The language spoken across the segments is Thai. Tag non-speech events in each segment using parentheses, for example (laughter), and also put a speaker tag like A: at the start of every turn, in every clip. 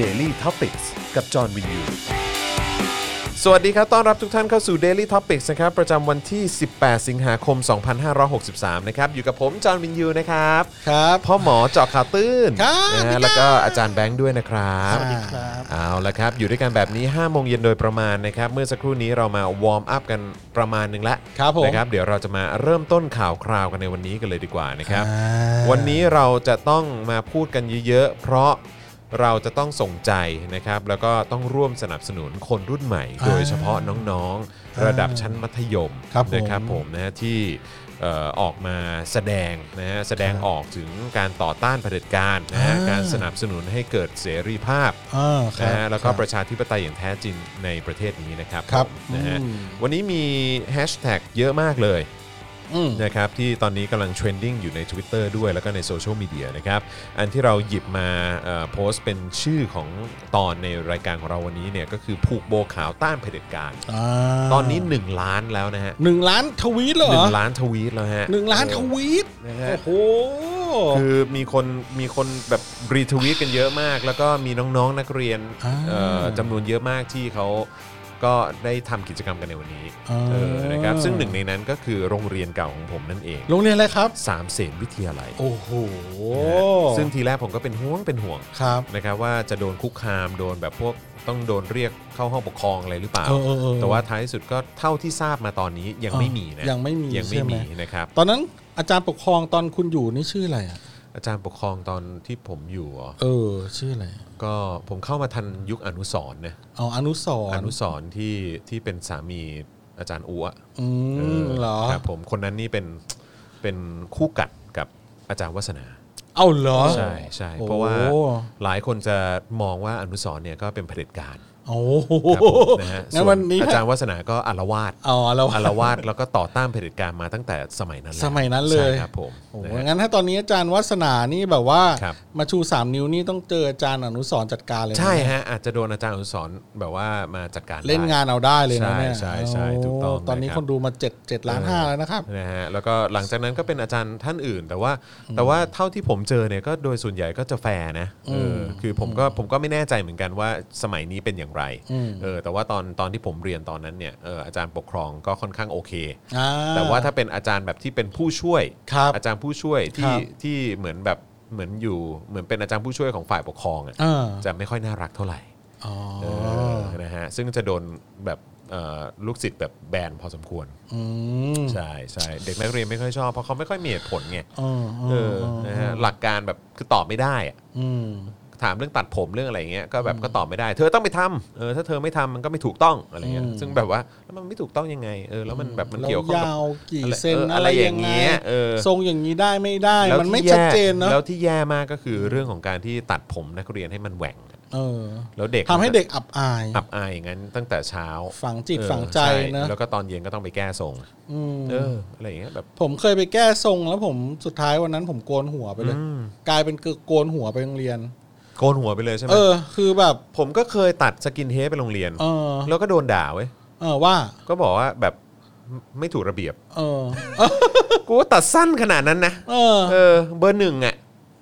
A: Daily t o p i c กกับจอห์นวินยู สวัสดีครับ ต้อนรับทุกท่านเข้าสู่ Daily Topics นะครับ ประจำวันที่ 18 สิงหาคม 2563 นะครับ อยู่กับผม จอห์นวินยู นะครับ
B: ครับ
A: พ่อหมอเจาะข่าวตื้น
B: ครับ
A: นะฮะแล้วก็อาจารย์แบงค์ด้วยนะครับ
B: สวัสดีครับ
A: เอาละครับ อยู่ด้วยกันแบบนี้ 5 โมงเย็นโดยประมาณนะครับ เมื่อสักครู่นี้เรามาวอร์มอัพกันประมาณหนึงแล้ว
B: ครับผม
A: นะครับ เดี๋ยวเราจะมาเริ่มต้นข่าวคราวกันในวันนี้กันเลยดีกว่านะครับ
B: อ่า
A: วันนี้เราจะต้องมาพูดกันเยอะๆ เพราะเราจะต้องส่งใจนะครับ แล้วก็ต้องร่วมสนับสนุนคนรุ่นใหม่
B: อ่า
A: โดยเฉพาะน้องๆ ระดับชั้นมัธยม
B: ครับผม
A: นะครับผมนะฮะที่เอ่อออกมาแสดงนะฮะแสดงออกถึงการต่อต้านเผด็จการนะฮะ
B: อ่า
A: การสนับสนุนให้เกิดเสรีภาพ
B: อ่าครั
A: นะ
B: บ
A: ฮะแล้วก็ประชาธิปไตยอย่างแท้จริงในประเทศนี้นะครับ
B: ครับ
A: ผมนะฮะ
B: อืม
A: วันนี้มีแฮชแท็กเยอะมากเลย
B: อืม
A: นะครับที่ตอนนี้กำลังเทรนดิ้งอยู่ใน Twitter ด้วยแล้วก็ในโซเชียลมีเดียนะครับอันที่เราหยิบมาเอ่อโพสต์เป็นชื่อของตอนในรายการของเราวันนี้เนี่ยก็คือผูกโบขาวต้านเผด็จการ
B: อ่า
A: ตอนนี้ 1 ล้านแล้วนะฮะ
B: หนึ่งล้านทวีตเหรอ
A: หนึ่งล้านทวีตแล้วฮะ
B: หนึ่งล้านทวีต
A: นะฮะ
B: โอ้โห
A: คือมีคนมีคนแบบรีทวีตกันเยอะมาก แล้วก็มีน้องๆนักเรียน
B: อ่า
A: เอ่อจำนวนเยอะมากที่เขาก็ได้ทำกิจกรรมกันในวันนี้
B: อ่า
A: เออนะครับซึ่งหนึ่งในนั้นก็คือโรงเรียนเก่าของผมนั่นเอง
B: โรงเรียนอะไรครับ
A: สามเสนวิทยาลัย
B: โอ้โห
A: ซึ่งทีแรกผมก็เป็นห่วงเป็นห่วง
B: ครับ
A: นะครับว่าจะโดนคุกคามโดนแบบพวกต้องโดนเรียกเข้าห้องปกครองอะไรหรือเปล่า
B: เออเออเออ
A: แต่ว่าท้ายสุดก็เท่าที่ทราบมาตอนนี้ยังไม่มีนะ
B: อ่ะยังไม่มี
A: ยังไม่
B: ใช่ไหม
A: มีนะครับ
B: ตอนนั้นอาจารย์ปกครองตอนคุณอยู่นี่ชื่ออะไรอ่ะ
A: อาจารย์ปกครองตอนที่ผมอยู่เหรอ
B: เออ ชื่ออะไรอ่ะ
A: ก็ผมเข้ามาทันยุคอนุสรณ์นะ
B: เอาอนุสร
A: อ
B: ณ์
A: นุสรณ์ที่ที่เป็นสามีอาจารย์อัว
B: อื
A: เอ
B: มเหรอ
A: ครับผมคนนั้นนี่เป็นเป็นคู่กัดกับอาจารย์วัฒนา
B: เอาเหรอ
A: ใช่ใช่
B: โอ้
A: เพราะว่าหลายคนจะมองว่าอนุสรณ์เนี่ยก็เป็นเผด็จการ
B: โอ้โห
A: ครับผมนะฮะ
B: งั้น
A: ส่ว
B: วัน นนี้
A: อาจารย์วัฒนาก็อาร
B: (laughs)
A: วาส
B: อ๋อแล้ว
A: อารวาสแล้วก็ต่อต้านเผด็จการมาตั้งแต่สมัยนั้นแว
B: สมัยนั้นเลย
A: ใช่ครับผม
B: โอ้โห
A: นะฮะ
B: งั้นถ้าตอนนี้อาจารย์วัสนานี่แบบว่า
A: ครับ
B: มาชู 3 นิ้วนี่ต้องเจออาจารย์อนุสรณ์จัดการเลยนะ
A: ใช่ฮะอาจจะโดนอาจารย์อนุสรณ์แบบว่ามาจัดการได้
B: เล่นงานเอาได้เลยนะ
A: ใช่
B: เนี่ย
A: ใช่ใช่ถูกต้อง
B: โตอนนี้
A: นะครับ
B: คนดูมา7 7ล้านห้าแล้วนะครับ
A: นะฮะแล้วก็หลังจากนั้นก็เป็นอาจารย์ท่านอื่น แต่ว่าแต่ว่าเท่าที่ผมเจอเนี่ยก็โดยส่วนใหญ่ก็จะแฟร์นะเอออคือผมก็ผมก็ไม่แน่ใจเหมือนกันว่าสมัยนี้เป็นอย่างไรเออแต่ว่าตอนตอนที่ผมเรียนตอนนั้นเนี่ยเอออาจารย์ปกครองก็ค่อนข้างโอเค
B: อ่
A: แต่ว่าถ้าเป็นอาจารย์แบบที่เป็นผู้ช่วย
B: ครับ
A: อาจารย์ผู้ช่วย
B: ค
A: ที่
B: รับ
A: ที่เหมือนแบบเหมือนอยู่เหมือนเป็นอาจารย์ผู้ช่วยของฝ่ายปกครองอะ
B: อ่า
A: จะไม่ค่อยน่ารักเท่าไหร่
B: อ๋อ
A: เออนะฮะซึ่งจะโดนแบบเอ่อลูกศิษย์แบบแบนพอสมควร
B: อืม
A: ใช่ใช่เด็กนักเรียนไม่ค่อยชอบเพราะเขาไม่ค่อยมีเหตุผลไง
B: อ๋ออ๋อ
A: เออนะฮะหลักการแบบคือตอบไม่ได้อะ
B: อืม
A: ถามเรื่องตัดผมเรื่องอะไรอย่างเงี้ยก็แบบก็ตอบไม่ได้ เธอต้องไปทำเออถ้าเธอไม่ทำมันก็ไม่ถูกต้องอะไรเงี้ย
B: อืม
A: ซึ่งแบบว่าแล้วมันไม่ถูกต้องยังไงเออแล้วมันแบบมัน
B: แล้
A: เกี่ยวข้องกับ
B: ยาวกี่
A: อะไร
B: เซน
A: เอออะ
B: อะไร ไร
A: อ
B: ยั
A: ย่าง งเงี้
B: ไง
A: ยเออ
B: ทรงอย่างนี้ได้ไม่ได้
A: แล้ว
B: มันไม่
A: ที่
B: ชัด
A: แย่
B: เจนเนาะ
A: แล้วที่แย่มากก็คือเรื่องของการที่ตัดผมนักเรียนให้มันแหว่งอะ
B: เออ
A: แล้วเด็ก
B: ทำให้เด็กอับอาย
A: อับอายอย่างนั้นตั้งแต่เช้า
B: ฝังจิต
A: เออ
B: ฝังใจ
A: ช่
B: นะ
A: แล้วก็ตอนเย็นก็ต้องไปแก้ทรง
B: อืม
A: เอออะไรอย่างเงี้ยแบบ
B: ผมเคยไปแก้ทรงแล้วผมสุดท้ายวันนั้นผมโกนหัวไปเลย
A: อืม
B: กลายเป็นเกือบโกนหัวไปโรงเรียน
A: โกนหัวไปเลยใช่ไหม
B: เออ คือแบบ
A: ผมก็เคยตัดสกินเฮดไปโรงเรียน
B: เออ
A: แล้วก็โดนด่าเว้ย
B: เออว่า
A: ก็บอกว่าแบบไม่ไม่ถูกระเบียบ
B: เออ
A: กูว่าตัดสั้นขนาดนั้นนะ
B: เออ
A: เออ เบอร์หนึ่งอ่ะ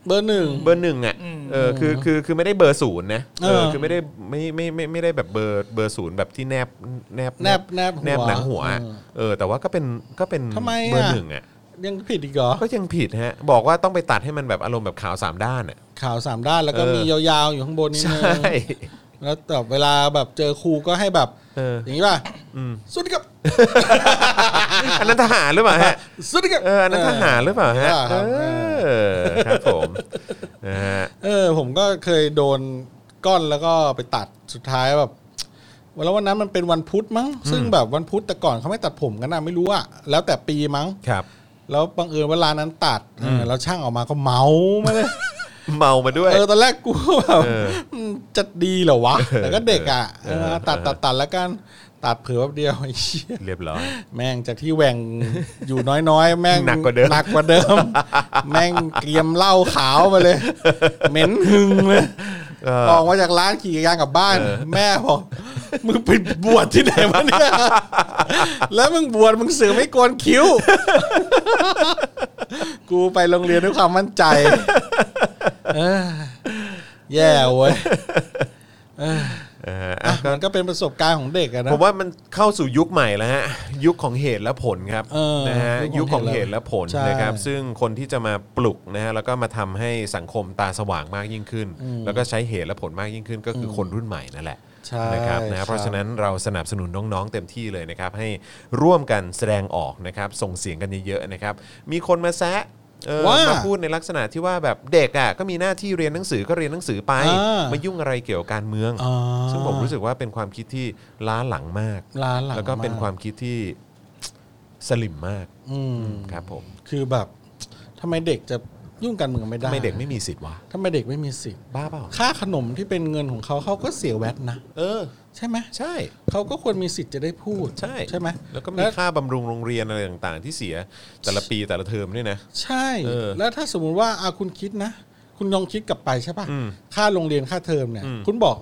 B: เบอร์หนึ่ง
A: เบอร์หนึ่งอ่ะ เออ คือ คือ คือไม่ได้เบอร์ศูนย์นะ เอ
B: เอ
A: อ
B: อ
A: คือไม่ได้ ไม่ ไม่ ไม่ ไม่ได้แบบเบอร์ เบอร์ศูนย์แบบที่แนบ แนบ
B: แนบแนบ
A: แนบหนังหัวอะ
B: เออ
A: เออ แต่ว่าก็เป็น ก็เป็น
B: ทำไมอะ
A: เบอร์หนึ่งอ่ะ
B: ยังผิดอีกเหรอ
A: ก็ยังผิดฮะ บอกว่าต้องไปตัดให้มันแบบอารมณ์แบบขาวสามด้านอ่ะ
B: ข่าวสามด้านแล้วก็
A: เออ
B: มียาวๆ อยู่ข้างบนนิด
A: ใช
B: นึง่ แล้วแต่เวลาแบบเจอครูก็ให้แบบ
A: เออ
B: อย่างนี้ป่ะสวัสดีครับ
A: (laughs) อันนั้นทหารหรือเปล่าฮะ
B: สวัสดีครับ
A: เอออันนั้นทหารหรือเปล่าฮะ
B: เออค
A: เออ ค
B: รับ
A: รับผมนะฮะ
B: เออผมก็เคยโดนก้อนแล้วก็ไปตัดสุดท้ายแบบแล้ววันนั้นมันเป็นวันพุธมั้ง ซึ่งแบบวันพุธแต่ก่อนเขาไม่ตัดผมกันนะไม่รู้อะแล้วแต่ปีมั้ง
A: ครับ
B: แล้วบังเอิญเวลานนั้นตัดเออแล้วช่างออกมาก็เมามา
A: (laughs)
B: เลย
A: เมามาด้วย
B: เออตอนแรกกูก็แบบ
A: เออ
B: มจะดีเหรอวะแต่ก็เด็กอะ
A: เออ
B: เออตัดตัดตัดแล้วกันตัดเผื่อแป๊บเดียว (laughs) ไอ้เหี้ย
A: เรียบร้อย
B: แม่งจากที่แหว่ง
A: (laughs)
B: อยู่น้อยๆ แม่ง
A: หนักกว่าเดิม
B: หนักกว่าเดิ
A: (laughs)
B: ม แม่งเกรียมเหล้าขาวมาเลย เหม็นหึงเลย
A: เออ
B: ออกมาจากร้านขี่จักรยานกลับบ้าน แม่บอกมึงไปบวชที่ไหนมา
A: (laughs)
B: เนี่ยแล้วมึงบวชมึงเสือไม่โกนคิ้ว (laughs) กูไปโรงเรียนด้วยความมั่นใจเอ้ยแย่เว้ย
A: ก็
B: มันก็เป็นประสบการณ์ของเด็กอะนะ
A: ผมว่ามันเข้าสู่ยุคใหม่แล้วฮะยุคของเหตุและผลครับ
B: เออ
A: นะฮะ
B: ยุ
A: ยุค
B: ค
A: ข
B: ข
A: อ
B: อง ง
A: เห
B: เหตุ
A: ตุ
B: และ
A: และผล
B: ใช่
A: นะครับ ซึ่งคนที่จะมาปลุกนะฮะแล้วก็มาทำให้สังคมตาสว่างมากยิ่งขึ้น แล้วก็ใช้เหตุและผลมากยิ่งขึ้น ก็คืออคนรุ่นใหม่นั่นแหละ
B: ใช่
A: นะครับ
B: ใช่
A: นะเพราะฉะนั้นเราสนับสนุนน้องๆเต็มที่เลยนะครับ ให้ร่วมกันแสดงออกนะครับ ส่งเสียงกันเยอะๆนะครับ มีคนมาแซะเออ
B: ว่า
A: มาพูดในลักษณะที่ว่าแบบเด็กอ่ะก็มีหน้าที่เรียนหนังสือก็เรียนหนังสือไป
B: อ่า
A: ไม่ยุ่งอะไรเกี่ยวกับการเมือง
B: อ่า
A: ซึ่งผมรู้สึกว่าเป็นความคิดที่ล้าหลังมาก
B: ล้าหลัง
A: แล้วก็เป็นความ มคิดที่สลิมมาก
B: อืม
A: ครับผม
B: คือแบบทำไมเด็กจะยุ่งการเมืองไม่ได้
A: ทำไมเด็กไม่มีสิทธิ์วะ
B: ทำไมเด็กไม่มีสิทธิ์
A: บ้าเปล่า
B: ค่าขนมที่เป็นเงินของเขาเขาก็เสียแวตนะ
A: เออ
B: ใช่ไหม
A: ใช่
B: เขาก็ควรมีสิทธิ์จะได้พูด
A: ใช่
B: ใช่ไหม
A: แล้วก็มีค่าบำรุงโรงเรียนอะไรต่างๆ ที่เสียแต่ละปีแต่ละเทอมด้วยนะ
B: ใช่
A: เออ
B: แล้วถ้าสมมุติว่าอาคุณคิดนะ คุณลองคิดกลับไปใช่ป่ะ
A: อืม
B: ค่าโรงเรียนค่าเทอมเนี่ย
A: อืม
B: คุณบอก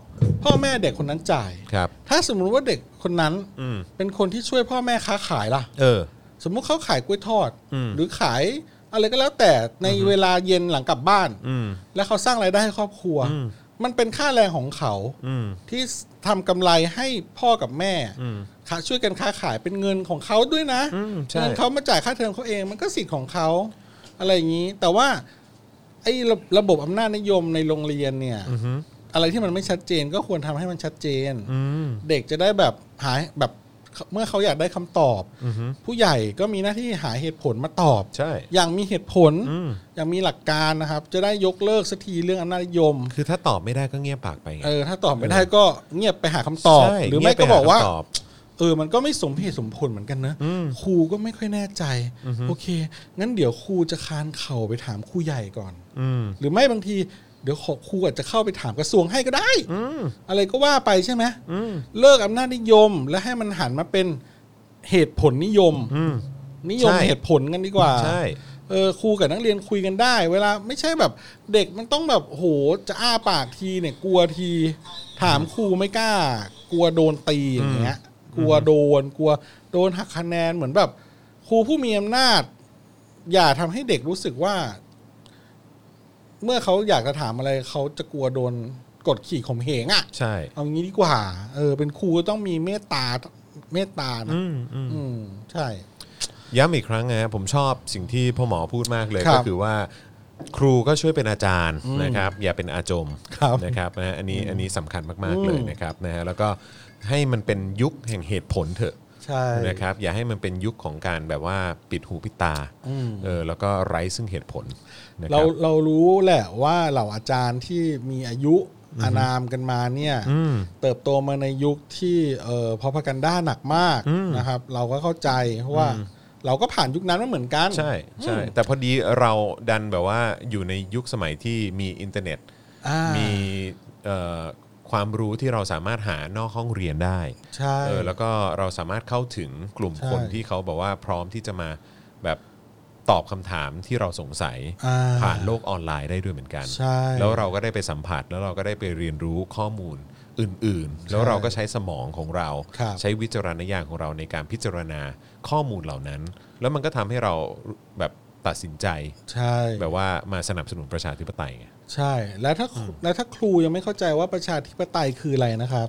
B: พ่อแม่เด็กคนนั้นจ่าย
A: ครับ
B: ถ้าสมมุติว่าเด็กคนนั้น
A: อืม
B: เป็นคนที่ช่วยพ่อแม่ค้าขายล่ะ
A: เออ
B: สมมุติเขาขายกล้วยทอด
A: อืม
B: หรือขายอะไรก็แล้วแต่ในเวลาเย็นหลังกลับบ้าน
A: อืม
B: แล้วเขาสร้างรายได้ให้ครอบครัว
A: อืม
B: มันเป็นค่าแรงของเขา
A: อืม
B: ที่ทำกำไรให้พ่อกับแม่
A: อืม
B: ค้าช่วยกันค้าขายเป็นเงินของเขาด้วยนะ
A: อืมใช่
B: เงินเขามาจ่ายค่าเทอมเขาเองมันก็สิทธิ์ของเขาอะไรอย่างนี้ แต่ว่าไอ้ระระบบอำนาจนิยมในโรงเรียนเนี่ย
A: อืม
B: อะไรที่มันไม่ชัดเจนก็ควรทำให้มันชัดเจน
A: อืม
B: เด็กจะได้แบบหาแบบเมื่อเขาอยากได้คำตอบ
A: อืม
B: ผู้ใหญ่ก็มีหน้าที่หาเหตุผลมาตอบ
A: ใช่
B: อย่างมีเหตุผล
A: อืม
B: อย่างมีหลักการนะครับ จะได้ยกเลิกสักทีเรื่องอำนาจนิยม
A: คือถ้าตอบไม่ได้ก็เงียบปากไปไง
B: เออถ้าตอบไม่ได้ก็เงียบไปหาคำตอบ
A: ใช่
B: หรือไม่
A: เงีย
B: ก็
A: ปห
B: บอกว่า
A: คำตบ
B: เออมันก็ไม่สมเหตุสมผลเหมือนกันนะ
A: อืม
B: ครูก็ไม่ค่อยแน่ใจ โอเค งั้นเดี๋ยวครูจะคานเข่าไปถามครูใหญ่ก่อน
A: อืม
B: หรือไม่บางทีเดี๋ยวขอครูอาจจะเข้าไปถามกระทรวงให้ก็ได้
A: อืม
B: อะไรก็ว่าไปใช่ไหม
A: อืม
B: เลิกอำนาจนิยม และให้มันหันมาเป็นเหตุผลนิยม
A: อืม
B: นิยม
A: ใช่
B: เหตุผลกันดีกว่า
A: ใช่
B: เออครูกับนักเรียนคุยกันได้ เวลาไม่ใช่แบบเด็กมันต้องแบบโหจะอ้าปากทีเนี่ยกลัวทีถามครูไม่กล้า กลัวโดนตีอย่างเงี้ย กลัวโดนกลัวโดนหักคะแนนเหมือนแบบครูผู้มีอำนาจ อย่าทำให้เด็กรู้สึกว่า เมื่อเขาอยากจะถามอะไรเขาจะกลัวโดนกดขี่ข่มเหงอะ่ะ
A: ใช่
B: เอางี้ดีกว่า เออ เป็นครูก็ต้องมีเมตตาเมตตานะ
A: อืมอืม
B: อืมใช่
A: ย้ำอีกครั้งนะผมชอบสิ่งที่พ่อหมอพูดมากเลย
B: ครับ
A: ก็คือว่า ครูก็ช่วยเป็นอาจารย์นะครับ อย่าเป็นอาจม
B: ครับ
A: นะครับนะฮะอันนี้อันนี้สำคัญมาก
B: อื
A: ๆ
B: ม
A: เลยนะครับนะฮะแล้วก็ให้มันเป็นยุคแห่งเหตุผลเถอะ
B: ใช่
A: นะครับ อย่าให้มันเป็นยุคของการแบบว่าปิดหูปิดตา
B: อืม
A: เออแล้วก็ไร้ซึ่งเหตุผลนะค
B: เรา
A: รับ
B: เรารู้แหละว่าเหล่าอาจารย์ที่มีอายุอานามกันมาเนี่ย
A: อืม
B: เติบโตมาในยุคที่เอ่อพอพกันด้าหนักมากนะครับ เราก็เข้าใจเพราะว่าเราก็ผ่านยุคนั้นมาเหมือนกัน
A: ใช่ใช่แต่พอดีเราดันแบบว่าอยู่ในยุคสมัยที่มีอินเทอร์เน็ต
B: อ่า
A: มีเอ่อความรู้ที่เราสามารถหานอกห้องเรียนได้
B: ใช่
A: เออแล้วก็เราสามารถเข้าถึงกลุ่ม
B: ใช่
A: คนที่เขาบอกว่าพร้อมที่จะมาแบบตอบคำถามที่เราสงสัย
B: อ่า
A: ผ่านโลกออนไลน์ได้ด้วยเหมือนกัน
B: ใช่
A: แล้วเราก็ได้ไปสัมผัสแล้วเราก็ได้ไปเรียนรู้ข้อมูลอื่นๆ แล้วเราก็ใช้สมองของเรา
B: ครับ
A: ใช้วิจารณญาณของเราในการพิจารณาข้อมูลเหล่านั้น แล้วมันก็ทำให้เราแบบตัดสินใจ
B: ใช่
A: แบบว่ามาสนับสนุนประชาธิปไตยไง
B: ใช่ แล้วถ้าแล้วถ้าครูยังไม่เข้าใจว่าประชาธิปไตยคืออะไรนะครับ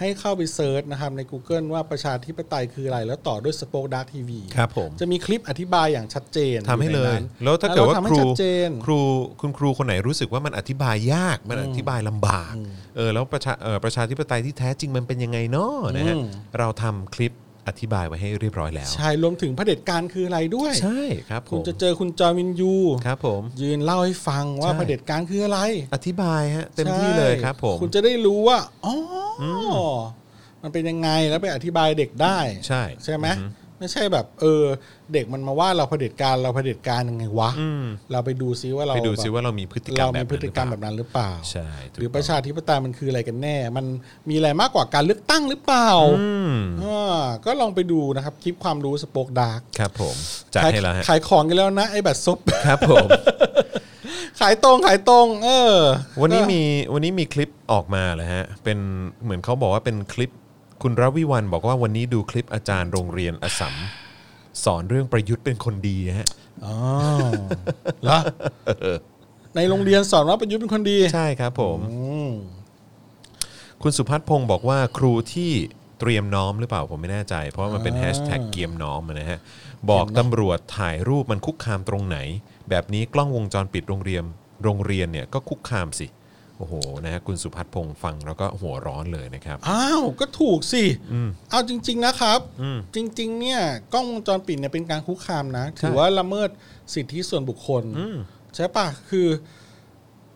B: ให้เข้าไปเซิร์ชนะครับใน Google ว่าประชาธิปไตยคืออะไร แล้วต่อด้วยสป o อ e ดาร์ทีวี
A: ครับผม
B: จะมีคลิปอธิบายอย่างชัดเจน
A: ทำให้เลย
B: อในนั้น
A: แล้วถ้าเกิดว่า
B: ทำให้
A: ครู
B: ชัดเจน
A: ครูคุณครูคนไหนรู้สึกว่ามันอธิบายยากมันอธิบายลำบากเออแล้วประชาเออประชาธิปไตยที่แท้จริงมันเป็นยังไงเนาะนะฮะ
B: อืม
A: เราทำคลิปอธิบายไว้ให้เรียบร้อยแล้ว
B: ใช่รวมถึงเผด็จการคืออะไรด้วย
A: ใช่ครับผ
B: คุณ
A: ม
B: จะเจอคุณจอมินยู
A: ครับผม
B: ยืนเล่าให้ฟังว่า
A: ใช่
B: เผด็จการคืออะไร
A: อธิบายฮะเต็ม
B: ใช่
A: ที่เลยครับผม
B: คุณจะได้รู้ว่าอ๋ออมันเป็นยังไงแล้วไปอธิบายเด็กได้
A: ใช่
B: ใช่ไหมไม่ใช่แบบ เออ เด็กมันมาว่าเราเผด็จการเราเผด็จการยังไงวะ
A: อืม
B: เราไปดูซิว่าเรา
A: ไปดูซิว่าเรามีพฤติกรร
B: เรา
A: มแบ
B: มี
A: บ
B: พฤติกรรมแบบนั้นหรือเปล่า
A: ใช่ถูก
B: หรือประชาธิปไตยมันคืออะไรกันแน่ มันมีอะไรมากกว่าการเลือกตั้งหรือเปล่า
A: อืม
B: อ่าก็ลองไปดูนะครับคลิปความรู้สปอกดาร์ก
A: ครับผมจัด
B: ขาย
A: ให้แล้วฮะ
B: ขายของกันแล้วนะ ไอ้บัตรซ (laughs) บ
A: ครับผม
B: ขายตรงขายตรง เออ
A: วันนี้
B: ก็
A: มีวันนี้มีคลิปออกมาเลยฮะ เป็นเหมือนเขาบอกว่าเป็นคลิปคุณรวิวันบอกว่าวันนี้ดูคลิปอาจารย์โรงเรียนอสสัมสอนเรื่องประยุทธ์เป็นคนดีฮะ
B: อ๋อเหรอในโรงเรียนสอนว่าประยุทธ์เป็นคนดี
A: ใช่ครับผม
B: อืม
A: คุณสุพัฒน์พงศ์บอกว่าครูที่เตรียมน้อมหรือเปล่าผมไม่แน่ใจ เพราะมันเป็น
B: อ่า
A: แฮชแท็กเกียมน้อมอะนะฮะบอกตำรวจถ่ายรูปมันคุกคามตรงไหน แบบนี้กล้องวงจรปิดโรงเรียนโรงเรียนเนี่ยก็คุกคามสิโอ้โหนะฮะคุณสุพัฒน์พงศ์ฟังแล้วก็หัวร้อนเลยนะครับ
B: อ้าว ก็ถูกสิ
A: อืม
B: เอาจริง ๆนะครับ
A: อืม
B: จริง ๆ เนี่ยกล้องวงจรปิดเนี่ยเป็นการคุกคามนะ ถือ
A: ใช่
B: ว่าละเมิดสิทธิส่วนบุคคล
A: อืม
B: ใช่ปะคือ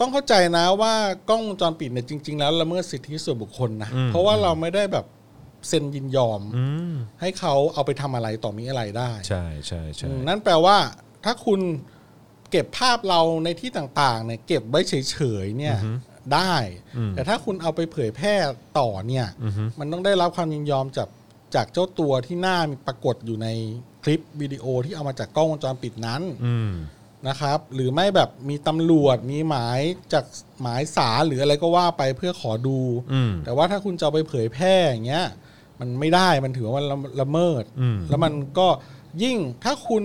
B: ต้องเข้าใจนะว่ากล้องวงจรปิดเนี่ยจริง ๆ แล้วละเมิดสิทธิส่วนบุคคลนะ
A: อืม
B: เพราะว่าเราไม่ได้แบบเซ็นยินยอม
A: อืม
B: ให้เขาเอาไปทำอะไรต่อมีอะไรได้
A: ใช่ใช่ใช่
B: อืมนั่นแปลว่าถ้าคุณเก็บภาพเราในที่ต่างๆเนี่ยเก็บไว้เฉยๆเนี่ยได้ แต่ถ้าคุณเอาไปเผยแพร่ต่อเนี่ย
A: อือฮึ
B: มันต้องได้รับความยินยอมจากจากเจ้าตัวที่หน้ามีปรากฏอยู่ในคลิปวิดีโอที่เอามาจากกล้องวงจรปิดนั้น
A: อืม
B: นะครับ หรือไม่แบบมีตำรวจมีหมายจากหมายสารหรืออะไรก็ว่าไปเพื่อขอดู
A: อืม
B: แต่ว่าถ้าคุณจะเอาไปเผยแพร่อย่างเงี้ย มันไม่ได้มันถือว่ามันละละเมิด
A: อืม
B: แล้วมันก็ยิ่งถ้าคุณ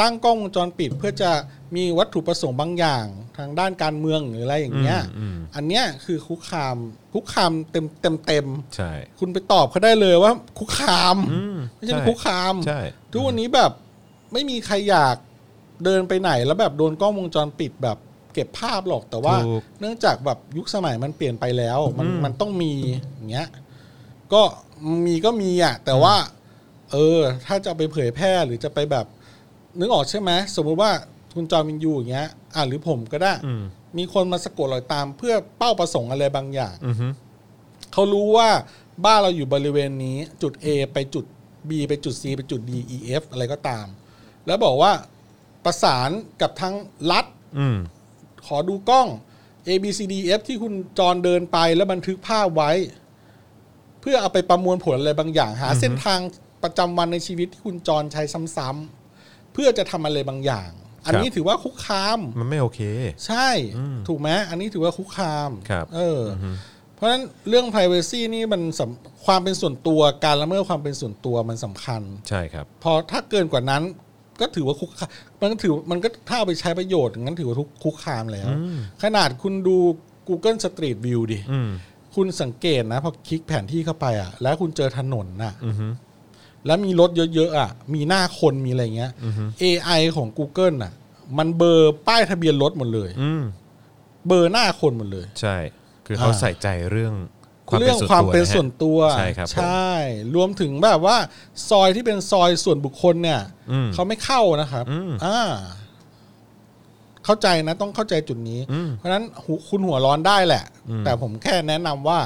B: ตั้งกล้องวงจรปิด เพื่อจะมีวัตถุประสงค์บางอย่าง ทางด้านการเมืองหรืออะไรอย่างเงี้ย
A: อืม
B: อันเนี้ยคือคุกคามคุกคามเต็มเต็มเต็ม
A: ใช่
B: ๆคุณไปตอบเขาได้เลยว่า คุกคาม
A: อืม
B: ไม่ใช่เป็นคุกคาม
A: ใช่
B: ทุกวันนี้แบบไม่มีใครอยากเดินไปไหน แล้วแบบโดนกล้องวงจรปิดแบบเก็บภาพหรอกแต่ว่า
A: ถูก
B: เนื่องจากแบบยุคสมัยมันเปลี่ยนไปแล้ว มัน
A: อืม
B: มันต้องมีอย่างเงี้ยก็มีก็มีอ่ะแต่ว่า เออ ถ้าจะเอาไปเผยแพร่หรือจะไปแบบ นึกออกใช่ไหมสมมุติว่าคุณจอมินยูอย่างเงี้ย อ่ะหรือผมก็ได้
A: อืม
B: มีคนมาสะกดรอยตามเพื่อเป้าประสงค์อะไรบางอย่าง
A: อืมฮึ
B: เขารู้ว่าบ้านเราอยู่บริเวณนี้ จุด A ไปจุด B ไปจุด C ไปจุด D E F อะไรก็ตาม แล้วบอกว่าประสานกับทั้งรัฐ
A: อืม
B: ขอดูกล้อง A B C D E F ที่คุณจรเดินไปแล้วบันทึกภาพไว้ เพื่อเอาไปประมวลผลอะไรบางอย่าง หาเส้นทางประจำวันในชีวิตที่คุณจรใช้ซ้ำๆเพื่อจะทำอะไรบางอย่าง อัน
A: ค
B: นี้
A: รับ
B: ถือว่าคุกคาม
A: มันไม่โอเค
B: ใช่ ถูกไหมอันนี้ถือว่าคุกคาม
A: ครับ
B: เอออเพราะฉะนั้นเรื่อง p r i เวซีนี่มันสำความเป็นส่วนตัวการละเมิดความเป็นส่วนตัวมันสำคัญ
A: ใช่ครับ
B: พอถ้าเกินกว่านั้น ก็ถือว่าคุกคามมันก็ถือมันก็ถ้าเอาไปใช้ประโยชน์งั้นถือว่าทุกคุกคามแล้ว ขนาดคุณดู Google Street View ดิ
A: อืม
B: คุณสังเกตนะ พอคลิกแผนที่เข้าไปอ่ะ แล้วคุณเจอถนนน่ะ
A: อืมฮึ
B: แล้วมีรถเยอะๆอ่ะ มีหน้าคนมีอะไรเงี้ย
A: อือฮึ
B: AI ของ Google น่ะ มันเบลอร์ป้ายทะเบียนรถหมดเลย
A: อืม
B: เบลอร์หน้าคนหมดเลย
A: ใช่ คือเขา
B: อ่า
A: ใส่ใจเรื่องความ
B: เรื่
A: เป็
B: อน ง
A: ส่วน
B: ความ
A: ตัว
B: เป็น
A: นะฮะ
B: ส่วนตัว
A: ใช่ครับผม
B: ใช่ รวมถึงแบบว่า ซอยที่เป็นซอยส่วนบุคคลเนี่ย
A: อืม
B: เขาไม่เข้านะครับ
A: อืม
B: อ่า เข้าใจนะ ต้องเข้าใจจุดนี้
A: อืม
B: เพราะฉะนั้นหูคุณหัวร้อนได้แหละ
A: อืม
B: แต่ผมแค่แนะนำว่า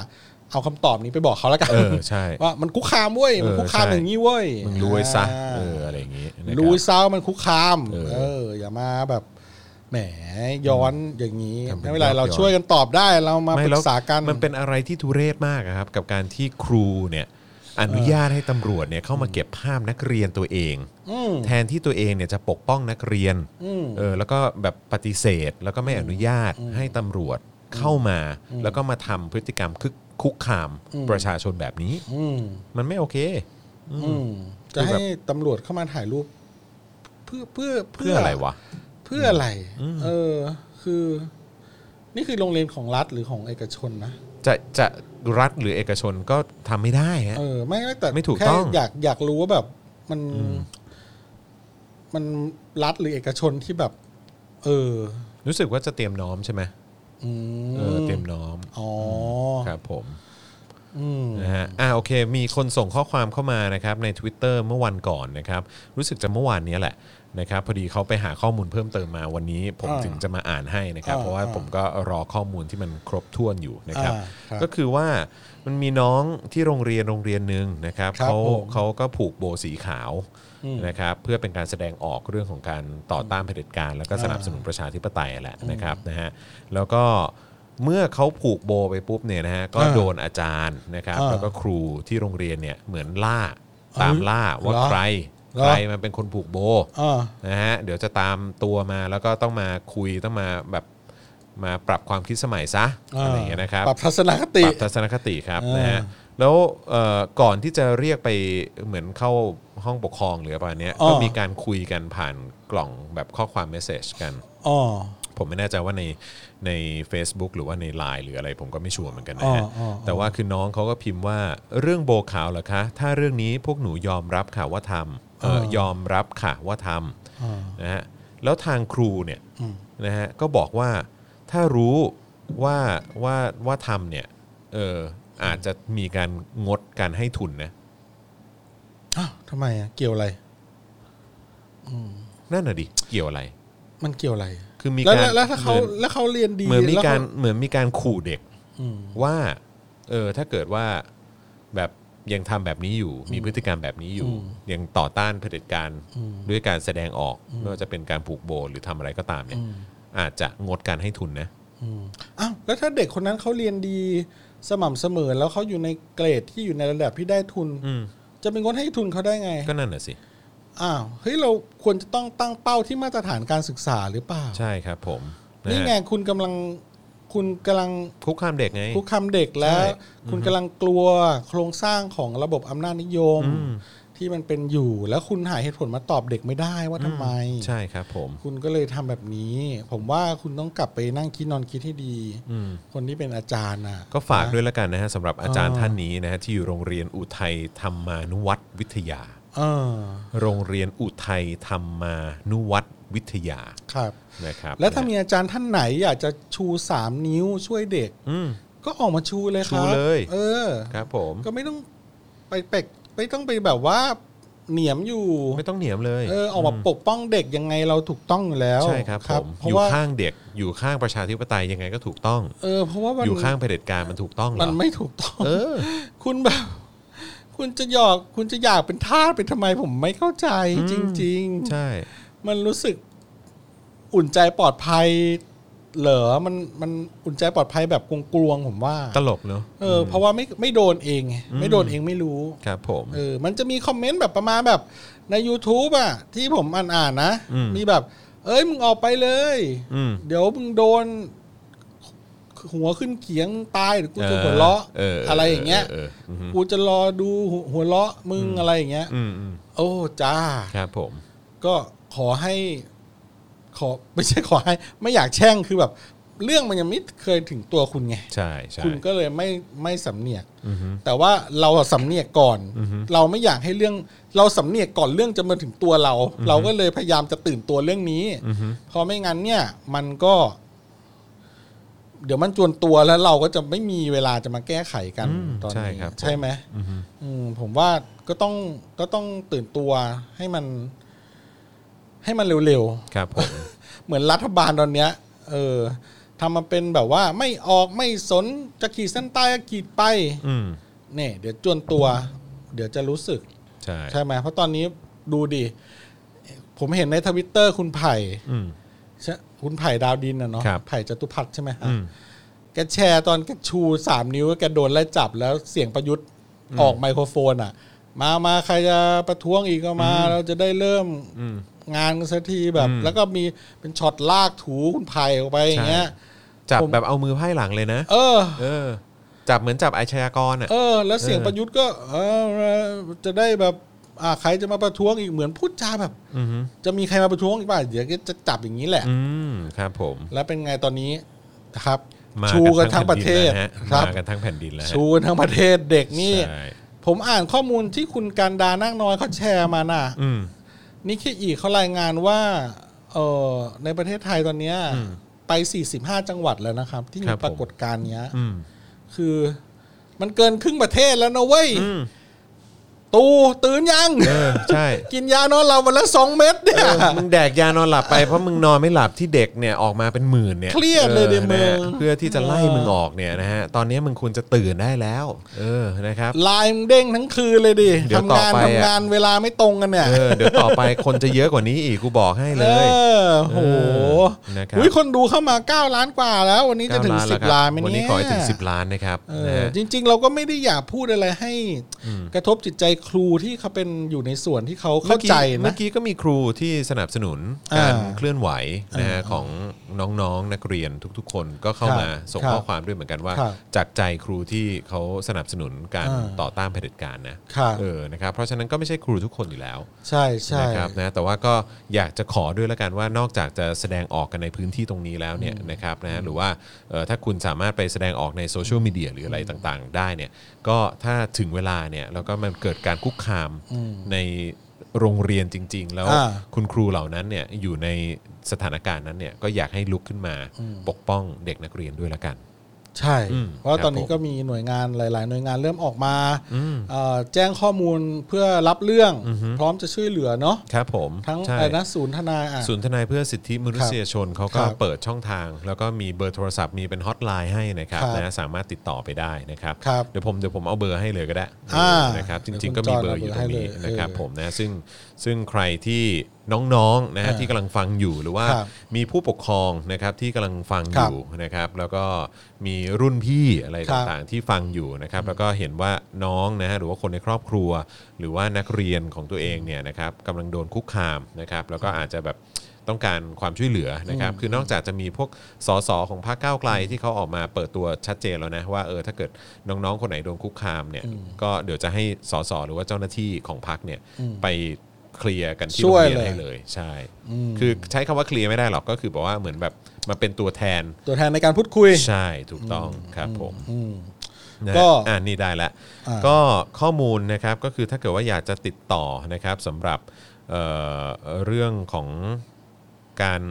B: เอาคำตอบนี้ไปบอกเขาแล้วกัน
A: เออใช่
B: ว่ามันคุกคามเว้ยมัน
A: เออ
B: คุกคาม
A: ใช่
B: อย่างนี้เว้ย
A: มึงรู้ไว้ซะ
B: า
A: เอออะไรอย่างงี้นะคบ
B: รู้ไว้ซะว่ามันคุกคาม
A: เออ
B: เออ อย่ามาแบบแหมย้อนอย่างนี้
A: ทำเป็น
B: ไม่เป็นไร
A: ย้อน
B: เราช่วยกันตอบได้เรามา
A: ไม่
B: ปรึ
A: แล้ว
B: กษากัน
A: มันเป็นอะไรที่ทุเรศมากอะครับ กับการที่ครูเนี่ยอนุญาตให้ตำรวจเนี่ยเข้ามาเก็บภาพนักเรียนตัวเอง
B: อืม
A: แทนที่ตัวเองเนี่ยจะปกป้องนักเรียน
B: อืม
A: เออแล้วก็แบบปฏิเสธ แล้วก็ไม่อนุญาตให้ตำรวจเข้ามา แล้วก็มาทำพฤติกรรมคึกคุกคามประชาชนแบบนี้
B: อืม
A: มันไม่โอเค
B: อืมจะ
A: คือแบบ
B: ให้ตำรวจเข้ามาถ่ายรูป เพื่อเพื่อ
A: เพื่ออะไรวะ
B: เพื่ออะไร เออ คือ นี่คือโรงเรียนของรัฐหรือของเอกชนนะ
A: จะจะรัฐหรือเอกชนก็ทำไม่ได้ฮะ
B: เออ ไม่แต่
A: ไม่ถูก
B: แค่
A: ต้อง
B: อยากอยากรู้ว่าแบบ มัน มันรัฐหรือเอกชนที่แบบ เออ
A: รู้สึกว่าจะเตรียมน้อมใช่ไหม
B: อืม
A: เออเตรียมน้อม
B: อ๋อ
A: ครับผม
B: อืม
A: นะฮะอ่าโอเค มีคนส่งข้อความเข้ามานะครับใน Twitter เมื่อวันก่อนนะครับ รู้สึกจะเมื่อวานเนี้ยแหละนะครับ พอดีเขาไปหาข้อมูลเพิ่มเติมมาวันนี้ ผม
B: อ่า
A: ถึงจะมาอ่านให้นะครับ
B: อ่า
A: เพราะว่า
B: อ่า
A: ผมก็รอข้อมูลที่มันครบถ้วนอยู่นะครับ
B: อ่าครับ
A: ก็คือว่ามันมีน้องที่โรงเรียนโรงเรียนหนึ่งนะครับ
B: ครับ
A: เขา
B: ผม
A: เขาก็ผูกโบสีขาว นะครับเพื่อเป็นการแสดงออกเรื่องของการต่อต้านเผด็จการ แล้วก็สนับสนุนประชาธิปไตยแหละนะครับนะฮะแล้วก็เมื่อเขาผูกโบไปปุ๊บเนี่ยนะฮะก็
B: อ่า
A: โดนอาจารย์นะครับ
B: อ่า
A: แล้วก็ครูที่โรงเรียนเนี่ยเหมือนล่าตามล่าว่า
B: เหรอ
A: ใคร
B: เหรอ
A: ใครมันเป็นคนผูกโบ
B: อ่า
A: นะฮะเดี๋ยวจะตามตัวมาแล้วก็ต้องมาคุยต้องมาแบบมาปรับความคิดสมัยซะอะไรอย่างเงี้ยนะครับ
B: ปรับทัศนคติ
A: ปรับทัศนคติครับ
B: อ่าน
A: นะฮะแล้วเอ่อก่อนที่จะเรียกไปเหมือนเข้าห้องปกครองหรือประมาณเนี้ย
B: อ๋อ
A: ก็มีการคุยกันผ่านกล่องแบบข้อความเมสเซจกัน
B: อ๋อ
A: ผมไม่แน่ใจว่าในใน Facebook หรือว่าใน Line หรืออะไรผมก็ไม่ชัวร์เหมือนกันนะฮะ
B: อ๋ออ๋ออ๋อ
A: แต่ว่าคือน้องเขาก็พิมพ์ว่าเรื่องโบขาวเหรอคะ ถ้าเรื่องนี้พวกหนูยอมรับค่ะว่าทำเอ่อยอมรับค่ะว่าท
B: อ่า
A: ำนะฮะแล้วทางครูเนี่ย
B: อืม
A: นะฮะก็บอกว่าถ้ารู้ว่าว่าว่าทำเนี่ยเอออาจจะมีการงดการให้ทุนนะ
B: อ้าวทำไมอ่ะเกี่ยวอะไร
A: นั่นน่ะดิเกี่ยวอะไร
B: มันเกี่ยวอะไร
A: คือมี
B: แล้ว
A: การ
B: แล้วแล้วถ้าเขา
A: หมือน
B: แล้วเขาเรียนดี
A: เหมือนมี
B: แล้วเข
A: การเหมือนมีการขู่เด็ก
B: อืม
A: ว่าเออถ้าเกิดว่าแบบยังทำแบบนี้อยู่ มีพฤติกรรมแบบนี้อยู่ ยังต่อต้านเผด็จการด้วยการแสดงออกไม่ว่าจะเป็นการผูกโบนหรือทำอะไรก็ตามเนี่ย
B: อืม
A: อาจจะงดการให้ทุนนะ
B: อืมอ้าวแล้วถ้าเด็กคนนั้นเขาเรียนดีสม่ำเสมอแล้วเขาอยู่ในเกรดที่อยู่ในระดับที่ได้ทุน
A: อืม
B: จะเป็นคนให้ทุนเขาได้ไง
A: ก็นั่นน่ะสิ
B: อ้าวเฮ้ยเราควรจะต้องตั้งเป้าที่มาตรฐานการศึกษาหรือเปล่า
A: ใช่ครับผมะฮะ
B: นี่ไงคุณกำลังคุณกำลัง
A: คุกคามเด็กไง
B: คุกคามเด็กแล้ว
A: ใช่
B: คุณกำลังกลัวโครงสร้างของระบบอำนาจนิยม
A: อืม
B: ที่มันเป็นอยู่ แล้วคุณหาเหตุผลมาตอบเด็กไม่ได้ว่าทำไม
A: ใช่ครับผม
B: คุณก็เลยทำแบบนี้ ผมว่าคุณต้องกลับไปนั่งคิดนอนคิดให้ดี
A: อืม
B: คนที่เป็นอาจารย์น่ะ
A: ก็ฝากด้วยแล้วกันนะฮะสำหรับอาจารย์
B: อ่า
A: ท่านนี้นะฮะที่อยู่โรงเรียนอุทัยธรรมานุวัตวิทยา
B: เออ
A: โรงเรียนอุทัยธรรมานุวัตวิทยา
B: ครับ
A: นะครับ
B: แล้วถ้ามี
A: นะฮะ
B: อาจารย์ท่านไหนอยากจะชูสามนิ้วช่วยเด็ก
A: อืม
B: ก็ออกมาชูเลยครับ
A: ชูเลย
B: เออ
A: ครับผม
B: ก็ไม่ต้องไปเป็กไม่ต้องไปแบบว่าเหนียมอยู่
A: ไม่ต้องเหนียมเลย
B: เออออกมาปกป้องเด็กยังไงเราถูกต้องอยู่แล้ว
A: ใช่ครับผม
B: เพ
A: อ
B: ราะ
A: ยู่
B: ว่า
A: ข้างเด็กอยู่ข้างประชาธิปไตยยังไงก็ถูกต้อง
B: เออเพราะว่ามัน
A: อยู่ข้างเผด็จการมันถูกต้องเหร
B: มั
A: อน
B: ไม่ถูกต้อง
A: เออ
B: คุณแบบ (laughs) คุณจะหยอกคุณจะอยากเป็นทาสเป็นทำไมผมไม่เข้าใจ
A: อืม
B: จริง ๆ
A: ใช่
B: มันรู้สึกอุ่นใจปลอดภัยเหรอ มันมันอุ่นใจปลอดภัยแบบกลวงๆผมว่า
A: ตลกเนอะ
B: เออ เพราะว่าไม่ไม่โดนเองไง
A: อืม
B: ไม่โดนเองไม่รู้
A: ครับผม
B: เออ มันจะมีคอมเมนต์แบบประมาณแบบใน YouTube อ่ะ ที่ผมอ่านอ่านๆนะ
A: อืม
B: มีแบบ เอ้ย มึงออกไปเลย
A: อืม
B: เดี๋ยวมึงโดน หัวขึ้นเขียงตายหรือกูจะหัวเราะ
A: เออเ
B: อะไรอย่างเงี้ย
A: ออเออเออ
B: กูจะรอดูหัวเราะมึงอะไรอย่างเงี้ย
A: อืมอืม
B: โอ้จ้า
A: ครับผม
B: ก็ขอให้ ขอไม่ใช่ขอให้ ไม่อยากแช่งคือแบบ เรื่องมันยังไม่เคยถึงตัวคุณไง
A: ใช่ใช่
B: คุณก็เลยไม่ไม่สำเนียก
A: อือฮึ
B: แต่ว่าเราอะสำเนียกก่อน
A: อือฮึ
B: เราไม่อยากให้เรื่องเราสำเนียกก่อนเรื่องจะมาถึงตัวเรา เราก็เลยพยายามจะตื่นตัวเรื่องนี้
A: อือฮึ
B: เพราะไม่งั้นเนี่ย มันก็ เดี๋ยวมันจวนตัวแล้วเราก็จะไม่มีเวลาจะมาแก้ไขกัน
A: อืม
B: ตอน
A: ใช่
B: นี้
A: ครับผ
B: ใช่ไหม
A: อือฮึ
B: อืมผมว่าก็ต้องก็ต้องตื่นตัวให้มัน ให้มันเร็ว
A: ครับผม
B: ๆ เหมือนรัฐบาลตอนเนี้ย เออทำมาเป็นแบบว่า ไม่ออกไม่สนจะขีดเส้นใต้ก็ขีดไป
A: อืม
B: เนี่ยเดี๋ยวจวนตัว เดี๋ยวจะรู้สึก
A: ใช่
B: ใช่ไหมเพราะตอนนี้ดูดิ ผมเห็นในทวิตเตอร์คุณไผ่
A: อืม
B: ใช่คุณไผ่ดาวดินนะเนาะ
A: ครับ
B: ไผ่จตุพัฒน์ใช่ไหมฮะ
A: อืม
B: แกแชร์ตอนแกชูสามนิ้วแกโดนไล่จับแล้วเสียงประยุทธ์ออกไมโครโฟนอ่ะ มามาใครจะประท้วงอีกก็มา เราจะได้เริ่ม
A: อืม
B: งานกันสักทีแบบ
A: อืม
B: แล้วก็มีเป็นช็อตลากถูคุณไผ่ออกไปอย่างเงี้ย
A: จับ
B: ผม
A: แบบเอามือไพ่หลังเลยนะ
B: เออ
A: เออ จับเหมือนจับอาชญากรอ่ะ
B: เออ แล้วเสียงประยุทธ์ก็เออจะได้แบบอ่าใครจะมาประท้วงอีกเหมือนพูดจาแบบ
A: อือฮึ
B: จะมีใครมาประท้วงอีกป่ะเดี๋ยวก็จะจับอย่างนี้แหละ
A: อืมครับผม
B: แล้วเป็นไงตอนนี้ครับ
A: มา
B: ชูกันทั้งประเทศ
A: แผ่นดินแล้วฮ
B: ครับ
A: มากันทั้งแผ่นดินแล้วฮะ
B: ชูกันทั้งประเทศเด็กนี่
A: ใช่
B: ผมอ่านข้อมูลที่คุณการดานั่งน้อยเขาแชร์มาน่ะ
A: อืม
B: นิเคอีเขารายงานว่าเออในประเทศไทยตอนเนี้ย
A: อืม
B: ไป 45 จังหวัดแล้วนะครับ ที่
A: ค
B: มี
A: รับผม
B: ปรากฏการณ์เนี้ย
A: อืม
B: คือมันเกินครึ่งประเทศแล้วนะเว้ย
A: อืม
B: ตูตื่นยัง
A: เออใช่
B: กินยานอนหลับวันละสองเม็ดเนี่ย
A: เออมึงแดกยานอนหลับไปเพราะมึงนอนไม่หลับที่เด็กเนี่ยออกมาเป็นหมื่นเนี่ย
B: เครียดเลยดิมึ
A: นะ
B: ง
A: ฮะเพื่อที่จะไล่มึงออกเนี่ยนะฮะตอนนี้มึงควรจะตื่นได้แล้ว เออนะครับ
B: ไลายเด้งทั้งคืนเลยดิ
A: เดี๋ยว
B: ทำงาน
A: ต่อไปอะ
B: ทำงานเวลาไม่ตรงกันเนี่ย
A: เออเดี๋ยวต่อไปคนจะเยอะกว่านี้อีกกูบอกให้เล
B: เอย อโห
A: เออนะครับ
B: อุ้ยคนดูเข้ามา 9 ล้านกว่าแล้ว วันนี้จะถึง
A: เก้า
B: 10 ล้านไหมเนี่ย
A: วันนี้ขอให้ถึง 10 ล้านนะครับ
B: เอ
A: นะ
B: อ
A: ฮะ
B: จริง ๆ เราก็ไม่ได้อยากพูดอะไรให้กระทบจิตใจ ครูที่เขาเป็นอยู่ในส่วนที่เขา
A: มื่
B: เข้า
A: อกี้
B: ใจ
A: เมื่
B: นะ
A: อกี้ก็มีครูที่สนับสนุน
B: อ่า
A: การเคลื่อนไหวนะฮะของน้องๆนักเรียนทุกๆ คนก็เข้า
B: ครับ
A: มาส่ง
B: ครับ
A: ข้อความด้วยเหมือนกันว่า
B: ครับ
A: จากใจครูที่เขาสนับสนุนการ
B: อ่า
A: ต่อต้านเผด็จการนะครับ เออนะครับเพราะฉะนั้นก็ไม่ใช่ครูทุกคนอยู่แล้ว
B: ใช่ใช่
A: นะครับนะแต่ว่าก็อยากจะขอด้วยละกันว่านอกจากจะแสดงออกกันในพื้นที่ตรงนี้แล้วเนี่ยนะครับนะฮะหรือว่าเอ่อถ้าคุณสามารถไปแสดงออกในโซเชียลมีเดียหรืออะไรต่างๆ ได้เนี่ยก็ถ้าถึงเวลาเนี่ยแล้วก็มันเกิดการคุกคามในโรงเรียนจริง ๆ แล้ว
B: อ่า
A: คุณครูเหล่านั้นเนี่ยอยู่ในสถานการณ์นั้นเนี่ยก็อยากให้ลุกขึ้นมาปกป้องเด็กนักเรียนด้วยละกัน
B: ใช่
A: อืม
B: เพราะว่าตอน
A: ค
B: นี้
A: รับผม
B: ก็มีหน่วยงานหลาย ๆ หน่วยงานเริ่มออกมา
A: อืม
B: เอ่อแจ้งข้อมูลเพื่อรับเรื่อง
A: อือฮึ
B: พร้อมจะช่วยเหลือเนาะ
A: ครับผม
B: ทั้ง
A: ใช่
B: อะไรนะศูนย์ทนายอ่ะ
A: ศูนย์ทนายเพื่อสิทธิมนุษยชนเขาก็
B: ครับ
A: เปิดช่องทาง แล้วก็มีเบอร์โทรศัพท์มีเป็นฮอตไลน์ให้นะครับ
B: ครับ
A: นะสามารถติดต่อไปได้นะครับ
B: ครับ
A: เดี๋ยวผมเดี๋ยวผมเอาเบอร์ให้เลยก็ได้
B: อ่า
A: นะครับจ
B: เดี๋ยว
A: ริง ๆ
B: คุ
A: ก็
B: ณ
A: มี
B: จอน
A: เบอร์อยู่ตรงนี้
B: เอาเบอร์ให้เลย
A: นะครับ
B: เออ
A: ผมนะซึ่งซึ่งใครที่น้องๆนะฮะ
B: อ่า
A: ที่กำลังฟังอยู่หรือว่า
B: ครับ
A: มีผู้ปกครองนะครับที่กำลังฟังอ
B: ครับ
A: ยู่นะครับ แล้วก็มีรุ่นพี่อะไร
B: ครับ
A: ต่างๆ ที่ฟังอยู่นะครับ แล้วก็เห็นว่าน้องนะฮะหรือว่าคนในครอบครัว หรือว่านักเรียนของตัวเองเนี่ยนะครับกำลังโดนคุกคามนะครับ แล้วก็อาจจะแบบต้องการความช่วยเหลือนะครับ คือนอกจากจะมีพวกสสของพรรคก้าวไกลที่เขาออกมาเปิดตัวชัดเจนแล้วนะว่าเออถ้าเกิดน้องๆคนไหนโดนคุกคามเนี่ยก็เดี๋ยวจะให้สสหรือว่าเจ้าหน้าที่ของพรรคเนี่ยไปเคลียร์กันที่โร
B: ช่
A: ง
B: วย
A: เรียน
B: เลย
A: ให้เลยใช่ คือใช้คำว่าเคลียร์ไม่ได้หรอกก็คือแบบว่าเหมือนแบบมาเป็นตัวแทน
B: ตัวแทนในการพูดคุย
A: ใช่ถูกต้องครับผม
B: อืม
A: นะ
B: ก็
A: อ่านี่ได้ละ
B: อ่า
A: ก็ข้อมูลนะครับก็คือถ้าเกิดว่าอยากจะติดต่อนะครับสำหรับเอ่อเรื่องของการ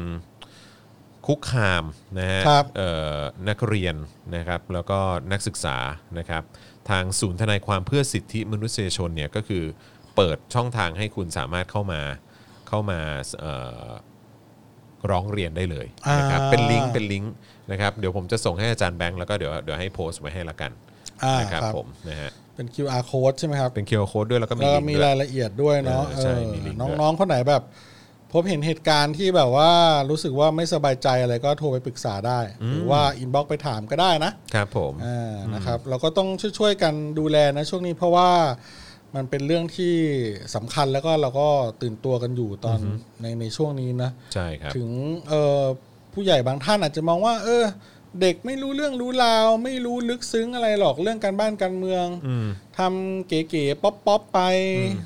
A: คุกคามนะฮะ
B: ครับ
A: เอ่อนักเรียนนะครับแล้วก็นักศึกษานะครับทางศูนย์ทนายความเพื่อสิทธิมนุษยชนเนี่ยก็คือเปิดช่องทางให้คุณสามารถเข้ามาเข้ามาเอ่อร้องเรียนได้เลยนะครับ
B: อ่า
A: เป็นลิงก์เป็นลิงก์นะครับเดี๋ยวผมจะส่งให้อาจารย์แบงค์แล้วก็เดี๋ยวเดี๋ยวให้โพสต์ไว้ให้ละกัน
B: อ่า
A: นะครับ
B: ครับ
A: ผมนะฮะ
B: เป็น QR code ใช่ไหมครับ
A: เป็นเคียวโค้ดด้วยแล้วก็มี
B: แล้วก็
A: ลิงก์
B: มี
A: ด้ว
B: ราย ยละเอียดด้วยเนาะ
A: เออใช่
B: เออ
A: มีลิงก์ด้วย
B: น้องๆคนไหนแบบ พบเห็นเหตุการณ์ที่แบบว่ารู้สึกว่าไม่สบายใจอะไรก็โทรไปปรึกษาได้ หรือว่าอินบ็อกไปถามก็ได้นะครับ
A: ผม
B: อ่านะครับ เราก็ต้องช่วยๆกันดูแลนะช่วงนี้เพราะว่ามันเป็นเรื่องที่สำคัญแล้วก็เราก็ตื่นตัวกันอยู่ตอนในในช่วงนี้นะ
A: ใช่ครับ
B: ถึงเอ่อผู้ใหญ่บางท่านอาจจะมองว่า เออ เด็กไม่รู้เรื่องรู้ราว ไม่รู้ลึกซึ้งอะไรหรอกเรื่องการบ้านการเมือง
A: อืม
B: ทำเก๋ๆป๊อปป๊อปๆไป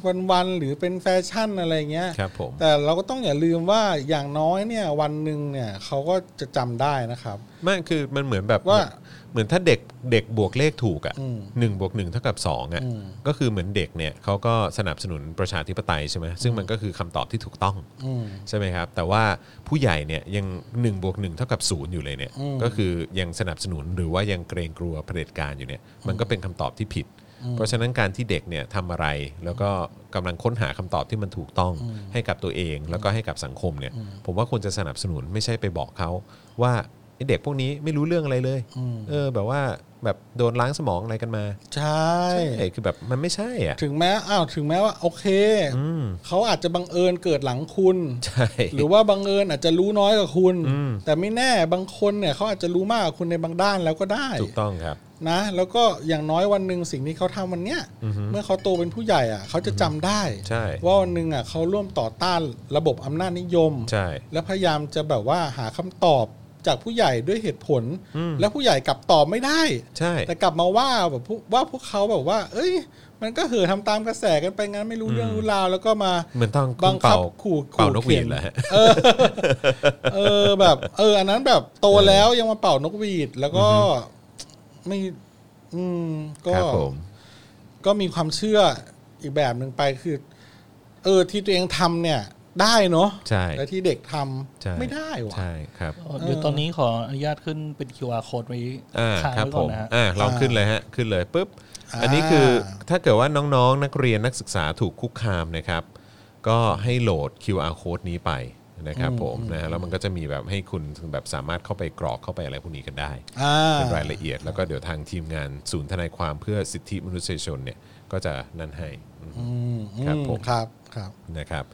B: วันๆหรือเป็นแฟชั่นอะไรเงี้ย
A: ครับผม
B: แต่เราก็ต้องอย่าลืมว่าอย่างน้อยเนี่ยวันหนึ่งเนี่ยเขาก็จะจำได้นะครับ
A: ไม่คือมันเหมือนแบบ
B: ว่า
A: เหมือนถ้าเด็กเด็กบวกเลขถูกอ่ะ
B: อืม
A: หนึ่งบวกหนึ่งเท่ากับสองอ่ะ
B: อืม
A: ก็คือเหมือนเด็กเนี่ยเขาก็สนับสนุนประชาธิปไตยใช่ไหมซึ่งมันก็คือคำตอบที่ถูกต้อง
B: อืม
A: ใช่ไหมครับ แต่ว่าผู้ใหญ่เนี่ยยังหนึ่งบวกหนึ่งเท่ากับศูนย์อยู่เลยเนี่ย
B: อืม
A: ก็คือยังสนับสนุนหรือว่ายังเกรงกลัวเผด็จการอยู่เนี่ยมันก็เป็นคำตอบที่ผิด เพราะฉะนั้นการที่เด็กเนี่ยทำอะไร แล้วก็กำลังค้นหาคำตอบที่มันถูกต้องให้กับตัวเอง แล้วก็ให้กับสังคมเนี่ย ผมว่าควรจะสนับสนุนไม่ใช่ไปบอกเขาว่าไอ้เด็กพวกนี้ไม่รู้เรื่องอะไรเลย
B: อืม
A: เออ แบบว่าแบบโดนล้างสมองอะไรกันมา
B: ใช่
A: ใช่คือแบบมันไม่ใช่อ่ะ
B: ถึงแม้อ้าวถึงแม้ว่าโอเค
A: อืม
B: เขาอาจจะบังเอิญเกิดหลังคุณ
A: ใช่
B: หรือว่าบังเอิญอาจจะรู้น้อยกว่าคุณ
A: อืม
B: แต่ไม่แน่บางคนเนี่ยเขาอาจจะรู้มากกว่าคุณในบางด้านแล้วก็ได้
A: ถูกต้องครับ
B: นะ แล้วก็อย่างน้อยวันหนึ่งสิ่งที่เขาทำวันเนี้ย
A: อือฮึ
B: เมื่อเขาโตเป็นผู้ใหญ่อ่ะเขาจะจำได้
A: ใช่
B: ว่าวันหนึ่งอ่ะเขาร่วมต่อต้านระบบอำนาจนิยม
A: ใช่
B: และพยายามจะแบบว่าหาคำตอบจากผู้ใหญ่ด้วยเหตุผล
A: อืม
B: และผู้ใหญ่กลับตอบไม่ได้
A: ใช่
B: แต่กลับมาว่าแบบพวกว่าพวกเขาแบบว่า เอ้ย มันก็เห่อะทำตามกระแสกันไปงั้นไม่รู้เรื่องรู้ราวแล้วก็มา
A: เหมือนต้อง
B: บังคับ
A: เป่า
B: ขู่
A: เป่า
B: ขู่
A: นกหวีด
B: เข็ม
A: แหละฮะ
B: เอ (laughs) อ เออแบบ เออ อันนั้นแบบโตแล้วยังมาเป่านกหวีด แล้วก็ไม่ อืม ก็
A: ครับผม
B: ก็มีความเชื่ออีกแบบหนึ่งไปคือ เออ ที่ตัวเองทำเนี่ย ได้เนาะ
A: ใช่
B: แต่ที่เด็กทำ
A: ใช่
B: ไม่ได้ว่ะ
A: ใช่ครับ
C: เดี๋ยวตอนนี้ขออนุญาตขึ้นเป็น QR code ไว้
A: อ่า
C: ค้าง
A: ครับ
C: ไว้
A: ผ
C: ก่อน
A: ม
C: นะฮะ
A: อ่าลอง
B: อ่า
A: ขึ้นเลยฮะขึ้นเลยปุ๊บ
B: อ่า
A: อันนี้คือถ้าเกิดว่าน้องๆ นักเรียนนักศึกษาถูกคุกคามนะครับ ก็ให้โหลด QR code นี้ไปนะครับผมนะฮะแล้วมันก็จะมีแบบให้คุณแบบสามารถเข้าไปกรอกเข้าไปอะไรพวกนี้กันได้
B: อ่า
A: เป็นรายละเอียดแล้วก็เดี๋ยวทางทีมงานศูนย์ทนายความเพื่อสิทธิมนุษยชนเนี่ยก็จะนั่นให้
B: อืม
A: ครับผม
B: ครับ ครับ
A: นะครับ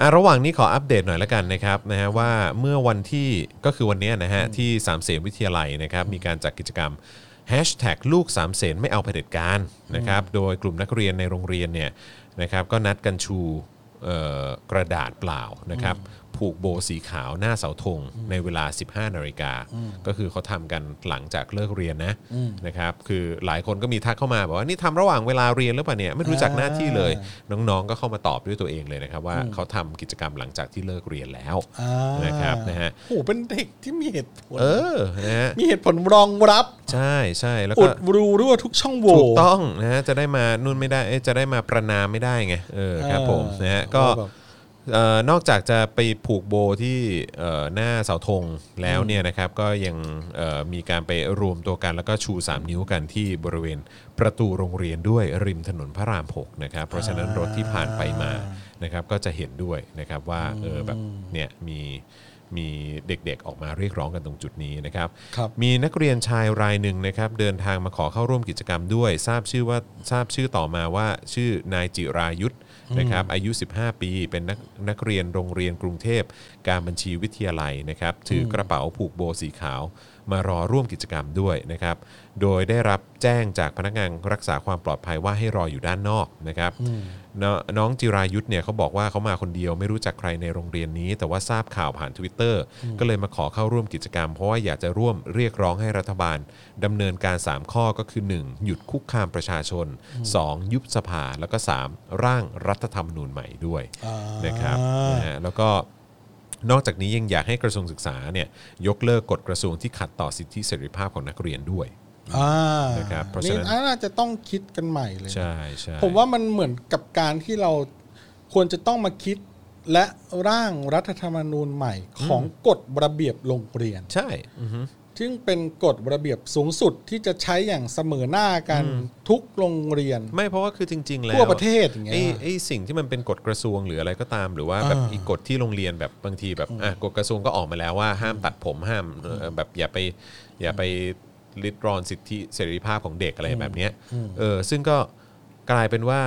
A: อ่ะระหว่างนี้ขออัปเดตหน่อยละกันนะครับนะฮะว่าเมื่อวันที่ก็คือวันเนี้ยนะฮะที่3ามเสนวิทยาลัยนะครับมีการจัดกิจกรรม ลูกสามเสนไม่เอาเผด็จการนะครับโดยกลุ่มนักเรียนในโรงเรียนเนี่ยนะครับก็นัดกันชูเอ่อกระดาษเปล่านะครับผูกโบสีขาวหน้าเสาธงในเวลา 15นาฬิกาก็คือเขาทำกันหลังจากเลิกเรียนนะนะครับคือหลายคนก็มีทักเข้ามาบอกว่านี่ทำระหว่างเวลาเรียนหรือเปล่าเนี่ยไม่รู้จักหน้าที่เลย น้องๆก็เข้ามาตอบด้วยตัวเองเลยนะครับว่าเขาทำกิจกรรมหลังจากที่เลิกเรียนแล้ว
B: อ่า
A: นะครับนะฮะ
B: โอ้โหเป็นเด็กที่มีเหตุผล
A: เออนะฮะ
B: มีเหตุผลรองรับ
A: ใช่ใช่แล้วก็
B: อุดรูรั่วทุกช่องโหว่
A: ถูกต้องนะฮะจะได้มานู่นไม่ได้เอ๊ะจะได้มาประนามไม่ได้ไงเออครับ
B: เออ
A: ผมนะฮะก็
B: แบบ
A: เอ่อนอกจากจะไปผูกโบที่เอ่อหน้าเสาธงแล้วเนี่ยนะครับก็ยังเอ่อมีการไปรวมตัวกันแล้วก็ชู 3 นิ้วกันที่บริเวณประตูโรงเรียนด้วยริมถนนพระราม 6 นะครับ เพราะฉะนั้นรถที่ผ่านไปมานะครับก็จะเห็นด้วยนะครับว่าเออแบบเนี่ยมีมีเด็กๆออกมาเรียกร้องกันตรงจุดนี้นะครับ
B: ครับ
A: มีนักเรียนชายรายหนึ่งนะครับเดินทางมาขอเข้าร่วมกิจกรรมด้วย ทราบชื่อว่าทราบชื่อต่อมาว่าชื่อนายจิรายุทธนะครับอายุ 15 ปี เป็นนักนักเรียนโรงเรียนกรุงเทพ การบัญชีวิทยาลัยนะครับถือกระเป๋าผูกโบสีขาว มารอร่วมกิจกรรมด้วยนะครับโดยได้รับแจ้งจากพนักงานรักษาความปลอดภัยว่าให้รออยู่ด้านนอกนะครับนน้องจิรายุทธเนี่ยเขาบอกว่าเขามาคนเดียวไม่รู้จักใครในโรงเรียนนี้ แต่ว่าทราบข่าวผ่าน Twitter ก็เลยมาขอเข้าร่วมกิจกรรม เพราะว่าอยากจะร่วมเรียกร้องให้รัฐบาลดำเนินการ 3 ข้อก็คือ 1. หยุดคุกคามประชาชน 2. ยุบสภาแล้วก็ 3. ร่างรัฐธรรมนูญใหม่ด้วย
B: อ่าน
A: นะครับนะฮะแล้วก็ นอกจากนี้ยังอยากให้กระทรวงศึกษาเนี่ยยกเลิกกฎกระทรวงที่ขัดต่อสิทธิเสรีภาพของนักเรียนด้วย
B: อ่า
A: นะครับเพราะฉะนั้น
B: นี่น่าจะต้องคิดกันใหม่เลย
A: ใช่ใช่
B: ผมว่ามันเหมือนกับการที่เราควรจะต้องมาคิด และร่างรัฐธรรมนูญใหม่ของกฎระเบียบโรงเรียน
A: ใช่อือฮึ
B: ซึ่งเป็นกฎระเบียบสูงสุดที่จะใช้อย่างเสมอหน้ากันทุกโรงเรียน
A: ไม่เพราะว่าคือจริง ๆ แล้ว
B: ทั่วประเทศอย่างเงี้ย
A: ไอ้ไอ้สิ่งที่มันเป็นกฎกระทรวงหรืออะไรก็ตาม หรือว่าแบบ
B: อ่า
A: อีกกฎที่โรงเรียนแบบบางทีแบบอ่ะกฎกระทรวงก็ออกมาแล้วว่าห้ามตัดผมห้ามเอ่อแบบอย่าไปอย่าไปลิดรอนสิทธิเสรีภาพของเด็กอะไรแบบเนี้ยเออซึ่งก็กลายเป็นว่า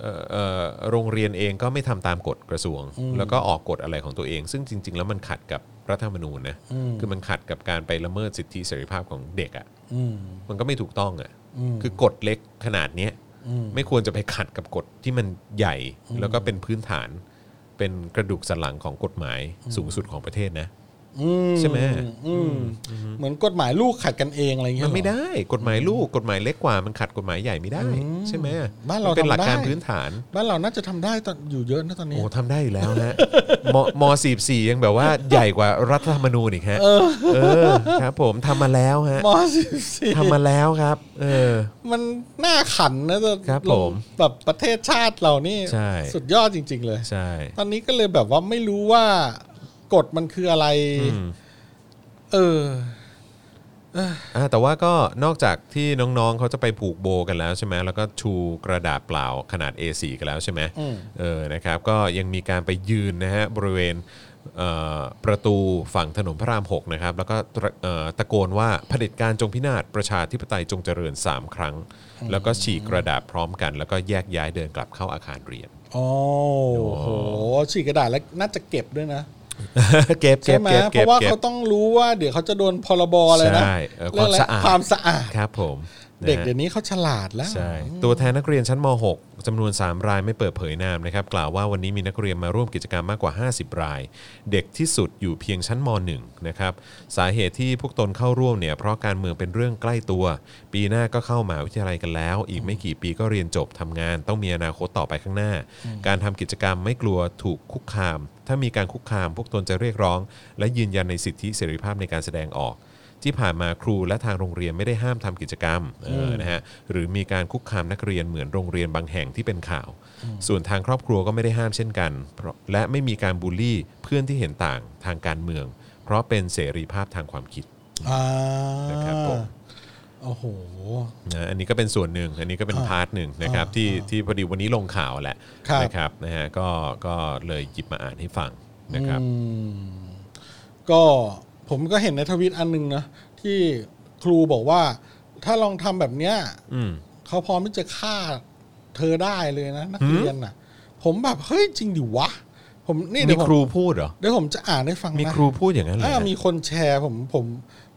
A: เอ่อเอ่อโรงเรียนเองก็ไม่ทำตามกฎกระทรวง แล้วก็ออกกฎอะไรของตัวเอง ซึ่งจริง ๆ แล้วมันขัดกับรัฐธรรมนูญนะ
B: อืม
A: คือมันขัดกับการไปละเมิดสิทธิเสรีภาพของเด็กอ่ะ
B: อืม
A: มันก็ไม่ถูกต้องอ่ะ
B: อืม
A: คือกฎเล็กขนาดเนี้ย
B: อืม
A: ไม่ควรจะไปขัดกับกฎที่มันใหญ่แล้วก็เป็นพื้นฐาน เป็นกระดูกสันหลังของกฎหมายสูงสุดของประเทศนะ
B: อื
A: ใช่ไหม
B: อืมเหมือนกฎหมายลูกขัดกันเองอะไรอย่างเงี้
A: มั
B: ย
A: นไม่
B: เหรอ
A: ได้กฎหมายลูกกฎหมายเล็กกว่ามันขัดกฎหมายใหญ่ไม่ได้
B: อืม
A: ใช่ไหม
B: บ้านเรามั
A: เป็นหลัก
B: ทำได้
A: การพื้นฐาน
B: บ้านเราน่าจะทำได้ตอนอยู่เยอะนะตอนนี้
A: โอ้ทำได้อยู่แล้วฮะ (laughs) มมสี่สี่ยังแบบว่าใหญ่กว่ารัฐธรรมนูญอีกฮะเออครับ ผมทำมาแล้วฮะ
B: มสิบสี่
A: ทำมาแล้วครับ เออ
B: มันน่าขันนะแต่
A: ครับผม
B: แบบประเทศชาติเรานี่
A: ใช่
B: สุดยอดจริง ๆ เลย
A: ใช่
B: ตอนนี้ก็เลยแบบว่าไม่รู้ว่ากฎมันคืออะไร
A: อืม
B: เออ
A: อ่าแต่ว่าก็นอกจากที่น้องๆเขาจะไปผูกโบกันแล้วใช่ไหมแล้วก็ชูกระดาษเปล่าขนาด A4 กันแล้วใช่ไหม
B: อืม
A: เออนะครับก็ยังมีการไปยืนนะฮะบริเวณเอ่อประตูฝั่งถนนพระราม 6 นะครับ แล้วก็ตระเอ่อตะโกนว่าเผด็จการจงพินาศประชาธิปไตยจงเจริญ 3 ครั้ง แล้วก็ฉีกกระดาษพร้อมกัน แล้วก็แยกย้ายเดินกลับเข้าอาคารเรียน
B: โอ้โหฉีกกระดาษแล้วน่าจะเก็บด้วยนะ
A: เก็บ
B: ใช่
A: เก็บ
B: ไหม
A: เก็บ
B: (laughs) เพ
A: เก็บ
B: ราะว่า
A: เก็
B: เขา
A: บ
B: ต้องรู้ว่าเดี๋ยวเขาจะโดนพรบอะไรนะ
A: ใช่เออ
B: เรื่องอะไร
A: ความสะอาด
B: ความสะอาด
A: ครับผมนะฮะ
B: เด็กเดี๋ยวนี้เขาฉลาดแล้ว
A: ใช่ตัวแทนนักเรียนชั้นม .6 จำนวน 3 รายไม่เปิดเผยนามนะครับ กล่าวว่าวันนี้มีนักเรียนมาร่วมกิจกรรมมากกว่า 50 ราย เด็กที่สุดอยู่เพียงชั้นม .1 นะครับ สาเหตุที่พวกตนเข้าร่วมเนี่ยเพราะการเมืองเป็นเรื่องใกล้ตัว ปีหน้าก็เข้ามหาวิทยาลัยกันแล้ว อีกไม่กี่ปีก็เรียนจบทำงาน ต้องมีอนาคตต่อไปข้างหน้า การทำกิจกรรมไม่กลัวถูกคุกคาม ถ้ามีการคุกคาม พวกตนจะเรียกร้อง และยืนยันในสิทธิเสรีภาพในการแสดงออก ที่ผ่านมาครูและทางโรงเรียนไม่ได้ห้ามทำกิจกรรมเออนะฮะหรือมีการคุกคามนักเรียนเหมือนโรงเรียนบางแห่งที่เป็นข่าว ส่วนทางครอบครัวก็ไม่ได้ห้ามเช่นกันเพราะและไม่มีการบูลลี่เพื่อนที่เห็นต่างทางการเมือง เพราะเป็นเสรีภาพทางความคิด
B: อ่า
A: นะครับผม
B: โอ้โห
A: นะอันนี้ก็เป็นส่วนหนึ่งอันนี้ก็เป็นพาร์ทหนึ่งนะครับที่ที่พอดีวันนี้ลงข่าวแหละ
B: ครับ
A: นะครับนะฮะก็ก็เลยหยิบมาอ่านให้ฟังนะครับ
B: อืมก็ผมก็เห็นในทวิตอันหนึงนะ ที่ครูบอกว่า ถ้าลองทำแบบเนี้ย
A: อืม
B: เขาพร้อมที่จะฆ่าเธอได้เลยนะ นักเรียนน่ะ ผมแบบ เฮ้ย จริงดิวะ ผมนี่
A: มี
B: เดี๋ยว
A: ค
B: ผม
A: รูพูดเหรอ
B: เดี๋ยวผมจะอ่านให้ฟัง
A: มี
B: นะ
A: ครูพูดอย่างนั้นเลย
B: อ่ามีคนแชร์ผมผม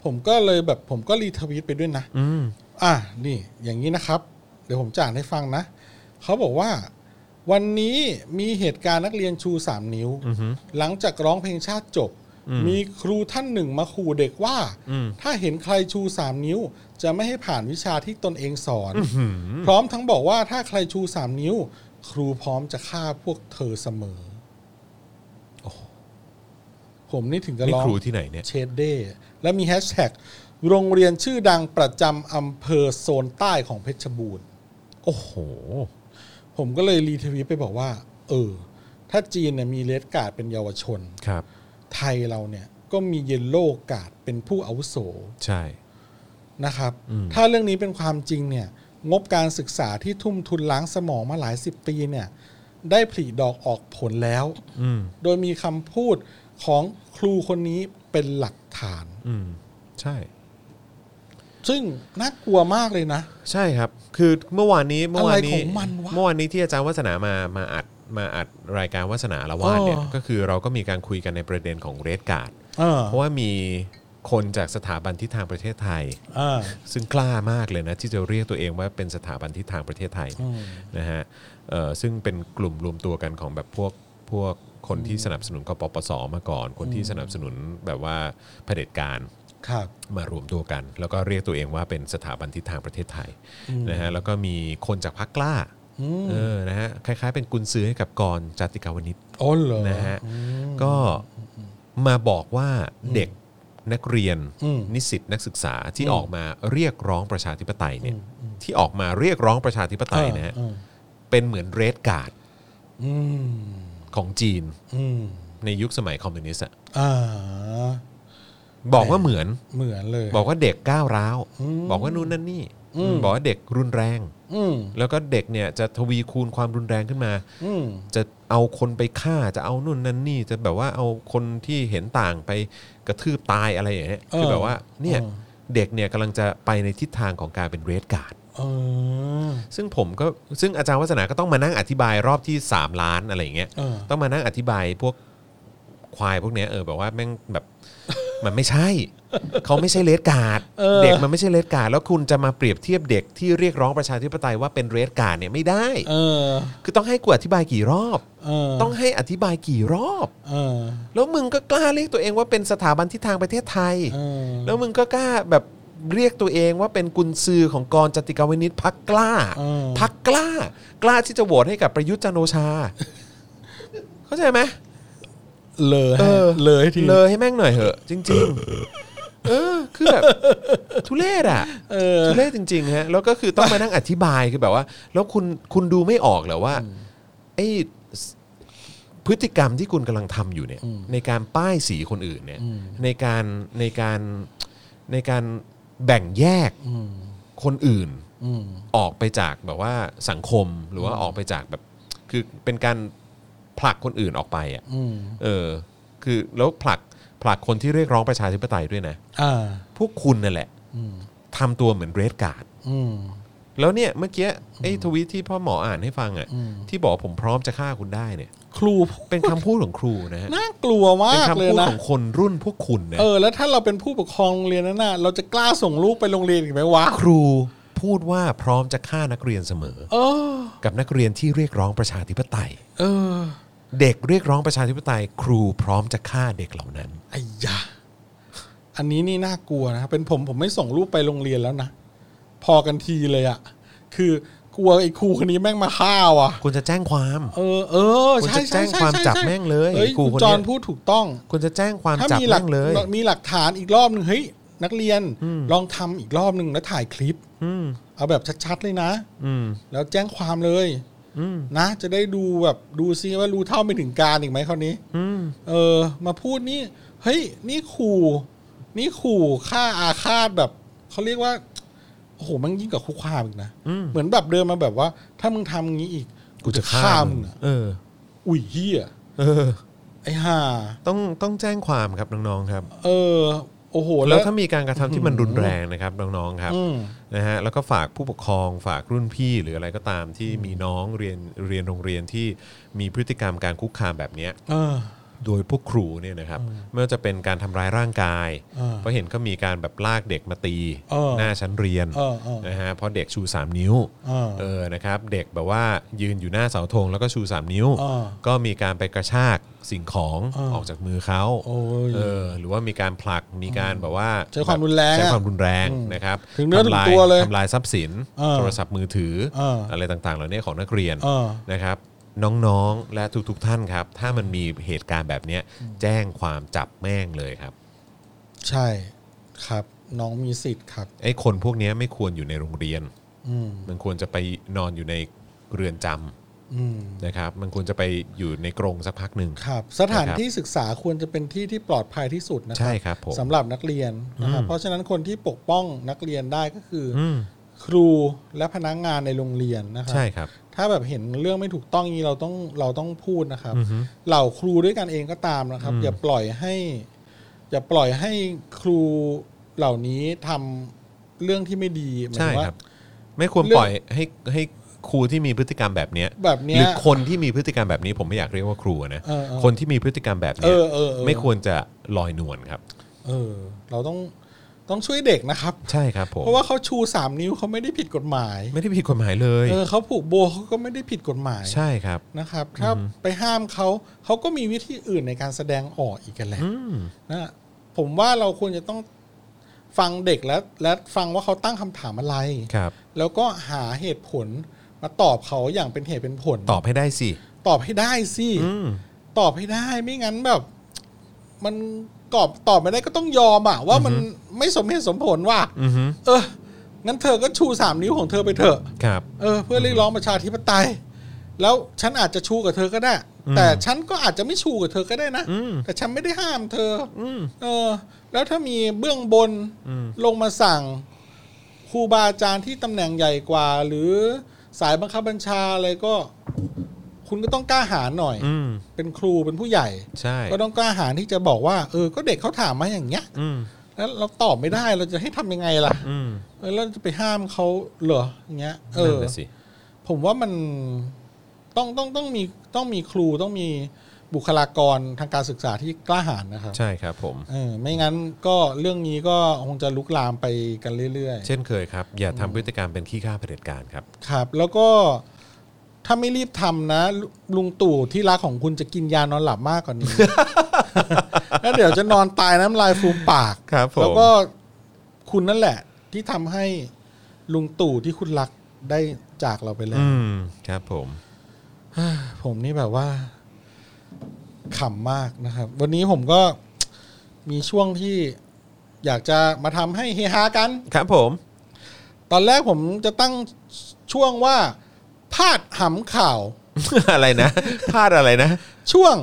B: ผมก็เลยแบบผมก็รีทวีตไปด้วยนะ
A: อืม
B: อ่ะนี่อย่างนี้นะครับ เดี๋ยวผมจ่านให้ฟังนะ เขาบอกว่า วันนี้มีเหตุการณ์นักเรียนชู 3 นิ้ว
A: อือหือ
B: หลังจากร้องเพลงชาติจบ
A: อืม
B: มีครูท่านหนึ่งมาขู่เด็กว่า
A: อืม
B: ถ้าเห็นใครชู 3 นิ้ว จะไม่ให้ผ่านวิชาที่ตนเองสอน
A: อื้อหือ
B: พร้อมทั้งบอกว่าถ้าใครชู 3 นิ้ว ครูพร้อมจะฆ่าพวกเธอเสมอโอ้โหผมนี่ถึงกับ
A: นี่
B: ร้อง
A: ครูที่ไหนเนี่ย
B: เชดเด้แล้วมีแฮชแท็กโรงเรียนชื่อดังประจำอำเภอโซนใต้ของเพชรบูรณ์
A: โอ้โห
B: ผมก็เลยรีทวีตไปบอกว่า เออ ถ้าจีนเนี่ยมีเลดการ์ดเป็นเยาวชน
A: ครับ
B: ไทยเราเนี่ยก็มีเยลโล่การ์ดเป็นผู้อาวุโส
A: ใช่
B: นะครับ
A: อืม
B: ถ้าเรื่องนี้เป็นความจริงเนี่ย งบการศึกษาที่ทุ่มทุนล้างสมองมาหลายสิบปีเนี่ย ได้ผลิดอกออกผลแล้ว
A: อืม
B: โดยมีคำพูดของครูคนนี้เป็นหลักฐาน
A: อืม ใช่
B: ซึ่งน่ากลัวมากเลยนะ
A: ใช่ครับ คือเมื่อวานนี้เมื่อวานนี้
B: อะไรของมันวะ
A: เมื่อวานนี้ที่อาจารย์วัฒนามามาอัดมาอัดรายการวัฒนาละวาดเนี่ย
B: เออ
A: ก็คือเราก็มีการคุยกันในประเด็นของเรดการ์ด
B: เออ
A: เพราะว่ามีคนจากสถาบันทิศทางประเทศไทย
B: อ่า
A: ซึ่งกล้ามากเลยนะ ที่จะเรียกตัวเองว่าเป็นสถาบันทิศทางประเทศไทย
B: อืม
A: นะฮะเอ่อซึ่งเป็นกลุ่มรวมตัวกันของแบบพวกพวกคนที่สนับสนุนกปปสมาก่อน คนที่สนับสนุนแบบว่าเผด็จการ
B: ครับ
A: มารวมตัวกัน แล้วก็เรียกตัวเองว่าเป็นสถาบันทิศทางประเทศไทยนะฮะแล้วก็มีคนจากพรรคกล้า
B: อืม
A: เออนะฮะคล้ายๆ เป็นกุญซื้อให้กับกรจาติกาวนิช
B: อ๋อเหรอ
A: นะฮะ
B: อืม
A: ก็มาบอกว่าเด็กนักเรียน
B: อืม
A: นิสิตนักศึกษาที่
B: อืม
A: ออกมาเรียกร้องประชาธิปไตยเนี่ยที่ออกมาเรียกร้องประชาธิปไตยนะฮะ
B: เออ
A: เป็นเหมือนเรดการ์ด
B: อืม
A: ของจีน
B: อืม
A: ในยุคสมัยคอมมิวนิสต์อะ
B: อ่า
A: บอกว่าเหมือน
B: เหมือนเลย
A: บอกว่าเด็กก้าวร้าว
B: อืม
A: บอกว่านู่นนั่นนี่
B: อืม
A: บอกว่าเด็กรุนแรง
B: อืม
A: แล้วก็เด็กเนี่ยจะทวีคูณความรุนแรงขึ้นมา
B: อืม
A: จะเอาคนไปฆ่าจะเอานู่นนั่นนี่ จะแบบว่าเอาคนที่เห็นต่างไปกระทืบตายอะไรอย่างเงี้ยคือแบบว่าเนี่ยเด็กเนี่ยกำลังจะไปในทิศทางของการเป็นเรดการ์ด
B: เออ
A: ซึ่งผมก็ซึ่งอาจารย์วัฒนาก็ต้องมานั่งอธิบายรอบที่ 3 ล้านอะไรอย่างเงี้ย
B: เออ
A: ต้องมานั่งอธิบายพวกควายพวกเนี้ยเออแบบว่าแม่งแบบ
B: (laughs)
A: มันไม่ใช่เขาไม่ใช่เลดการ์ด
B: เออ
A: เด็กมันไม่ใช่เลดการ์ดแล้วคุณจะมาเปรียบเทียบเด็กที่เรียกร้องประชาธิปไตยว่าเป็นเรดการ์ดเนี่ยไม่ได้
B: เออ
A: คือต้องให้กูอธิบายกี่รอบ
B: เออ
A: ต้องให้อธิบายกี่รอบ
B: เออ
A: แล้วมึงก็กล้าเรียกตัวเองว่าเป็นสถาบันทิศทางประเทศไทย
B: เออ
A: แล้วมึงก็กล้าแบบเรียกตัวเองว่าเป็นกุญซือของกรจติกาวนิชพักกล้า
B: เออ
A: พักกล้า กล้าที่จะโหวตให้กับประยุทธ์จันทร์โอ
B: (laughs)
A: ชา เข้าใจไหม
B: เลย
A: เออ
B: เลยที
A: เลยให้แม่งหน่อยเหอะ (coughs) จริง ๆ เออคือแบบทุเรศอ่ะ
B: เออ
A: ทุเรศจริงๆฮะแล้วก็คือต้องมานั่งอธิบายคือแบบว่า แล้วคุณคุณดูไม่ออกเหรอว่าไอ้สพฤติกรรมที่คุณกำลังทำอยู่เนี่ย
B: อืม
A: ในการป้ายสีคนอื่นเนี่ย
B: อืม
A: ในการในการในการแบ่งแยก
B: อืม
A: คนอื่น
B: อืม
A: ออกไปจากแบบว่าสังคมหรือว่าออกไปจากแบบ คือเป็นการผลักคนอื่นออกไปอ่ะ
B: อืม
A: เออ คือแล้วผลักผลักคนที่เรียกร้องประชาธิปไตยด้วยนะ
B: อ่า
A: พวกคุณนั่นแหละ
B: อืม
A: ทำตัวเหมือนเรดการ์ด
B: อืม
A: แล้วเนี่ยเมื่อกี้ไอ้ทวีตที่พ่อหมออ่านให้ฟังอ่ะ
B: อืม
A: ที่บอกผมพร้อมจะฆ่าคุณได้เนี่ย
B: ครู
A: เป็นคำพูดของครูนะฮะ
B: น่ากลัว (laughs) มา
A: เป็น
B: ก
A: คำ
B: เลย
A: พูด
B: นะ
A: ของคนรุ่นพวกคุณนะ
B: เออ แล้วถ้าเราเป็นผู้ปกครองโรงเรียนนั้นน่ะเราจะกล้าส่งลูกไปโรงเรียนอีกไหมวะ
A: ครูพูดว่าพร้อมจะฆ่านักเรียนเสมอ
B: เออ
A: กับนักเรียนที่เรียกร้องประชาธิปไตย
B: เออ
A: เด็กเรียกร้องประชาธิปไตย ครูพร้อมจะฆ่าเด็กเหล่านั้น
B: ไอ้ยาอันนี้นี่น่ากลัวนะ เป็นผมผมไม่ส่งลูกไปโรงเรียนแล้วนะ พอกันทีเลยอะ คือกลัวไอ้ครูคนนี้แม่งมาฆ่าว่ะ
A: คุณจะแจ้งความ
B: เออ เออ ใช่
A: คุณจะแจ้ง
B: ใช่ใช่
A: ความ
B: ใช่
A: จับ
B: ใช่
A: แม่งเลย
B: เฮ้ย
A: ครู
B: คุณ
A: คนเนี้ย
B: จอนพูดถูกต้อง
A: คุณจะแจ้งความ
B: ถ้า
A: จับ
B: มีหลั
A: แม่
B: ก
A: งเลย
B: มีหลักฐานอีกรอบหนึ่งเฮ้ย นักเรียนลองทำอีกรอบหนึ่งแล้วถ่ายคลิป
A: อืม
B: เอาแบบชัดๆเลยนะ
A: อืม
B: แล้วแจ้งความเลย
A: อืม
B: นะ จะได้ดูแบบดูซิว่ารู้เท่าไม่ถึงการอีกไหมคราวนี้
A: อืม
B: เออ มาพูดนี่ เฮ้ย นี่ขู่นี่ขู่ฆ่าอาฆาตแบบ เขาเรียกว่า โอ้โห มันยิ่งกว่าคุกคามอีกนะ
A: อืม
B: เหมือนแบบเดินมาแบบว่า ถ้ามึงทำอย่างนี้อีก
A: กูจะฆ่ามึง
B: อะ
A: เออ
B: อุ้ยเฮีย
A: เออ
B: ไอ้ห่า
A: ต้องต้องแจ้งความครับน้องๆครับ
B: เออ โอ้โห
A: แล้
B: แล้ว ว
A: ถ้ามีการกระทำที่มันรุนแรงนะครับน้องๆครับ
B: อืม
A: นะฮะแล้วก็ฝากผู้ปกครองฝากรุ่นพี่หรืออะไรก็ตามที่มีน้องเรียนเรียนโรงเรียนที่มีพฤติกรรมการคุกคามแบบเนี้ย
B: เออ
A: โดยพวกครูเนี่ยนะครับไม่ว่าจะเป็นการทำร้ายร่างกาย
B: เออ
A: เพราะเห็นก็มีการแบบลากเด็กมาตี
B: เออ
A: หน้าชั้นเรียน
B: เออเออ
A: นะฮะเพราะเด็กชู 3 นิ้ว
B: เออ
A: เออ นะครับ เด็กแบบว่ายืนอยู่หน้าเสาธงแล้วก็ชู 3 นิ้ว
B: อ่า
A: ก็มีการไปกระชากสิ่งของ
B: อ่า
A: ออกจากมือเขา
B: โอ้ย
A: เออ หรือว่ามีการผลัก มีการแบบว่า
B: ใช้ความรุนแรงอะ
A: ใช้ความรุนแรงนะครับ
B: ถึงเนื้อถึง
A: ทำาย
B: ตัวเลย
A: ทำลายทรัพย์สิน
B: อ่า
A: โทรศัพท์มือถืออา อะไรต่างๆ เหล่านี้ของนักเรียน
B: อ่า
A: นะครับ น้องๆ และทุกๆ ท่านครับ ถ้ามันมีเหตุการณ์แบบเนี้ยแจ้งความจับแม่งเลยครับ
B: ใช่ครับ น้องมีสิทธิ์ครับ
A: ไอ้คนพวกเนี้ยไม่ควรอยู่ในโรงเรียน
B: อืม
A: มันควรจะไปนอนอยู่ในเรือนจำ
B: อืม
A: นะครับมันควรจะไปอยู่ในกรงสักพักหนึ่ง
B: ครับ สถานที่ศึกษาควรจะเป็นที่ที่ปลอดภัยที่สุดนะครั
A: ใช่ครับผม
B: สำหรับนักเรียนนะครับ
A: อืม
B: เพราะฉะนั้นคนที่ปกป้องนักเรียนได้ก็คืออ
A: อืม
B: ครูและพนักงานในโรงเรียนนะครั
A: ใช่ครับ
B: ถ้าแบบเห็นเรื่องไม่ถูกต้องอย่างนี้เราต้องเราต้องพูดนะครับ
A: อือฮึ
B: เหล่าครูด้วยกันเองก็ตามนะครับ
A: อืม
B: อย่าปล่อยให้ อย่าปล่อยให้ครูเหล่านี้ทำเรื่องที่ไม่ดีหมาย
A: ใช่
B: ถึง
A: ค
B: ว่า
A: รับ ไม่ควร
B: เรื่อง
A: ปล่อยให้ให้ครูที่มีพฤติกรรมแบบเนี้ย
B: แบบ
A: หรื
B: เนี้
A: อ
B: ย
A: คนที่มีพฤติกรรมแบบนี้ผมไม่อยากเรียกว่าครูนะ
B: เออเออ
A: คนที่มีพฤติกรรมแบบ
B: เอ
A: เนี้ย
B: อเออเออ
A: ไม่ควรจะลอยนวลครับ
B: เออ เราต้องต้องช่วยเด็กนะครับ
A: ใช่ครับผม
B: เพราะว่าเขาชูสามนิ้วเขาไม่ได้ผิดกฎหมาย
A: ไม่ได้ผิดกฎหมายเลย
B: เออเขาผูกโบเขาก็ไม่ได้ผิดกฎหมาย
A: ใช่ครับ
B: นะครับ ถ้าไปห้ามเขาเขาก็มีวิธีอื่นในการแสดงออกอีกกันแหละ
A: อืม
B: นะผมว่าเราควรจะต้องฟังเด็กและและฟังว่าเขาตั้งคำถามอะไร
A: ครับ
B: แล้วก็หาเหตุผลมาตอบเขาอย่างเป็นเหตุเป็นผล
A: ตอบให้ได้สิ
B: ตอบให้ได้สิ
A: อืม
B: ตอบให้ได้ไม่งั้นแบบ มันตอบตอบไม่ได้ก็ต้องยอมอะว่ามันไม่สมเหตุสมผลว่ะ
A: อือฮึ
B: เอองั้นเธอก็ชูสามนิ้วของเธอไปเถอะ
A: ครับ
B: เออเพื่อเรียกร้องประชาธิปไตย แล้วฉันอาจจะชูกับเธอก็ได้ แต่ฉันก็อาจจะไม่ชูกับเธอก็ได้นะ
A: อืม
B: แต่ฉันไม่ได้ห้ามเธออ
A: อืม
B: เออแล้วถ้ามีเบื้องบน
A: อืม
B: ลงมาสั่งครูบาอาจารย์ที่ตำแหน่งใหญ่กว่า หรือสายบังคับบัญชาอะไรก็ คุณก็ต้องกล้าหาญหน่อย
A: อืม
B: เป็นครูเป็นผู้ใหญ่
A: ใช่
B: ก็ต้องกล้าหาญที่จะบอกว่า เออ ก็เด็กเขาถามมาอย่างเงี้ย
A: อืม
B: แล้วเราตอบไม่ได้เราจะให้ทำยังไงล่ะ
A: อืม
B: เออแล้วจะไปห้ามเขาเหรออย่างเงี้ยเอ
A: นั่น
B: อ
A: น่ะสิ
B: ผมว่ามันต้องต้องต้องมีต้องมีครูต้องมีบุคลากรทางการศึกษาที่กล้าหาญนะครับ
A: ใช่ครับผม
B: เออไม่งั้นก็เรื่องนี้ก็คงจะลุกลามไปกันเรื่อย
A: เช่นเคยครับ อย่าทำพฤติกรรมเป็นขี้ข้าเผด็จการครับ
B: ๆ ครับ แล้วก็ถ้าไม่รีบทำนะลุลุงตู่ที่รักของคุณจะกินยานอนหลับมากกว่านี้
A: (laughs)
B: แล้วเดี๋ยวจะนอนตายน้ำลายฟูมปาก
A: ครับผม
B: แล้วก็คุณนั่นแหละ ที่ทำให้ลุงตู่ที่คุณรักได้จากเราไปแล้ว
A: อืมครับผม
B: ผมนี่แบบว่าขำมากนะครับ วันนี้ผมก็ มีช่วงที่อยากจะมาทำให้เฮฮากัน
A: ครับผม
B: ตอนแรกผมจะตั้งช่วงว่า พาดหำข่าว
A: (laughs) อะไรนะพลาดอะไรนะ
B: ช่วง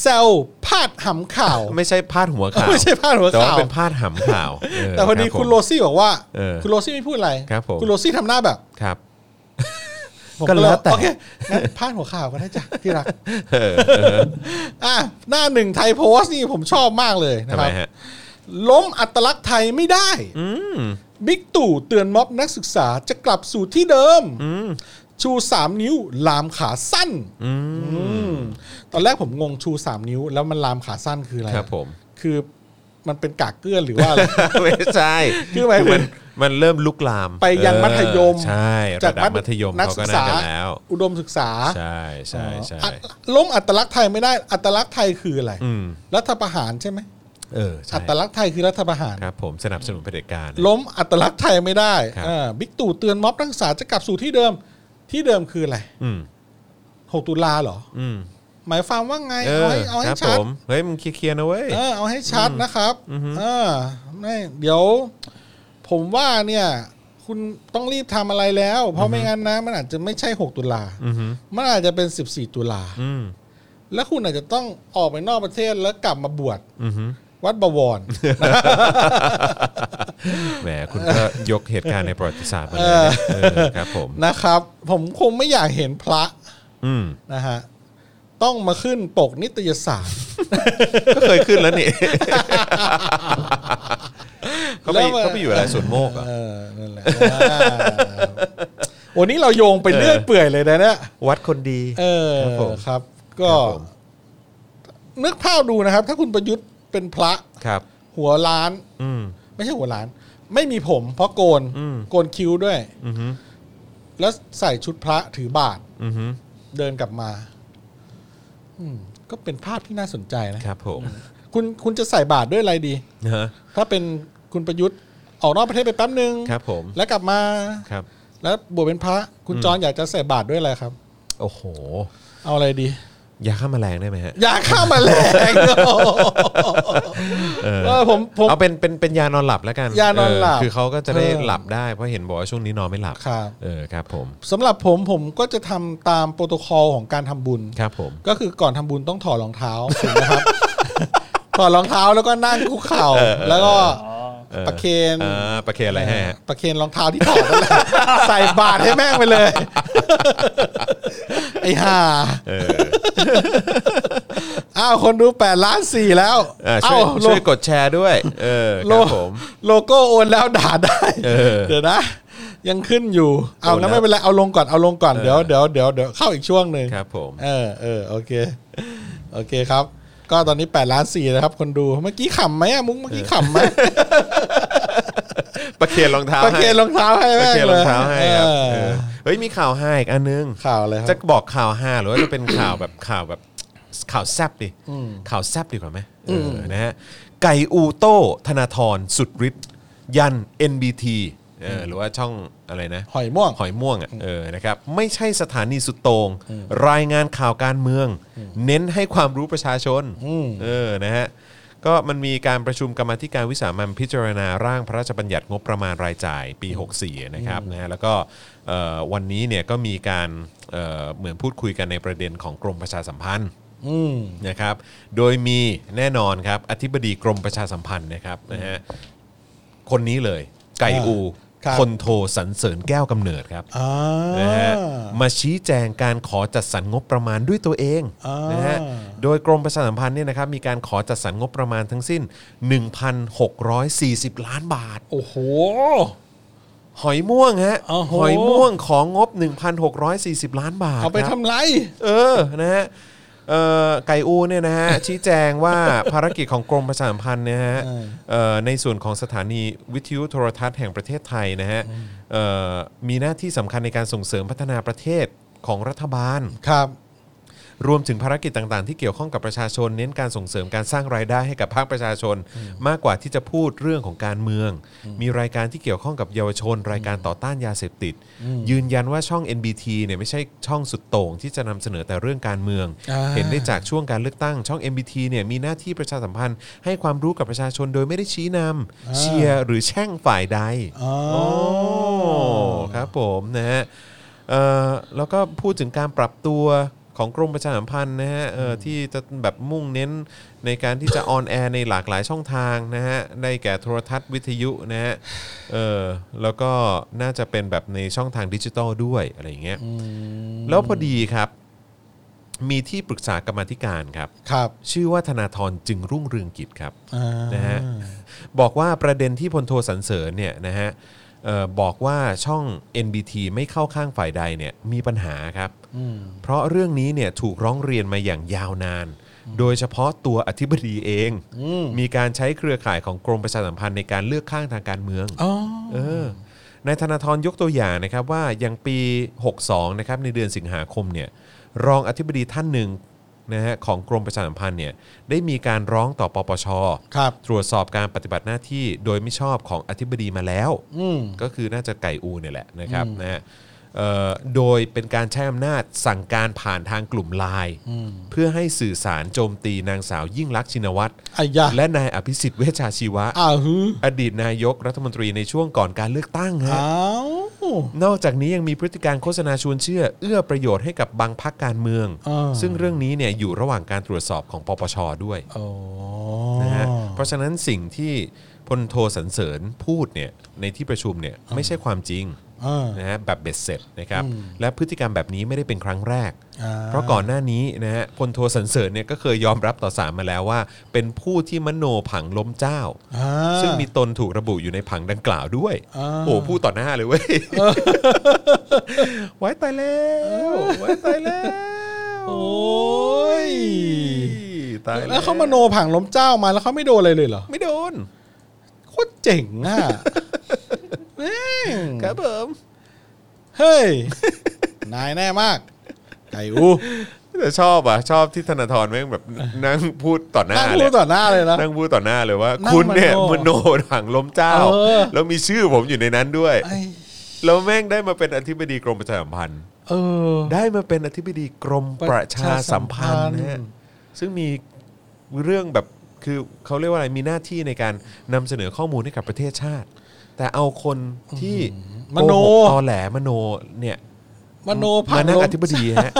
B: เซลพาดหำข่าว
A: ไม่ใช่พาดหัวข่าว
B: ไม่ใช่พาดหัว
A: แต่ว่า
B: ข่าว
A: เป็นพาดหำข่าวเ
B: แต่พอดี
A: รับผม
B: คุณโรซี่บอกว่า
A: เออ
B: คุณโรซี่ไม่พูดอะไร
A: ครับผม
B: ณโรซี่ทำหน้าแบบ
A: ครับ
B: ผม
A: ก็แล้วแต่
B: โอเคงั้นพาดหัวข่าวก็ได้
A: (laughs)
B: จ้ะที่รัก
A: เออเออ
B: อ่ะหน้าหนึ่งไทยโพสต์นี่ผมชอบมากเลยนะ
A: ทำ
B: ค
A: ไม
B: รับ
A: ฮะ
B: ล้มอัตลักษณ์ไทยไม่ได้
A: อืม
B: บิ๊กตู่เตือนม็อบนักศึกษาจะกลับสู่ที่เดิม
A: อืม
B: ชูสามนิ้วลามขาสั้น
A: อืม
B: อืมตอนแรกผมงงชูสามนิ้ว แล้วมันลามขาสั้นคืออะไร
A: ครับผม
B: (laughs) คือมันเป็นกากเกลือนหรือว่าอะไร
A: (laughs) ไม่ใช่
B: คือหมายถึง
A: มันมันเริ่มลุกลาม
B: ไปยันมัธยม
A: เออใช่ระดับมัธยม
B: นัก
A: เขา
B: ศึ
A: ก็
B: ก
A: น่า
B: ษา
A: จะแล้ว
B: อุดมศึกษา
A: ใช่ใช่ใช่
B: อ๋ออ่ะล้มอัตลักษณ์ไทยไม่ได้อัตลักษณ์ไทยคืออะไร
A: อืม
B: รัฐประหารใช่ไหม
A: เออ ใช่
B: อัตลักษณ์ไทยคือรัฐประหาร
A: ครับผมสนับสนุนเผด็จการ
B: ล้มอัตลักษณ์ไทยไม่ได้
A: ครับ
B: เออบิ๊กตู่เตือนม็อบนักศึกษาจะกลับสู่ที่เดิมที่เดิมคืออะไร
A: อืม
B: 6ตุลาเหรอ
A: อืม
B: หมายความว่าไง
A: เอ
B: เอา
A: อ
B: ให้เอา
A: ค
B: ให้
A: รับผ
B: ชัด
A: ม เฮ้ยมึงเคลียร์ๆนะเว้ย
B: เออเอาให้ชัดนะครับเออไม่เดี๋ยว ผมว่าเนี่ย คุณต้องรีบทำอะไรแล้ว เพราะไม่งั้นนะ มันอาจจะไม่ใช่ 6 ตุลา
A: อือหือ
B: มันอาจจะเป็น 14 ตุลา
A: อื
B: (laughs)
A: ม
B: แล้วคุณอาจจะต้องออกไปนอกประเทศแล้วกลับมาบวช
A: อือหือ
B: วัดบวร
A: (laughs) แหมคุณก็ยกเหตุการณ์ในประวัติศาสตร์มาเลยนะเออครับผม
B: นะครับ ผมคงไม่อยากเห็นพระ
A: อืม
B: นะฮะ ต้องมาขึ้นปกนิตยสาร
A: ก็เคยขึ้นแล้วนี่ (laughs) เขาไป
B: แล้วมัน
A: เขาไปอยู่อะไรสวนโมกเหรอ่ะ
B: เออ
A: (laughs)
B: นั่นแหละอ่าวันนี้เราโยงไปเรื่อยเปื่อยเลยนะเนี่ย
A: วัดคนดี
B: เออ
A: ครับผม
B: ครับ ก็
A: ครับผม
B: นึกภาพดูนะครับ ถ้าคุณประยุทธ์เป็นพระ
A: ครับ
B: หัวล้าน
A: อืม
B: ไม่ใช่หัวล้าน ไม่มีผม เพราะโกน
A: อืม
B: โกนคิ้วด้วย
A: อือหือ
B: แล้วใส่ชุดพระถือบาท
A: อือหือ
B: เดินกลับมา อืม ก็เป็นภาพที่น่าสนใจนะครับ
A: ผม
B: คุณคุณจะใส่บาทด้วยอะไรดี
A: นะฮะ
B: ถ้าเป็นคุณประยุทธ์ออกนอกประเทศไปแป๊บนึง
A: ครับผม
B: แล้วกลับมา
A: ครับ
B: แล้วบวชเป็นพระ คุณจรอยากจะใส่บาทด้วยอะไรครับ
A: โอ้โห
B: เอาอะไรดี
A: ยาฆ่าแมลงได้ไหมฮะ
B: อยากข้ามแมาแรง
A: เออ
B: เออผมผม
A: เอาเป็นเป็นเป็นยานอนหลับแล้วกัน
B: ยานอนหลับ
A: เคือเขาก็จะได้
B: เออ
A: หลับได้เพราะเห็นบอกว่าช่วงนี้นอนไม่หลับ
B: ครับ
A: เออครับผม
B: สำหรับผมผมก็จะทำตามโปรโตคอลของการทำบุญ
A: ครับผม
B: ก็คือก่อนทำบุญต้องถอดรองเท้าถูกไหม
A: (laughs)
B: ครับ ถอดรองเท้าแล้วก็นั่งคุกเข่าแล้วก็
C: อ๋อ
A: ออ
B: ประเคน
A: อ่าประเคนอะไรฮะ
B: ประเคนรองเท้าที่ถอดนั่นแหละ (laughs) ใส่บาตรให้แม่งไปเลย
A: (laughs)
B: ไอ้ห่า
A: เออ
B: อ้าวคนดูแปดล้านสี่แล้ว
A: อ่า
B: เอ้า
A: ช่วย
B: โล
A: ช่วยกดแชร์ด้วย เออค
B: โล
A: รับผม
B: โลโก้โอนแล้วด่าได้
A: เออ
B: เดี๋ยวนะ ยังขึ้นอยู่ เอา
A: โอนแล้ว
B: งั้นไม่เป็นไรเอาลงก่อนเอาลงก่อนเดี๋ยวเดี๋ยวเดี๋ยวเดี๋ยวเข้าอีกช่วงหนึ่ง
A: ครับผม
B: เออเออโอเค โอเคครับ ก็ตอนนี้8ล้านสี่นะครับ คนดูเมื่อกี้ขำไหมอะมุกเมื่อกี้ขำไหม
A: ประเคนรองเท้า
B: ประเคนรองเท้าให้
A: ให้ป
B: แม่
A: ระ
B: ง
A: เคนรอง
B: เลย
A: เท้าให้ครับ
B: เออ
A: เออเฮ้ยมีข่าวห้าอีกอันนึง
B: ข่าวอะไรค
A: จะ
B: รับ
A: บอกข่าวห้าหรือว่าจะเป็น ข่าวแบบ (coughs) ข่าวแบบข่าวแซบดิข่าวแซบดีกว่าไหมเอออนะฮะไก่อูโต้ธนาธรสุดฤทธิ์ยัน NBT เอออหรือว่าช่องอะไรนะ
B: หอยม่วง
A: หอยม่วงอ่ะเออนะครับไม่ใช่สถานีสุดโตง่งรายงานข่าวการเมือง เน้นให้ความรู้ประชาชนเออนะฮะก็มันมีการประชุมกรรมาธิการวิสามัญพิจารณาร่างพระราชบัญญัติงบประมาณรายจ่ายปี 64 นะครับนะฮะแล้วก็เอ่อวันนี้เนี่ยก็มีการเอ่อเหมือนพูดคุยกันในประเด็นของกรมประชาสัมพันธ์
B: อืม
A: นะครับ โดยมีแน่นอนครับอธิบดีกรมประชาสัมพันธ์นะครับนะฮะคนนี้เลยไก่อู
B: ครับ
A: คนโทสันเสริญแก้วกำเนิดครับ
B: อ่า
A: นะฮะมาชี้แจงการขอจัดสรรงบประมาณด้วยตัวเอง
B: อ่าน
A: นะฮะโดยกรมประชาสัมพันธ์เนี่ยนะครับมีการขอจัดสรรงบประมาณทั้งสิ้น 1,640 ล้านบาท
B: โอ้โห
A: หอยม่วงฮะ
B: โอ้โห
A: หอยม่วงของงบ 1,640 ล้านบาท
B: เอาไป
A: ครับ
B: ทำไร
A: เออ นะฮะ เอ่อ ไก่อูเนี่ยนะฮะ (laughs) ชี้แจงว่าภารกิจของกรมประชาสัมพันธ์เนี่ยฮะ
B: เออ
A: เอ่อ ในส่วนของสถานีวิทยุโทรทัศน์แห่งประเทศไทยนะฮะ เอ่อ มีหน้าที่สำคัญในการส่งเสริมพัฒนาประเทศของรัฐบาล
B: ครับ
A: รวมถึงภารกิจต่างๆ ที่เกี่ยวข้องกับประชาชน เน้นการส่งเสริมการสร้างรายได้ให้กับภาคประชาชน มากกว่าที่จะพูดเรื่องของการเมือง มีรายการที่เกี่ยวข้องกับเยาวชน รายการต่อต้านยาเสพติด ยืนยันว่าช่อง NBT เนี่ยไม่ใช่ช่องสุดโต่งที่จะนำเสนอแต่เรื่องการเมือง
B: อ่า
A: เห็นได้จากช่วงการเลือกตั้งช่อง NBT เนี่ยมีหน้าที่ประชาสัมพันธ์ให้ความรู้กับประชาชนโดยไม่ได้ชี้นำเชียร์หรือแช่งฝ่ายใด
B: อ๋อ
A: โอ้ครับผมนะฮะเอ่อแล้วก็พูดถึงการปรับตัวของกรมประชาสัมพันธ์นะฮะเอ่อที่จะแบบมุ่งเน้นในการที่จะออนแอร์ในหลากหลายช่องทางนะฮะได้แก่โทรทัศน์วิทยุนะฮะเออแล้วก็น่าจะเป็นแบบในช่องทางดิจิตอลด้วยอะไรอย่างเงี้ยแล้วพอดีครับ มีที่ปรึกษากรรมาธิการครับ
B: ครับ
A: ชื่อว่าธนาธรจึงรุ่งเรืองกิจครับ
B: อ่า
A: นะฮะบอกว่าประเด็นที่พลโทสันเสริญเนี่ยนะฮะเอ่อบอกว่าช่อง NBT ไม่เข้าข้างฝ่ายใดเนี่ยมีปัญหาครับ
B: อืม
A: เพราะเรื่องนี้เนี่ยถูกร้องเรียนมาอย่างยาวนาน โดยเฉพาะตัวอธิบดีเอง
B: อืม
A: มีการใช้เครือข่ายของกรมประชาสัมพันธ์ในการเลือกข้างทางการเมือง
B: อ๋อ
A: เออนายธนาธรยกตัวอย่างนะครับว่าอย่างปี 62 นะครับในเดือนสิงหาคมเนี่ยรองอธิบดีท่านหนึ่งนะฮะของกรมประชาสัมพันธ์เนี่ยได้มีการร้องต่อปปช
B: ครับ
A: ตรวจสอบการปฏิบัติหน้าที่โดยไม่ชอบของอธิบดีมาแล้ว
B: อืม
A: ก็คือน่าจะไก่อูเนี่ยแหละนะครับนะฮะเอ่อโดยเป็นการใช้อำนาจสั่งการผ่านทางกลุ่มไลน์เพื่อให้สื่อสารโจมตีนางสาวยิ่งลักษณ์ชินวัตร
B: อายะ
A: และนายอภิสิทธิ์เวชชาชีวะ
B: อ้าวฮือ
A: อดีตนายกรัฐมนตรีในช่วงก่อนการเลือกตั้งฮะ
B: อ้าวน
A: อกจากนี้ยังมีพฤติการโฆษณาชวนเชื่อ เอื้อประโยชน์ให้กับบางพักการเมือง
B: อ่า
A: ซึ่งเรื่องนี้เนี่ยอยู่ระหว่างการตรวจสอบของปปชด้วย
B: โอ้
A: นะฮะเพราะฉะนั้นสิ่งที่พลโทสันเสริญพูดเนี่ยในที่ประชุมเนี่ยไม่ใช่ความจริง
B: อ่า
A: นะฮะแบบเบ็ดเสร็จนะครับและพฤติกรรมแบบนี้ไม่ได้เป็นครั้งแรก
B: อ่า
A: เพราะก่อนหน้านี้นะฮะพลโทสันเสริญเนี่ยก็เคยยอมรับต่อสารมาแล้วว่า เป็นผู้ที่มโนผังล้มเจ้า
B: อ่า
A: ซึ่งมีตนถูกระบุอยู่ในผังดังกล่าวด้วย
B: อ่า
A: โอ้พูดต่อหน้าเลยเว้ยไว้ตายแล้วไว้ตายแล้ว
B: โอ้ย
A: ตาย
B: แล้วเขามาโนผังล้มเจ้ามาแล้วเขาไม่โดนอะไรเลยเหรอ
A: ไม่โดน
B: โคตรเจ๋งอ่ะแม่ง
A: ครับผม
B: เฮ้ย นายแน่มาก ไก่อู
A: แต่ชอบอ่ะ ชอบที่ธนาธรแม่งแบบ (laughs) นั่งพูดต่อหน้า
B: นั่ง
A: เล
B: พู
A: ย
B: ดต่อหน้าเลยนะ
A: นั่งพูดต่อหน้าเลยว่า
B: นั่ง
A: คุณเนี่ย
B: ม
A: ม
B: โน
A: โนถังล้มเจ้า
B: เออ
A: แล้วมีชื่อผมอยู่ในนั้นด้วย
B: ไอ้
A: แล้วแม่งได้มาเป็นอธิบดีกรมประชาสัมพันธ์
B: เออ
A: ได้มาเป็นอธิบดีกรมประชาสัมพันธ์นะ
B: ประชาสั
A: ฮะ
B: มพันธ์
A: ซึ่งมีเรื่องแบบคือเขาเรียกว่าอะไรมีหน้าที่ในการนำเสนอข้อมูลให้กับประเทศชาติ แต่เอาคนที่
B: มโน
A: กหกตอแหลมโนเนี่ย
B: มโนผั
A: มางนั่ง
B: ล้
A: อ
B: ม
A: ธิบดีฮะ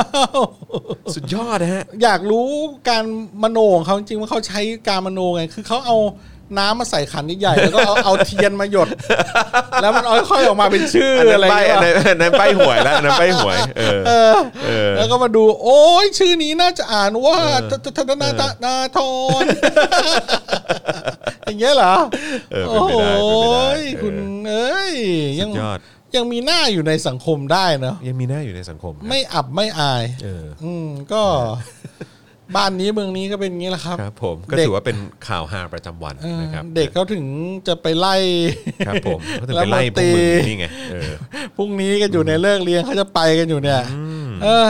A: สุดยอดนะฮะ
B: อยากรู้การมโนของเขาจริงๆว่าเขาใช้การมโนไง คือเขาเอาน้ำมาใส่ขันใหญ่ๆแล้วก็เอาเอาเทียนมาหยด แล้วมันเอาค่อยๆออกมาเป็นชื่อ
A: อันนั้น
B: อะไร
A: ใบ
B: เงี้
A: อัน
B: ย
A: นั้นอันนั้นใบหวยแล้วอันนั้นใบหวยเออเออ
B: แล้วก็มาดู โอ้ยชื่อนี้น่าจะอ่านว่า
A: เอ
B: ธ
A: อ
B: ธธธนาธนาธรอย่างเงี้ยเหรอ
A: เออเป็
B: โอ้
A: นไปได้เป็นไปได้เออ
B: ยคุณเอ้ย
A: สุ
B: ยัง
A: ดยอด
B: ยังมีหน้าอยู่ในสังคมได้เนอะ
A: ยังมีหน้าอยู่ในสังคมครับ
B: ไม่อับไม่อาย
A: เออ
B: อืมก็
A: (laughs)
B: บ้านนี้เมืองนี้ก็เป็นอย่างงี้แหละครับ
A: ครับผมก็
B: เด็ก
A: ถือว่าเป็นข่าวฮาประจำวัน
B: เออ
A: นะครับ
B: เด็กเขาถึงจะไปไล่ (laughs)
A: ครับผมเขาถึงไปไล่พวกมึงนี่ไงเออ
B: พรุ่งนี้กันอยู่ในเลิกเรียนเขาจะไปกันอยู่เนี่ย เออ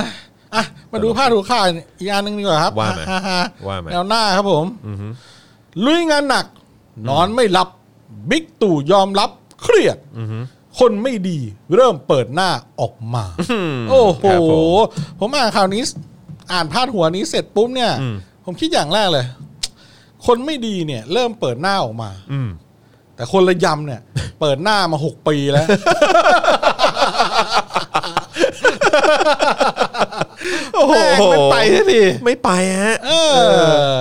B: อ่ะมาดูผ้าถูข่าวอีกอันหนึงดีกว่าครับ
A: ว่ามา
B: ฮ่ฮ่
A: ว่ามา
B: แนวหน้าครับผมลุยงานหนัก นอนไม่หลับ บิ๊กตู่ยอมรับเครียดคนไม่ดีเริ่มเปิดหน้าออกมา โอ้โห
A: ครับผม
B: ผมอ่านข่าวนี้ อ่านพาดหัวนี้เสร็จปุ๊บเนี่ย
A: อืม
B: ผมคิดอย่างแรกเลย คนไม่ดีเนี่ย เริ่มเปิดหน้าออกมา
A: อืม
B: แต่คนระยำ
A: (laughs)
B: เนี่ย เปิดหน้ามาหกปีแล้ว
A: โอ้โห
B: แม่งไม่ไปสักที
A: ไม่ไปฮะ
B: เอ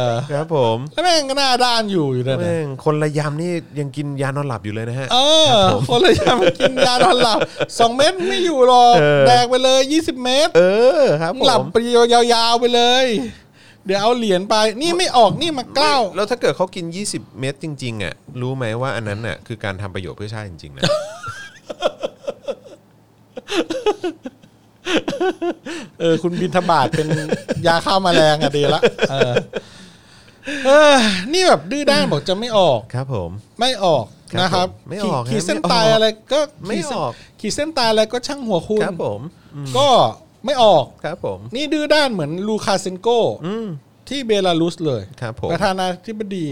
B: อ
A: ครับผม
B: แล้วแม่งก็หน้าด้านอยู่อยู่นั่น
A: แม่ง
B: น่ะ
A: คนระยำนี่ยังกินยานอนหลับอยู่เลยนะฮะ
B: เออ คนเลยจะมากินยานอนหลับสองเม็ดไม่อยู่หรอก
A: เออ
B: แดกไปเลยยี่สิบเม็ด
A: เออครับผม
B: หลับไปยาวๆไปเลย เดี๋ยวเอาเหรียญไป นี่ไม่ออกนี่มาเกล้า
A: แล้วถ้าเกิดเขากิน 20 เม็ดจริงๆอ่ะรู้ไหมว่าอันนั้นน่ะคือการทำประโยชน์เพื่อชาติจริงๆนะ
B: เออ คุณบินทบาท
A: (laughs)
B: เป็นยาฆ่าแมลงอะดีละเออเออ นี่แบบดื้อด้านบอกจะไม่ออก
A: ครับผม
B: ไม่ออก
A: ครับ
B: นะครับ
A: ผมไม่ออก
B: ขีดขีด
A: ฮะ
B: เส้น
A: ไม่ออก
B: ตายอะไรก็
A: ไม่ออก
B: ขีดเส้นขีดเส้นตายอะไรก็ช่างหัวคุณ
A: ครับผมอืม
B: ก็ไม่ออก
A: ครับผม
B: นี่ดื้อด้านเหมือนลูคาเซนโก
A: อืม
B: ที่เบลารุสเลย
A: ครับผม
B: ประธานาธิบดี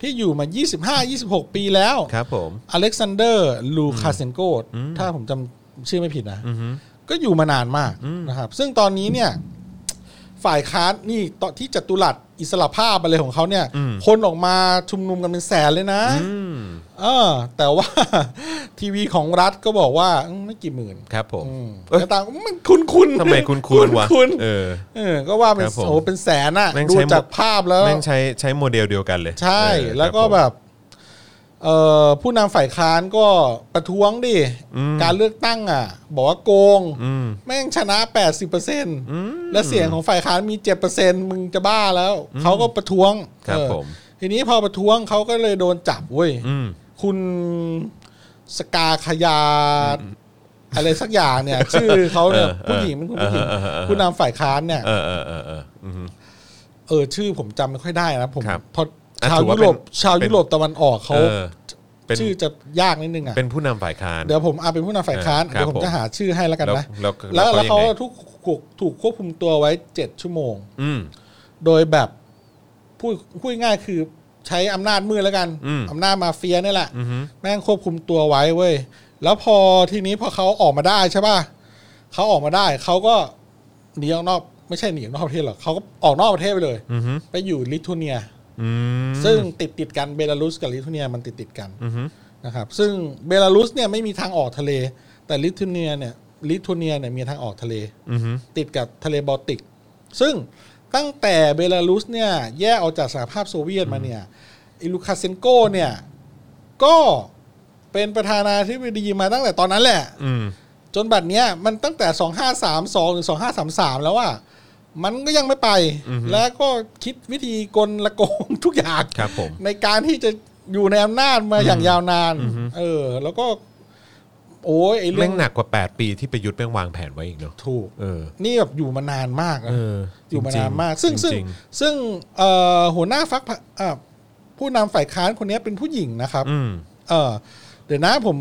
B: ที่อยู่มา 25-26 ปีแล้ว
A: ครับผม
B: อเล็กซานเดอร์ลูคาเซนโกถ้าผมจำชื่อไม่ผิดนะ
A: อือฮึ
B: ก็อยู่มานานมาก
A: อืม
B: นะครับ ซึ่งตอนนี้เนี่ย ฝ่ายค้านนี่ตอนที่จัตุรัสอิสระภาพอะไรของเขาเนี่ย
A: อืม
B: คนออกมาชุมนุมกันเป็นแสนเลยนะ
A: อืม
B: เออ แต่ว่า (laughs) ทีวีของรัฐก็บอกว่าอืมไม่กี่หมื่น
A: ครับผม
B: อืม
A: เอ้ย
B: แต่ต่างมันคุ้นคุ้นๆ
A: ทำไมคุณคุณวะ
B: คุ้นๆ
A: เออ
B: เออก็ว่าเป็
A: ค
B: น
A: รับผม
B: โอ้เป็นแสนอะ
A: แม่ง
B: ดู
A: ใช้หมด
B: จากภาพแล้ว
A: แม่งใช้ใช้โมเดลเดียวกันเลย
B: ใช่
A: เออ
B: แล้วก็
A: ครับผม
B: แบบเอ่อผู้นำฝ่ายค้านก็ประท้วงดิ
A: อืม
B: การเลือกตั้งอ่ะ บอกว่าโกง
A: อืม
B: แม่งชนะ 80%
A: อืม
B: และเสียงของฝ่ายค้านมี 7%มึงจะบ้าแล้ว เขาก็ประท้วง
A: ครับ
B: เออ
A: ผม
B: ทีนี้พอประท้วงเขาก็เลยโดนจับเว้ย
A: อืม
B: คุณสกาขยา อะไรสักอย่างเนี่ย ชื่อเขาเนี่ย
A: เออเออ
B: ผู้หญิงเป็นคุณผู้หญิง
A: เออเออเออ
B: ผู้นำฝ่ายค้านเนี่ย
A: เออเออเออเอออือฮึ
B: เออชื่อผมจำไม่ค่อยได้นะผม
A: ครับ
B: เพอ
A: อ่ะ
B: ชาว
A: ถือ
B: ยุ
A: ว่า
B: โรป
A: เป็น
B: ชาว
A: เป็
B: ยุ
A: น
B: โรปตะวันออกเขา
A: เออเป็น
B: ชื่อจะยากนิดนึงอ่ะ
A: เป็นผู้นำฝ่ายค้าน
B: เดี๋ยวผมอาเป็นผู้นำฝ่ายค้าน
A: ครับ
B: เดี๋ยวผม
A: ผม
B: จะหาชื่อให้แล้วกันนะ
A: แล้ว
B: แล้วแล้วเขา
A: ยังไง
B: ถูกถูกถูกควบคุมตัวไว้เจ็ดชั่วโมง
A: อืม
B: โดยแบบพูดพูดง่ายๆคือใช้อำนาจมืดแล้วกัน
A: อืม
B: อำนาจมาเฟียนี่แหละ
A: อือฮึ
B: แม่งควบคุมตัวไว้เว้ย แล้วพอทีนี้พอเขาออกมาได้ใช่ป่ะเขาออกมาได้เขาก็หนีออกนอกไม่ใช่หนีออกนอกประเทศหรอกเขาก็ออกนอกประเทศไปเลย
A: อือฮึ
B: ไปอยู่ลิทัวเนีย
A: อืม
B: ซึ่งติดติดๆกันเบลารุสกับลิทัวเนียมันติดติดๆกัน
A: อือฮึ
B: นะครับ ซึ่งเบลารุสเนี่ยไม่มีทางออกทะเล แต่ลิทัวเนียเนี่ยลิทัวเนียเนี่ยมีทางออกทะเล
A: อือฮึ
B: ติดกับทะเลบอลติก ซึ่งตั้งแต่เบลารุสเนี่ยแยกออกจากสหภาพโซเวียตมาเนี่ยอิลูคาเซนโกเนี่ยก็เป็นประธานาธิบดีมาตั้งแต่ตอนนั้นแหละ
A: อืม
B: จนบัดเนี้ยมันตั้งแต่ 2532หรือ2533 แล้วอ่ะมันก็ยังไม่ไป แล้วก็คิดวิธีกลละโกง (laughs) ทุกอย่าง
A: ครับผม
B: ในการที่จะอยู่ในอำนาจมาอย่างยาวนาน เออ แล้วก็ โอ้ยไอ้เรื่
A: แม่
B: อง
A: งหนักกว่า 8 ปีที่ประยุทธ์แม่งวางแผนไว้อีกเนาะ
B: ถูก
A: เออ
B: นี่แบบอยู่มานานมากนะ
A: เออ
B: อ
A: อยู่
B: มานานมาก ซึ่งซึ่ง
A: จริ
B: ซึ่งเอ่อหัวหน้าฟักอ่ะผู้นำฝ่ายค้านคนนี้เป็นผู้หญิงนะครับ
A: อืม
B: เออเดี๋ยวนะผม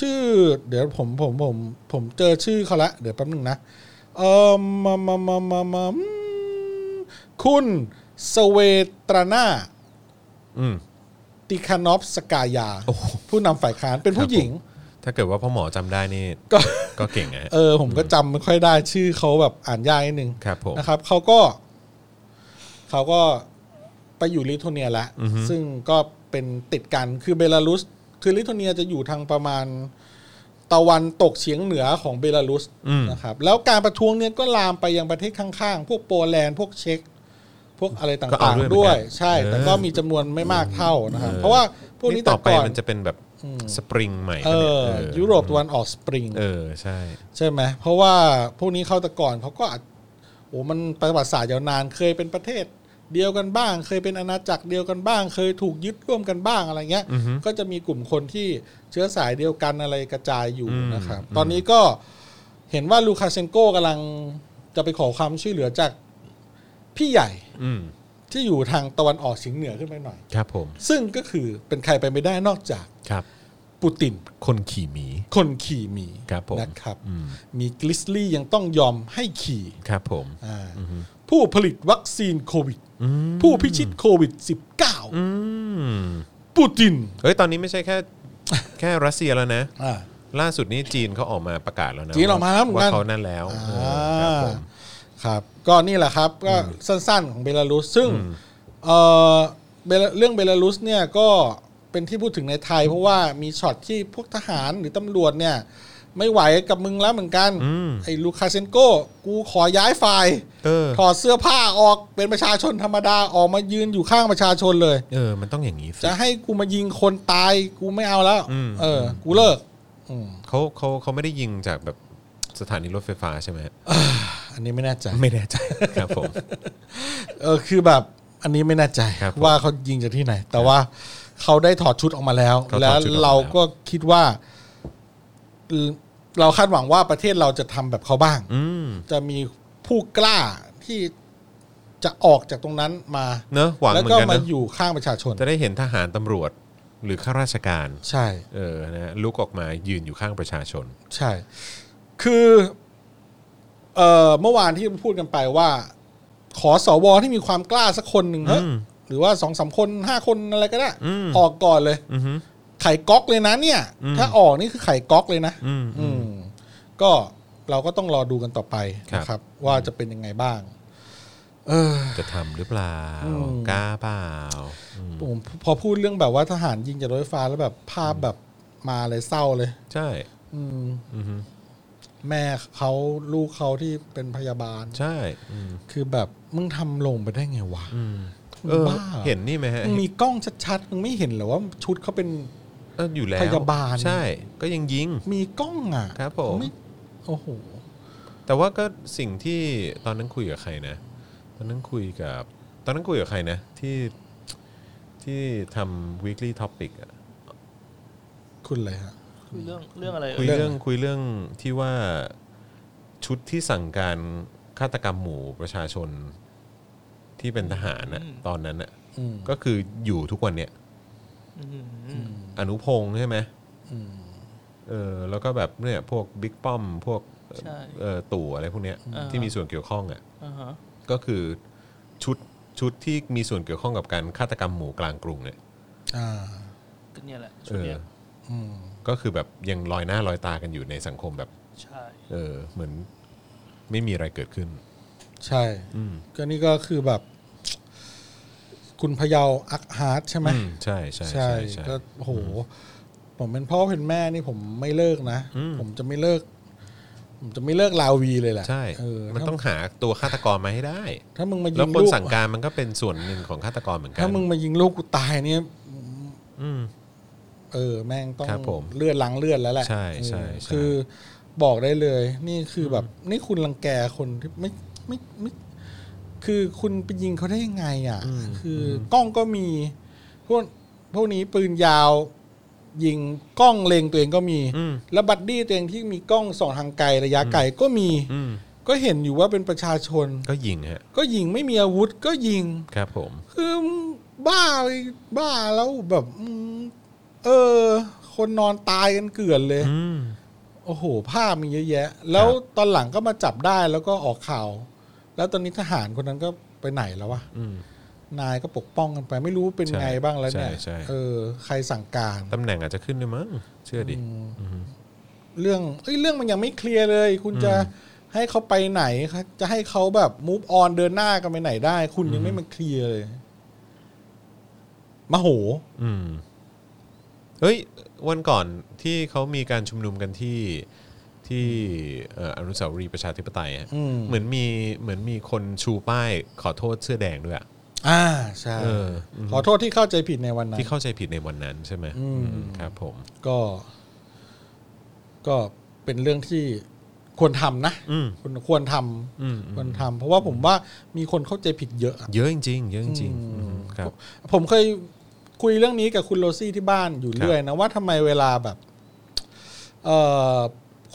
B: ชื่อ เดี๋ยวผมผมผม ผมเจอชื่อเขาละเดี๋ยวแป๊บหนึงนะเออมามามามามาอืมคุณสเวตรานา
A: อืม
B: ติคานอฟสกายา
A: โอ้โห
B: ผู้นำฝ่ายค้านเป็นผู้หญิง
A: ถ้าเกิดว่าพ่อหมอจำได้นี่
B: ก็
A: ก็เก่งอะฮะ
B: เออ ผมก็จำไม่ค่อยได้ชื่อเขาแบบอ่านยากนิดนึง
A: ครับผม
B: นะครับเขาก็เขาก็ไปอยู่ลิทัวเนียแล้ว
A: อือฮึ
B: ซึ่งก็เป็นติดกันคือเบลารุส คือลิทัวเนียจะอยู่ทางประมาณตะวันตกเฉียงเหนือของเบลารุส
A: อืม
B: นะครับ แล้วการประท้วงเนี่ยก็ลามไปยังประเทศข้างๆ พวกโปแลนด์พวกเช็กพวกอะไร
A: ก็
B: ต่า
A: เอา
B: ง
A: ด้วย
B: ๆ ด้วย
A: เหมือนกัน
B: ใช่ แต่
A: เออ
B: ก็มีจำนวนไม่มากเท่านะครับ
A: เออ
B: เพราะว่าพวกนี้
A: นี่ต่
B: แต่
A: อไป
B: ก่อน
A: มันจะเป็นแบบสปริงใหม่
B: เอ
A: ปะนี่ย
B: อ
A: เออ
B: ยุโรปตะวันออกสปริง
A: เออใช่
B: ใช่ไหม เพราะว่าพวกนี้เข้าแต่ก่อนเขาก็อาจโอ้มันประวัติศาสตร์ยาวนานเคยเป็นประเทศ เดียวกันบ้าง เคยเป็นอาณาจักรเดียวกันบ้าง เคยถูกยึดร่วมกันบ้างอะไรเงี้ย
A: อือฮึ
B: ก็จะมีกลุ่มคนที่เชื้อสายเดียวกันอะไรกระจายอยู่
A: อืม
B: นะครับ
A: อืม
B: ตอนนี้ก็เห็นว่าลูคาเซนโกกำลังจะไปขอความช่วยเหลือจากพี่ใหญ่
A: อืม
B: ที่อยู่ทางตะวันออกเฉียงเหนือขึ้นไปหน่อย
A: ครับผม
B: ซึ่งก็คือเป็นใครไปไม่ได้นอกจาก
A: ครับ
B: ปูติน
A: คนขี่หมี
B: คนขี่หมี
A: ครับผม
B: นะครับ
A: อืม
B: มีกลิสลี่ยังต้องยอมให้ขี่
A: ครับผม
B: อ่า
A: อือฮึ
B: ผู้ผลิตวัคซีนโควิด
A: อืม
B: ผู้พิชิตโควิด
A: อืม
B: -19 ปูติน
A: เฮ้ย ตอนนี้ไม่ใช่แค่ (laughs) แค่รัสเซียแล้วนะ
B: อ่า
A: ล่าสุดนี้จีนเขาออกมาประกาศแล้วนะ
B: จีนออกมาแล้วเหมือนกัน
A: ว่าเขานั่นแล้วเออครับผม
B: ครับก็นี่แหละครับก็สั้นๆของเบลารุส ซึ่งเอ่อเบลาเรื่องเบลารุสเนี่ยก็เป็นที่พูดถึงในไทย เพราะว่ามีช็อตที่พวกทหารหรือตำรวจเนี่ย ไม่ไหวกับมึงแล้วเหมือนกัน
A: อืม
B: ไอ้ลูคาเซนโก กูขอย้ายฝ่าย
A: เออ
B: ถอดเสื้อผ้าออกเป็นประชาชนธรรมดาออกมายืนอยู่ข้างประชาชนเลย
A: เออ มันต้องอย่างนี้สิ
B: จะให้กูมายิงคนตายกูไม่เอาแล้ว
A: อืม
B: เออ กูเลิกอืม
A: เขาเขาเขาไม่ได้ยิงจากแบบสถานีรถไฟฟ้าใช่ไหมฮะ
B: อันนี้ไม่แน่ใจ
A: ไม่แน่ใจ ครับผม
B: เออ คือแบบ อันนี้ไม่แน่ใจ
A: ครับผม
B: ว่าเขายิงจากที่ไหน แต่ว่าเขาได้ถอดชุดออกมาแล้ว
A: เขาถ
B: แล้ว
A: อดชุดออกมาแล้ว
B: เราก็คิดว่าเออเราคาดหวังว่าประเทศเราจะทำแบบเขาบ้าง
A: อืม
B: จะมีผู้กล้าที่จะออกจากตรงนั้นมา
A: เนอะหวัง
B: แล้ว
A: เหมือ
B: ก็
A: นกัน
B: มา
A: เนอะ
B: อยู่ข้างประชาชน
A: จะได้เห็นทหารตำรวจหรือข้าราชการ
B: ใช่
A: เออนะฮะลุกออกมายืนอยู่ข้างประชาชน
B: ใช่ คือ เอ่อ เมื่อวานที่พูดกันไปว่า ขอสวที่มีความกล้าสักคนหนึ่งเถอะ
A: อืม
B: หรือว่าสองสามคนห้าคนอะไรก็ได้
A: อืม
B: ออกก่อนเลย
A: อือฮึ
B: ไข่ก๊อกเลยนะเนี่ย
A: อืม
B: ถ้าออกนี่คือไข่ก๊อกเลยนะ
A: อืม
B: อื
A: อืม
B: ม ก็เราก็ต้องรอดูกันต่อไป
A: ครับ
B: นะครับ ว่าจะเป็นยังไงบ้าง เออ
A: จะทำหรือเปล่า
B: อืม
A: กล้าเปล่าอืม
B: ผมพอพูดเรื่องแบบว่าทหารยิงจากรถไฟฟ้าแล้วแบบภาพแบบมาเลยเศร้าเลย
A: ใช่
B: อืม
A: อือฮึ
B: แม่เขาลูกเขาที่เป็นพยาบาล
A: ใช่อืม
B: คือแบบมึงทำลงไปได้ไงวะ
A: อืม
B: คุณ
A: เออ
B: บ้า
A: เห็นนี่ไหมฮะ
B: มึงมีกล้องชัดๆ มึงไม่เห็นเหรอว่าชุดเขาเป็น
A: เอออยู่แล้ว
B: พยาบาล
A: ใช่ ก็ยังยิง
B: มีกล้องอ่ะ
A: ครับผม
B: ไโอ้โห
A: แต่ว่าก็สิ่งที่ตอนนั้นคุยกับใครนะ ตอนนั้นคุยกับ ตอนนั้นคุยกับใครนะ ที่ที่ทำ weekly topic อะ
B: คุณอะไรฮะ
C: คุยเรื่องเรื่องอะไร
A: คุ
C: เอ่
A: ย
C: ย
A: เรื่องคุยเรื่องที่ว่าชุดที่สั่งการฆาตกรรมหมู่ประชาชนที่เป็นทหารนะตอนนั้นนะ
B: อืม
A: ก็คืออยู่ทุกวันเนี่ย
C: อืม
A: อนุพงษ์ใช่ไหม
B: อืม
A: เออแล้วก็แบบเนี่ยพวกบิ๊กป้อม พวก
C: ใช่
A: เออตู่อะไรพวกเนี้ย
C: อ่า
A: ที่มีส่วนเกี่ยวข้องอ่ะ
C: อ่าฮะ
A: ก็คือชุดชุดที่มีส่วนเกี่ยวข้องกับการฆาตกรรมหมู่กลางกรุงเนี่ย
B: อ่า
C: ก็เนี่ยแหละชุ
A: เอ
C: ด
A: อ
C: เนี้ย
B: อืม
A: ก็คือแบบยังลอยหน้าลอยตากันอยู่ในสังคมแบบ
C: ใช่
A: เออเหมือนไม่มีอะไรเกิดขึ้น
B: ใช่
A: อืม
B: ก็นี่ก็คือแบบ คุณพะเยาอักฮาร์ดใช่ไหม
A: อืมใช่ใช่ใช่ใช่
B: ก็โอ้โห ผมเป็นพ่อเป็นแม่นี่ผมไม่เลิกนะ
A: อืม
B: ผมจะไม่เลิก ผมจะไม่เลิกลาวีเลยแหละ
A: ใช่
B: เออ
A: มัน
B: ถ้า
A: ต้องหาตัวฆาตกรมาให้ได้
B: ถ้ามึงมายิ
A: แล้ว
B: ง
A: คน
B: ลูก
A: สั่งการมันก็เป็นส่วนหนึ่งของฆาตกรเหมือนกัน
B: ถ้ามึงมายิงลูกกูตายเนี่ย
A: อืม
B: เออแม่งต้อง
A: ครับผม
B: เลือดล้างเลือดแล้วแหละ
A: ใช่ใช่
B: เออ
A: ใช่
B: คือบอกได้เลย นี่คือแบบ นี่คุณรังแกคนที่ไม่ไม่ไม่ คือคุณไปยิงเขาได้ยังไง อ่ะ คือกล้องก็มี พวกพวกนี้ปืนยาว ยิงกล้องเลงตัวเองก็มี
A: อืม
B: แล้วบัดดี้ตัวเองที่มีกล้องส่องทางไกลระยะไกลก็มี
A: อืม
B: ก็เห็นอยู่ว่าเป็นประชาชน
A: ก็ยิงฮะ
B: ก็ยิงไม่มีอาวุธก็ยิง
A: ครับผม
B: คือบ้าเลยบ้าแล้วแบบอืมเออ คนนอนตายกันเกลื่อนเลย
A: อืม
B: โอ้โห ภาพมีเยอะแยะ แล้ว
A: ครับ
B: ตอนหลังก็มาจับได้แล้วก็ออกข่าว แล้วตอนนี้ทหารคนนั้นก็ไปไหนแล้ววะ
A: อืม
B: นายก็ปกป้องกันไป ไม่รู้เป็น
A: ใช่
B: ไงบ้างแล้วเนี่ย
A: ใช่ใช่
B: เออ ใครสั่งการ
A: ตำแหน่งอาจจะขึ้นด้วยมั้งเชื่อดิ
B: อืมเรื่องเอ้ยเรื่องมันยังไม่เคลียร์เลย คุณจะให้เขาไปไหนคะจะให้เขาแบบมูฟออนเดินหน้ากันไปไหนได้ คุณยังไม่มาเคลียร์เลยมาโห
A: อืมเฮ้ย วันก่อนที่เขามีการชุมนุมกันที่ที่เอ่ออนุสาวรีย์ประชาธิปไตยอะ
B: อืม
A: เหมือนมีเหมือนมีคนชูป้ายขอโทษเสื้อแดงด้วยอะ
B: อ่าใช่
A: เอออืม
B: ขอโทษที่เข้าใจผิดในวันนั้น
A: ที่เข้าใจผิดในวันนั้นใช่ไหม
B: อืม
A: อืมครับผม
B: ก็ ก็เป็นเรื่องที่ควรทำนะ
A: อืม
B: ควรควรท
A: อืม
B: ำควรทำเพราะว่าผมว่ามีคนเข้าใจผิดเยอะอะ
A: เยอะจริงๆเยอะจริงๆอืมครับ
B: ผมเคยคุยเรื่องนี้กับคุณโรซี่ที่บ้านอยู่เรื่อยนะว่าทำไมเวลาแบบ เอ่อ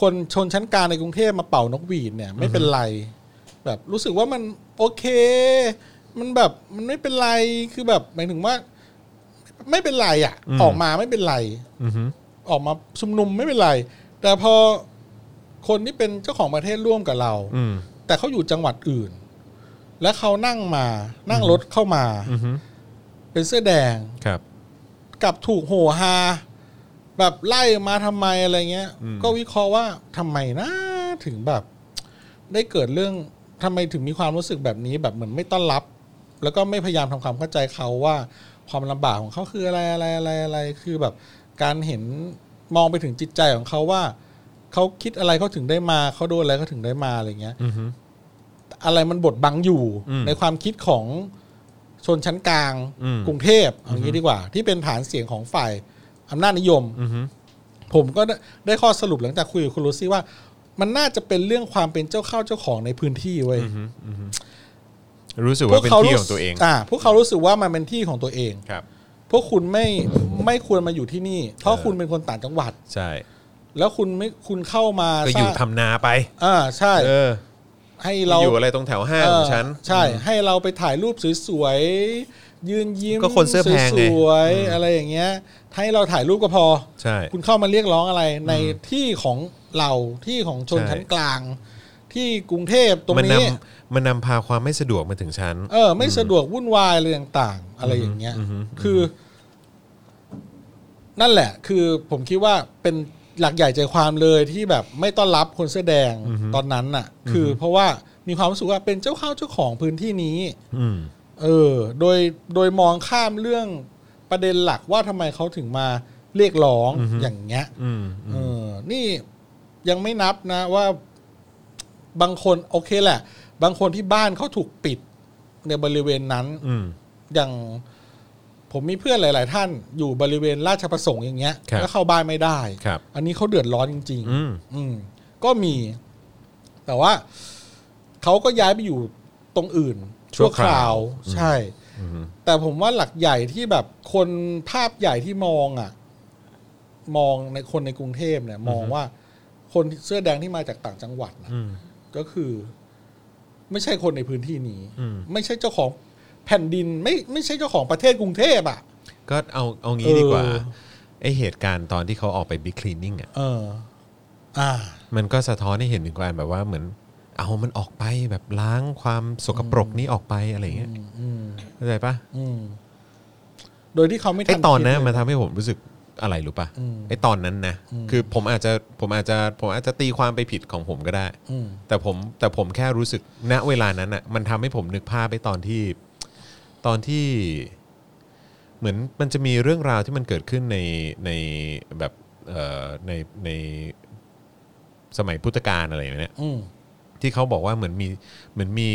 B: คนชนชั้นกลางในกรุงเทพมาเป่านกหวีดเนี่ย ไม่เป็นไร แบบรู้สึกว่ามันโอเค มันแบบมันไม่เป็นไรคือแบบหมายถึงว่า ไม่เป็นไรอะ
A: อืม
B: ออกมาไม่เป็นไร
A: อือฮึ
B: ออกมาชุมนุมไม่เป็นไร แต่พอคนที่เป็นเจ้าของประเทศร่วมกับเรา
A: อืม
B: แต่เขาอยู่จังหวัดอื่น และเขานั่งมานั่งรถเข้ามา
A: อือฮึ
B: เป็นเสื้อแดง
A: ครับ
B: กลับถูกโหฮาแบบไล่มาทำไมอะไรเงี้ย
A: อืม
B: ก็วิเคราะห์ว่าทำไมนะถึงแบบ ได้เกิดเรื่องทำไมถึงมีความรู้สึกแบบนี้ แบบเหมือนไม่ต้อนรับ แล้วก็ไม่พยายามทำความเข้าใจเขาว่า ความลำบากของเขาคืออะไรอะไรอะไรอะไรคือแบบการเห็นมองไปถึงจิตใจของเขาว่าเขาคิดอะไรเขาถึงได้มาเขาโดนอะไรเขาถึงได้มาอะไรเงี้ย
A: อือฮึ
B: อะไรมันบดบังอยู่
A: อืม
B: ในความคิดของชนชั้นกลาง
A: อืม
B: กรุงเทพเอางี้ดีกว่า ที่เป็นฐานเสียงของฝ่ายอำนาจนิยม
A: อือฮึ
B: ผมก็ได้ได้ข้อสรุปหลังจากคุยกับคุณโรซี่ว่า มันน่าจะเป็นเรื่องความเป็นเจ้าเข้าเจ้าของในพื้นที่เว้ย
A: อือฮึอือฮึรู้สึกว่าเป็นที่ของตัวเอง
B: อ่าพวกเขารู้สึกว่ามันเป็นที่ของตัวเอง
A: ครับ
B: พวกคุณไม่ไม่ควรมาอยู่ที่นี่ เพราะคุณเป็นคนต่างจังหวัด
A: ใช่
B: แล้วคุณไม่คุณเข้ามา
A: ก็
B: ส
A: อยู่
B: ร้าง
A: ทำนาไป
B: อ่าใช่
A: เออ
B: ให้เรา
A: อยู่อะไรตรงแถวห้างของฉัน
B: เออใช่ให้เราไปถ่ายรูปสวยๆยืนยิ้ม
A: ก็คนเสื้อแพงไง
B: สวยๆ
A: อืม
B: อะไรอย่างเงี้ยให้เราถ่ายรูปก็พอ
A: ใช่
B: คุณเข้ามาเรียกร้องอะไรในที่ของเราที่ของชน
A: ใช่
B: ชั้นกลาง ที่กรุงเทพตรง
A: มันน
B: นี้
A: ำมันนำพาความไม่สะดวกมาถึงฉัน
B: เออ ไม่สะดวกวุ่นวายอะไรต่างๆ อะไรอย่างเงี้ย
A: อือหือ
B: คือ นั่นแหละ คือผมคิดว่าเป็นหลักใหญ่ใจความเลยที่แบบไม่ต้อนรับคนเสื้อแดงตอนนั้นน่ะ คืออเพราะว่ามีความรู้สึกว่าเป็นเจ้าเข้าเจ้าของพื้นที่นี้
A: อืม
B: เออ โดย โดยมองข้ามเรื่องประเด็นหลักว่าทำไมเขาถึงมาเรียกร้อง
A: อือฮึ
B: อย่างเงี้ย
A: อืม
B: เออ นี่ยังไม่นับนะว่าบางคนโอเคแหละ บางคนที่บ้านเขาถูกปิดในบริเวณนั้น
A: อืม
B: อย่างผมมีเพื่อนหลาย ๆ ท่านอยู่บริเวณราชประสงค์อย่างเงี้ย
A: ครับ
B: แล้วเข้าบ้านไม่ได้
A: ครับ
B: อันนี้เขาเดือดร้อนจริง ๆ
A: อืม
B: อืมก็มี แต่ว่าเขาก็ย้ายไปอยู่ตรงอื่น
A: ชั่วคราว
B: ใช่
A: อืม
B: แต่ผมว่าหลักใหญ่ที่แบบคนภาพใหญ่ที่มองอ่ะ มองในคนในกรุงเทพเนี่ย มองว่า คนเสื้อแดงที่มาจากต่างจังหวัดนะ
A: อืม
B: ก็คือ ไม่ใช่คนในพื้นที่นี้
A: อืม
B: ไม่ใช่เจ้าของแผ่นดิน ไม่ไม่ใช่เจ้าของประเทศกรุงเทพอ่ะ
A: ก็เอาเอางี้ดีกว่า
B: เออ
A: ไอเหตุการณ์ตอนที่เขาออกไปบิ๊กคลีนนิ่งอ่ะ
B: เออ อ่า
A: มันก็สะท้อนให้เห็นถึงการแบบว่าเหมือน เอามันออกไปแบบล้างความสกปรกนี้ออกไปอะไรอย่างเงี้ย
B: อืม
A: เข้าใจปะ
B: อืม โดยที่เขาไม่ทั
A: ไอตอน
B: คิ
A: นั้
B: ด
A: น
B: เลย
A: มันทำให้ผมรู้สึกอะไรรู้ปะ
B: อืม
A: ไอตอนนั้นนะคือผมอาจจะผมอาจจะผมอาจจะตีความไปผิดของผมก็ได้
B: อืม
A: แต่ผมแต่ผมแค่รู้สึกณเวลานั้นอ่ะมันทำให้ผมนึกภาพไปตอนที่ตอนที่ เหมือนมันจะมีเรื่องราวที่มันเกิดขึ้นในในแบบเอ่อในในสมัยพุทธกาลอะไรอย่างเนี้ย
B: อืม
A: ที่เขาบอกว่าเหมือนมีเหมือนมี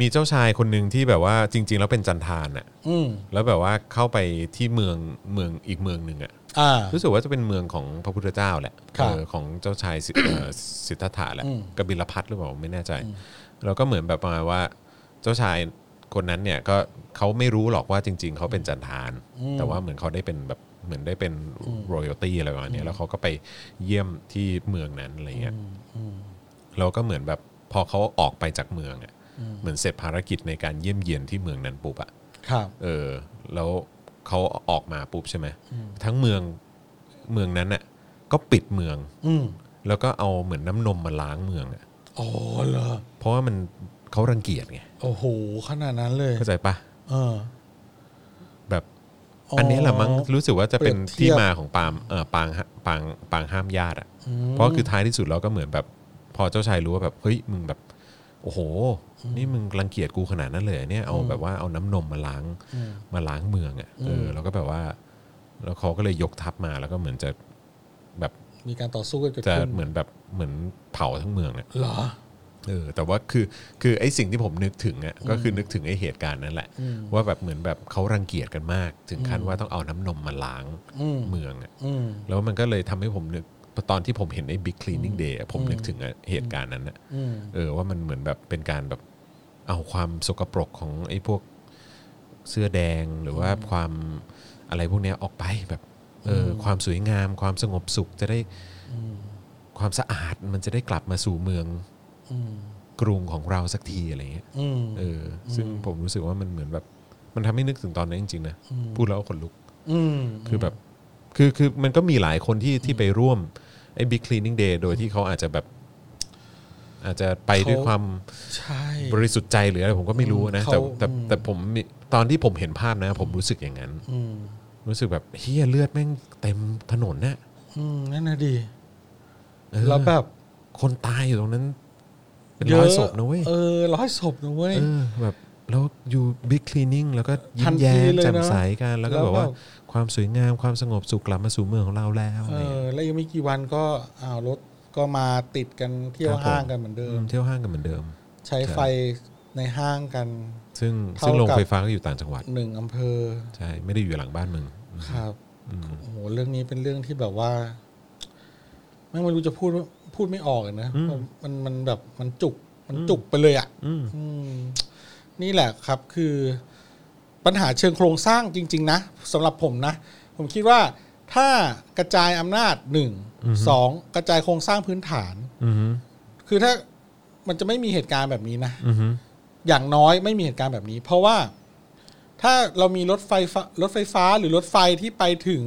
A: มีเจ้าชายคนหนึ่งที่แบบว่าจริง ๆ แล้วเป็นจันทานอ่ะ
B: อืม
A: แล้วแบบว่าเข้าไปที่เมืองเมืองอีกเมืองหนึ่งอ่ะ
B: อ่า
A: รู้สึกว่าจะเป็นเมืองของพระพุทธเจ้าแหละ
B: ครับ
A: เออของเจ้าชายสิเอ่อ สิทธัตถะแหละ
B: อืม
A: กบิลพัทหรือเปล่าไม่แน่ใจ แล้วก็เหมือนแบบประมาณว่าเจ้าชายคนนั้นเนี่ยก็เขาไม่รู้หรอกว่าจริง ๆ เขาเป็นจันทาน
B: อืม
A: แต่ว่าเหมือนเขาได้เป็นแบบ เหมือนได้เป็นรอยัลตี้อะไรประมาณเนี้ยแล้วเขาก็ไปเยี่ยมที่เมืองนั้นอะไรเงี้ยแล้วก็เหมือนแบบพอเขาออกไปจากเมืองอ่ะเหมือนเสร็จภารกิจในการเยี่ยมเยียนที่เมืองนั้นปุ๊บอ่ะ
B: ครับ
A: เออแล้วเขาออกมาปุ๊บใช่ไหมทั้งเมืองเมืองนั้นน่ะก็ปิดเมือง
B: อืม
A: แล้วก็เอาเหมือนน้ำนมมาล้างเมืองอะ
B: อ๋อเหรอ
A: เพราะว่ามันเขารังเกียจไง
B: โอ้โหขนาดนั้นเลย
A: เข้าใจปะ
B: เออ
A: แบบอันนี้แหละมั้งรู้สึกว่าจะเป็น
B: เปรียบเทียบ
A: ที่มาของปาล์มเออปางฮะปางปางห้ามญาติอะ
B: ม
A: เพราะคือท้ายที่สุดเราก็เหมือนแบบ พอเจ้าชายรู้ว่าแบบเฮ้ยมึงแบบ โอ้โห นี่มึงรังเกียจกูขนาดนั้นเลยเหรอเนี่ยเอาแบบว่าเอาน้ำนมมาล้าง
B: ม
A: มาล้างเมืองอ่ะ เออ แล้วก็แบบว่า แล้วเขาก็เลยยกทัพมา แล้วก็เหมือนจะแบบ
B: มีการต่อสู้กันเกิด
A: จะ
B: ขึ้น
A: เหมือนแบบเหมือนเผาทั้งเมืองเนี่ย
B: เหรอ
A: เออ แต่ว่าคือคือไอ้สิ่งที่ผมนึกถึงอ่ะ ก็คือนึกถึงไอ้เหตุการณ์นั่นแหละ
B: อืม
A: ว่าแบบเหมือนแบบเขารังเกียจกันมาก ถึงขั้นว่าต้องเอาน้ำนมมาล้าง
B: อืม
A: เมืองอ่ะ
B: อืม
A: แล้วมันก็เลยทำให้ผมนึก ตอนที่ผมเห็นไอ้ Big Cleaning Day อะผมนึกถึงอะเหตุการณ์นั้นอ่ะ
B: อืม
A: เออว่ามันเหมือนแบบเป็นการแบบเอาความสกปรกของไอ้พวกเสื้อแดงหรือว่าความอะไรพวกเนี้ยออกไปแบบเอออความสวยงาม ความสงบสุขจะได้ความสะอาดมันจะได้กลับมาสู่เมือง
B: อืม
A: กรุงของเราสักทีอะไรเงี้ย
B: อืม
A: เออซึ่งผมรู้สึกว่ามันเหมือนแบบ มันทำให้นึกถึงตอนนั้นจริงๆนะ
B: อืม
A: พูดแล้วขนลุก
B: อืม
A: คือแบบคือคือมันก็มีหลายคนที่ที่ไปร่วมไอ้ Big Cleaning Day โดยที่เขาอาจจะแบบ อาจจะไปด้วย
B: เขา
A: ความ
B: ใช่
A: บริสุทธิ์ใจหรืออะไรผมก็ไม่รู้นะ แต่
B: เขา
A: แต่แต่ผมมีตอนที่ผมเห็นภาพนะ ผมรู้สึกอย่างนั้น
B: อืม
A: รู้สึกแบบเฮียเลือดแม่งเต็มถนนนะ่ะ
B: อืมนั่นนะดี
A: เออ
B: แล้วแบบ
A: คนตายอยู่ตรงนั้น เป็นร้อย
B: เะ
A: ศพนะเว้ย
B: เออร้อยศพนะเว้ย
A: เออแบบแล้วอยู่บิ๊กคลีนิ่งแล้วก็ยิ้
B: ทั
A: ม
B: นที
A: แย้ม
B: เลยนะ
A: แจ่มใสกัน แล้วก็
B: แล้ว
A: แบบว่า
B: แบบ
A: ความสวยงามความสงบสุขกลับมาสู่เมืองของเราแล้ว
B: เอ
A: อะไรอย่างเงี้ย
B: อแล้วยังไม่กี่วันก็อ้าวรถก็มาติดกันเที่ยวห้างกันเหมือนเดิ
A: อื
B: ม
A: มเที่ยวห้างกันเหมือนเดิม
B: ใช้ไฟในห้างกัน
A: ซึ่ง
B: เท่า
A: ซึ่งโรง
B: กับ
A: ไฟฟ้าก็อยู่ต่างจังหวัด
B: หนึ่งอำเภอ
A: ใช่ไม่ได้อยู่หลังบ้านมึง
B: ครับ
A: อืม
B: โอ้โหเรื่องนี้เป็นเรื่องที่แบบว่าไม่งไม่รู้จะพูดพูดไม่ออกเลยนะมันมันมันแบบมันจุกมันจุกไปเลยอ่ะ
A: อืม
B: อืมนี่แหละครับคือปัญหาเชิงโครงสร้างจริง ๆ นะสำหรับผมนะ ผมคิดว่าถ้ากระจายอำนาจหนึ่งสองกระจายโครงสร้างพื้นฐาน
A: อืม
B: คือถ้ามันจะไม่มีเหตุการณ์แบบนี้นะ
A: อืม
B: อย่างน้อยไม่มีเหตุการณ์แบบนี้ เพราะว่าถ้าเรามีรถไฟฟ้ารถไฟฟ้าหรือรถไฟที่ไปถึง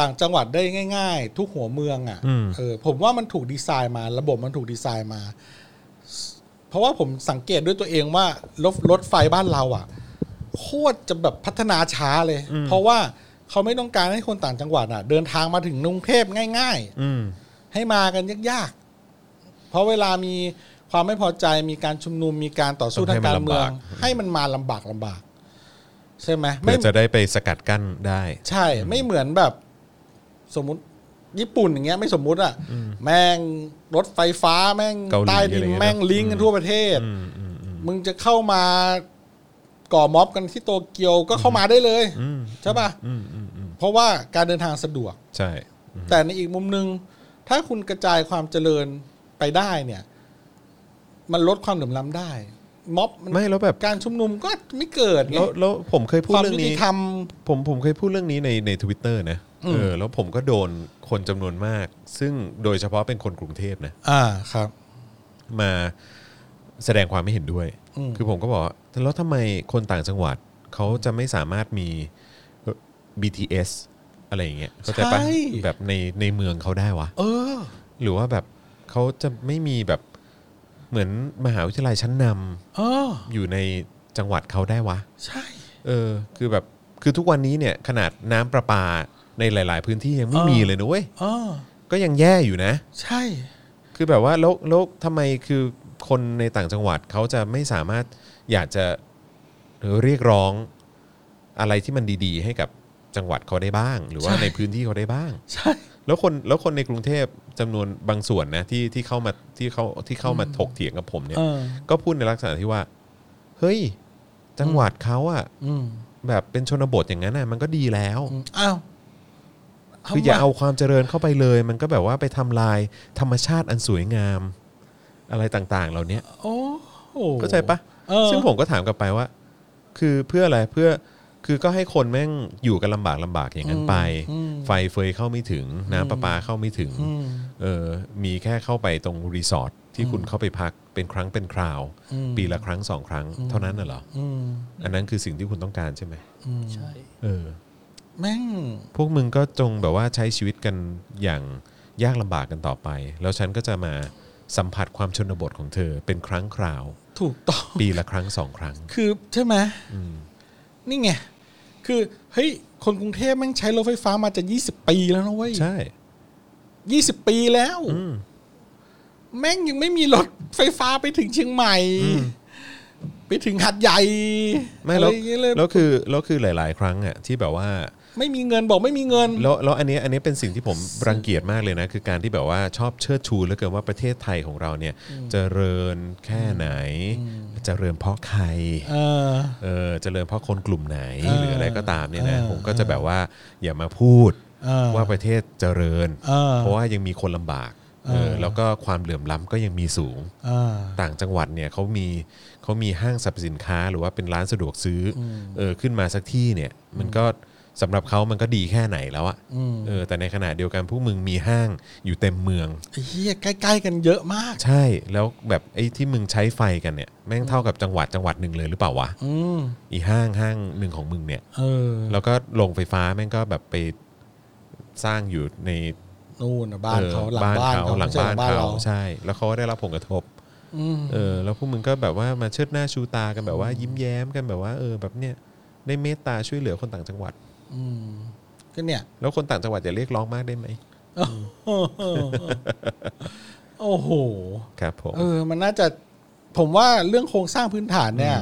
B: ต่างจังหวัดได้ง่าย ๆ ทุกหัวเมืองอะ่ะเออผมว่ามันถูกดีไซน์มา ระบบมันถูกดีไซน์มา เพราะว่าผมสังเกตด้วยตัวเองว่ารถรถไฟบ้านเราอะ่ะ โคตรจะแบบพัฒนาช้าเลย เพราะว่าเขาไม่ต้องการให้คนต่างจังหวัดอ่ะ เดินทางมาถึงกรุงเทพง่าย ๆ
A: อืม
B: ให้มากันยากๆ เพราะเวลามีความไม่พอใจมีการชุมนุมมีการต่อสู้ทางการเมือง
A: ทำให้มันลำบาก
B: ให้มันมาลำบากลำบาก ใช่ไหม
A: เพื่
B: ไม่
A: อจะได้ไปสกัดกั้นได้
B: ใช่ ไม่เหมือนแบบ สมมติญี่ปุ่นอย่างเงี้ยไม่สมมุติอ่ะแม่งรถไฟฟ้าแม่ง
A: เกาหลี
B: ใต้ดิ
A: อะไร
B: น
A: เงี้ย
B: แม่ง
A: นะ
B: ลิงก์กันทั่วประเทศ
A: อืมอืมอืม
B: มึงจะเข้ามาก่อม็อบกันที่โตเกียวก็เข้ามาได้เลย
A: อืม
B: ใช่ป่ะ
A: อืมอืมอืม
B: เพราะว่าการเดินทางสะดวก
A: ใช่
B: แต่ในอีกมุมหนึง่งถ้าคุณกระจายความเจริญไปได้เนี่ย มันลดความเหลื่อมล้ำได้ ม็อบน
A: ไม่แล้วแบบ
B: การชุมนุมก็ไม่เกิดไง
A: แล้วแล้วผมเคยพูด
B: ความ
A: เรื่อ
B: ยุ
A: ง
B: ติ
A: นี้
B: ธรรม
A: ผมผมเคยพูดเรื่องนี้ในในทวิตเตอร์นะ
B: อืม
A: เออแล้วผมก็โดนคนจำนวนมาก ซึ่งโดยเฉพาะเป็นคนกรุงเทพนะ
B: อ่าครับ
A: มาแสดงความไม่เห็นด้วย
B: อืม
A: คือผมก็บอกว่าแล้วทำไมคนต่างจังหวัดเขาจะไม่สามารถมี BTS อะไรอย่างเงี้ยเข้าใจปะแบบในในเมืองเขาได้วะ
B: เออ
A: หรือว่าแบบเขาจะไม่มีแบบเหมือนมหาวิทยาลัยชั้นนำ
B: เออ
A: อยู่ในจังหวัดเขาได้วะ
B: ใช่
A: เออ คือแบบ คือทุกวันนี้เนี่ยขนาดน้ำประปาในหลาย ๆ พื้นที่ยังไม่มีเลยนะเว้ย
B: เออ
A: ก็ยังแย่อยู่นะ
B: ใช่
A: คือแบบว่าแล้วแล้วทำไมคือคนในต่างจังหวัดเขาจะไม่สามารถอยากจะเรียกร้องอะไรที่มันดี ๆ ให้กับจังหวัดเขาได้บ้าง หรือว่าในพื้นที่เขาได้บ้าง
B: ใช่
A: แล้วคนแล้วคนในกรุงเทพจำนวนบางส่วนนะที่ที่เข้ามาที่เขาที่เข้ามาถกเถียงกับผมเนี่ย
B: เออ
A: ก็พูดในลักษณะที่ว่า เฮ้ย จังหวัดเขาอะ
B: อืม
A: แบบเป็นชนบทอย่างนั้นน่ะมันก็ดีแล้ว
B: อืมอ้าว
A: คืออย่าเอาความเจริญเข้าไปเลย มันก็แบบว่าไปทำลายธรรมชาติอันสวยงาม อะไรต่างๆ เหล่านี้
B: โอ้โห
A: เข้าใจปะ
B: เออ
A: ซึ่งผมก็ถามกลับไปว่า คือเพื่ออะไรเพื่อ คือก็ให้คนแม่งอยู่กันลำบากลำบากอย่างนั้นไป
B: อืม
A: ไฟเฟยเข้าไม่ถึง น้ำประปาเข้าไม่ถึง
B: อืม
A: เออมีแค่เข้าไปตรงรีสอร์ทที่คุณเข้าไปพักเป็นครั้งเป็นคราว
B: อืม
A: ปีละครั้งสองครั้ง เท่านั้นน่ะเหรอ
B: อืม
A: อันนั้นคือสิ่งที่คุณต้องการใช่ไหม
B: อืม
C: ใช่
A: เออ
B: แม่ง
A: พวกมึงก็จงแบบว่าใช้ชีวิตกันอย่างยากลำบากกันต่อไป แล้วฉันก็จะมาสัมผัสความชนบทของเธอเป็นครั้งคราว
B: (laughs) ถูกต้อง
A: ปีละครั้งสองครั้ง
B: คือใช่ไหม
A: อืม
B: นี่ไง คือเฮ้ย คนกรุงเทพแม่งใช้รถไฟฟ้ามาจะยี่สิบปีแล้วนะเว้ย
A: ใช่
B: ยี่สิบปีแล้ว
A: อืม
B: แม่งยังไม่มีรถไฟฟ้าไปถึงเชียงใหม่
A: อืม
B: ไปถึงหัดใหญ่
A: ไม่แล้ว
B: อะรอย่างเงี้ยเลย
A: แล้วคือแล้วคือหลาย ๆ ครั้งอ่ะที่แบบว่า
B: ไม่มีเงินบอกไม่มีเงิน
A: แล้วแล้วอันเนี้ยอันเนี้ยเป็นสิ่งที่ผมรังเกียจมากเลยนะ คือการที่แบบว่าชอบเชิดชูเหลือเกินว่าประเทศไทยของเราเนี่ยเจริญแค่ไหน เจริญเพราะใคร
B: เออ
A: เออเจริญเพราะคนกลุ่มไหน
B: เออ
A: หรืออะไรก็ตามเนี่ยนะ
B: เออ
A: ผมก็จะแบบว่าอย่ามาพูด
B: เออ
A: ว่าประเทศเจริญ
B: เออ
A: เพราะว่ายังมีคนลำบากเออ
B: เออ
A: แล้วก็ความเหลื่อมล้ำก็ยังมีสูง
B: เออ
A: ต่างจังหวัดเนี่ยเขามีเขามีห้างสรรพสินค้าหรือว่าเป็นร้านสะดวกซื้ออเออขึ้นมาสักที่เนี่ย มันก็สำหรับเขามันก็ดีแค่ไหนแล้วอะ
B: อืม
A: เออแต่ในขณะเดียวกันพวกมึงมีห้างอยู่เต็มเมือง
B: ไอ้เฮียใกล้ ๆ กันเยอะมาก
A: ใช่แล้วแบบไอ้ที่มึงใช้ไฟกันเนี่ยแม่งเท่ากับจังหวัดจังหวัดหนึ่งเลยหรือเปล่าวะ
B: อืม
A: อีห้างห้างหนึ่งของมึงเนี่ย
B: เออ
A: แล้วก็ลงไฟฟ้าแม่งก็แบบไปสร้างอยู่ใน
B: นู่นน่ะบ้านเขา
A: ออ
B: หลังบ้านเขา
A: หลังบ้าน
B: ไม่ใช่
A: เขาใช่ แล้วเขาก็ได้รับผลกระทบ
B: อืม
A: เออแล้วพวกมึงก็แบบว่ามาเชิดหน้าชูตากันแบบว่า ยิ้มแย้มกันแบบว่า เออแบบเนี้ยได้เมตตาช่วยเหลือคนต่างจังหวัด
B: อืมก็
A: (laughs)
B: เนี่ย
A: แล้วคนต่างจังหวัดอย่าเรียกร้องมากได้ไหม
B: โอ้โห
A: ครับผม
B: เออ มันน่าจะ ผมว่าเรื่องโครงสร้างพื้นฐานเนี่ย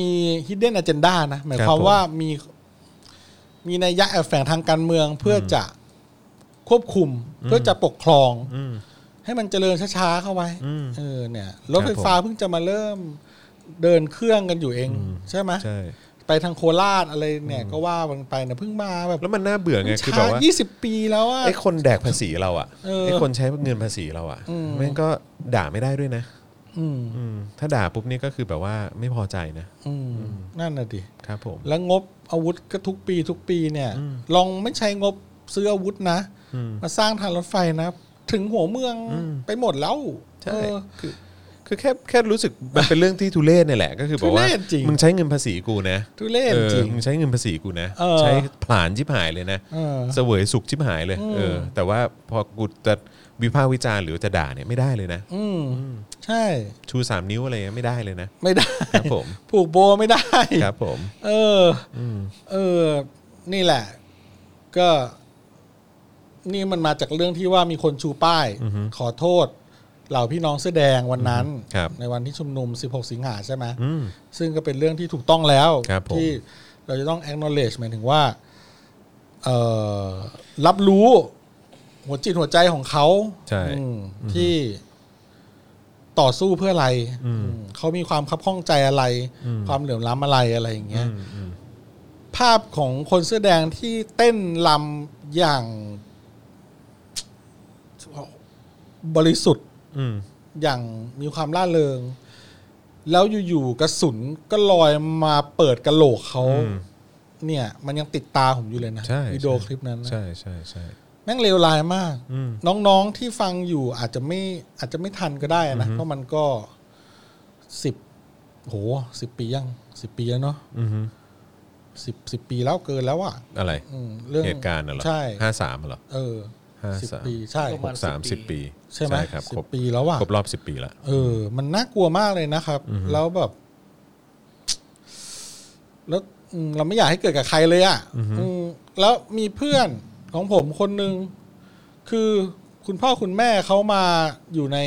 B: มี hidden agenda นะ หมาย
A: ครับ
B: ความ
A: ผม
B: ว่ามี มีนัยยะแอบแฝงทางการเมืองเพื่ออจะควบคุม เพื่อจะปกครอง
A: อืม
B: ให้มันเจริญช้าๆเข้าไว้
A: อืม
B: เออ เนี่ยรถ
A: ครับ
B: ไฟฟ้าเพิ่งจะมาเริ่มเดินเครื่องกันอยู่เอง
A: อืม
B: ใช่ไหม
A: ใช่
B: ไปทางโคราชอะไรเนี่ย ก็ว่ากันไปนะเพิ่งมาแบบ
A: แล้วมันน่าเบื่อไงคือ
B: ช้า
A: แบบว่า
B: ยี่สิบปีแล้วอ่ะ
A: ไอ้คนแดกภาษีเราอ่ะ
B: เออ
A: ไอ้คนใช้เงินภาษีเราอ่ะ
B: อืม
A: แม่งก็ด่าไม่ได้ด้วยนะ
B: อืม
A: อืมถ้าด่าปุ๊บนี่ก็คือแบบว่าไม่พอใจนะ
B: อืม นั่นน่ะดิ
A: ครับผม
B: แล้วงบอาวุธก็ทุกปีทุกปีเนี่ย
A: อืม
B: ลองไม่ใช้งบซื้ออาวุธนะ
A: อืม
B: มาสร้างทางรถไฟนะ ถึงหัวเมือง
A: อืม
B: ไปหมดแล้ว
A: ใช่
B: เออ
A: คือคือแค่แค่รู้สึกมันเป็นเรื่องที่ทุเรศเนี่ยแหละ ก็คือบอกว่า
B: ทุเรศจริง
A: มึงใช้เงินภาษีกูนะ
B: ทุเรศ
A: เออ
B: จริง
A: มึงใช้เงินภาษีกูนะ
B: เออ
A: ใช้ผลานชิบหายเลยนะ
B: เออ
A: เสวยสุขชิบหายเลย
B: อืม
A: เออ แต่ว่าพอกูจะวิพากษ์วิจารณ์หรือจะด่าเนี่ยไม่ได้เลยนะ
B: อืมใช่
A: ชูสามนิ้วอะไรเงี้ยไม่ได้เลยนะ
B: ไม่ได้
A: ครับ
B: (laughs)
A: ผม
B: ผูกโบไม่ได้
A: ครับผม
B: เออ
A: อืม
B: เออ นี่แหละ ก็ นี่มันมาจากเรื่องที่ว่ามีคนชูป้าย
A: อือฮึ
B: ขอโทษ เหล่าพี่น้องเสื้อแดงวันนั้น
A: อือฮึครับ
B: ในวันที่ชุมนุม 16 สิงหาใช่ไหม
A: อืม
B: ซึ่งก็เป็นเรื่องที่ถูกต้องแล้ว
A: ครับผม
B: ที่เราจะต้อง acknowledge หมายถึงว่าเอ่อรับรู้หัวจิตหัวใจของเขา
A: ใช่
B: อืมที่ต่อสู้เพื่ออะไร
A: อืม
B: อืมเขามีความคับข้องใจอะไร
A: อืม
B: ความเหลื่อมล้ำอะไรอะไรอย่างเงี้
A: อื
B: ย
A: มอืม
B: ภาพของคนเสื้อแดงที่เต้นลำอย่างบริสุทธิ์
A: อืม
B: อย่างมีความล่าเริง แล้วอยู่ๆกระสุนก็ลอยมาเปิดกระโหลกเขา
A: อืม
B: เนี่ย มันยังติดตาผมอยู่เลยนะ
A: ใช่ใช่
B: วิดีโอคลิปนั้นนะ
A: ใช่ใช่ใช่
B: แม่งเลวร้ายมาก
A: อืม
B: น้องๆที่ฟังอยู่อาจจะไม่อาจจะไม่ทันก็ได้นะ
A: อือฮึ
B: เพราะมันก็สิบโหสิบปียังสิบปีแล้วเนาะ
A: อืม
B: สิบสิบปีแล้วเกินแล้วอ่ะ
A: อะไร
B: อืมเรื่อง
A: เหตุการณ์น่ะเหรอ
B: ใช่
A: ห้าสามเหรอ
B: เออ
A: ห้า
B: สิบ
A: สาม
B: ปีใช่
C: ประมาณ
A: สามสิบปี
B: ใช่ไหม
A: ครับ
B: สิ
A: คร
B: บบ ปีแล้วอ่ะ
A: ครบรอบสิบปีละ
B: เออ มันน่ากลัวมากเลยนะครับ แล้วแบบ แล้วอืมเราไม่อยากให้เกิดกับใครเลยอะ่ะอืมแล้วมีเพื่อนของผมคนหนึ่ง คือคุณพ่อคุณแม่เขามาอยู่ใน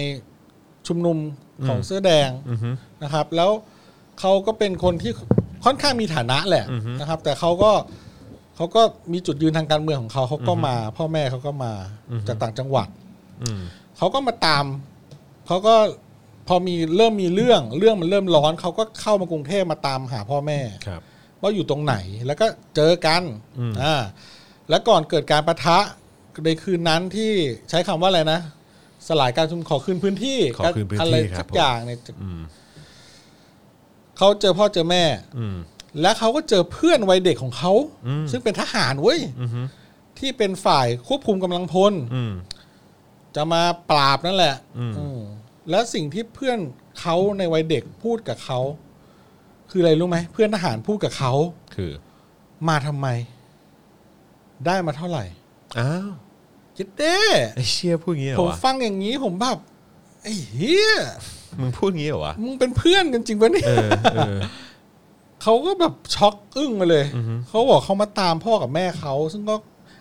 B: ชุมนุมของเสื้อแดง
A: อือฮึ
B: นะครับ แล้วเขาก็เป็นคนที่ค่อนข้างมีฐานะแหละนะครับ แต่เขาก็เขาก็มีจุดยืนทางการเมืองของเขาเขาก็มา พ่อแม่เขาก็มาจากต่างจังหวัด
A: อืม
B: เขาก็มาตาม เขาก็พอมีเริ่มมีเรื่อง เรื่องมันเริ่มร้อน เขาก็เข้ามากรุงเทพมาตามหาพ่อแม่
A: ครับ
B: ว่าอยู่ตรงไหน แล้วก็เจอกัน
A: อืม
B: อ่าแล้วก่อนเกิดการประทะในคืนนั้นที่ใช้คำว่าอะไรนะ สลายการชุมนุมขอคืนพื้นที่
A: ขอคืนพื้น
B: อะไร
A: ที่ครั
B: สั
A: บ
B: ก
A: ผม
B: อย่างเนี่ย
A: อืม
B: เขาเจอพ่อเจอแม่
A: อืม
B: แล้วเขาก็เจอเพื่อนวัยเด็กของเขา ซึ่งเป็นทหารเว้ย
A: อือฮึ
B: ที่เป็นฝ่ายควบคุมกำลังพล
A: อืม
B: จะมาปราบนั่นแหละ
A: อืม
B: อืมแล้วสิ่งที่เพื่อนเขาในวัยเด็กพูดกับเขา คืออะไรรู้ไหมเพื่อนทหารพูดกับเขา
A: คือ
B: มาทำไม ได้มาเท่าไหร่
A: อ้าว
B: เจิตเด้
A: ไอเชี่ยพูดงี้เหร
B: ผ
A: อ
B: ม
A: วะ
B: ฟังอย่างนี้ผมแบบไอ้เฮีย
A: มึงพูดงี้เหรอวะ
B: มึงเป็นเพื่อนกันจริงปะเนี่ย
A: เออเออ
B: เขาก็แบบช็อกอึ้งมาเลย
A: อือฮึ
B: เขาบอกเขามาตามพ่อกับแม่เขาซึ่งก็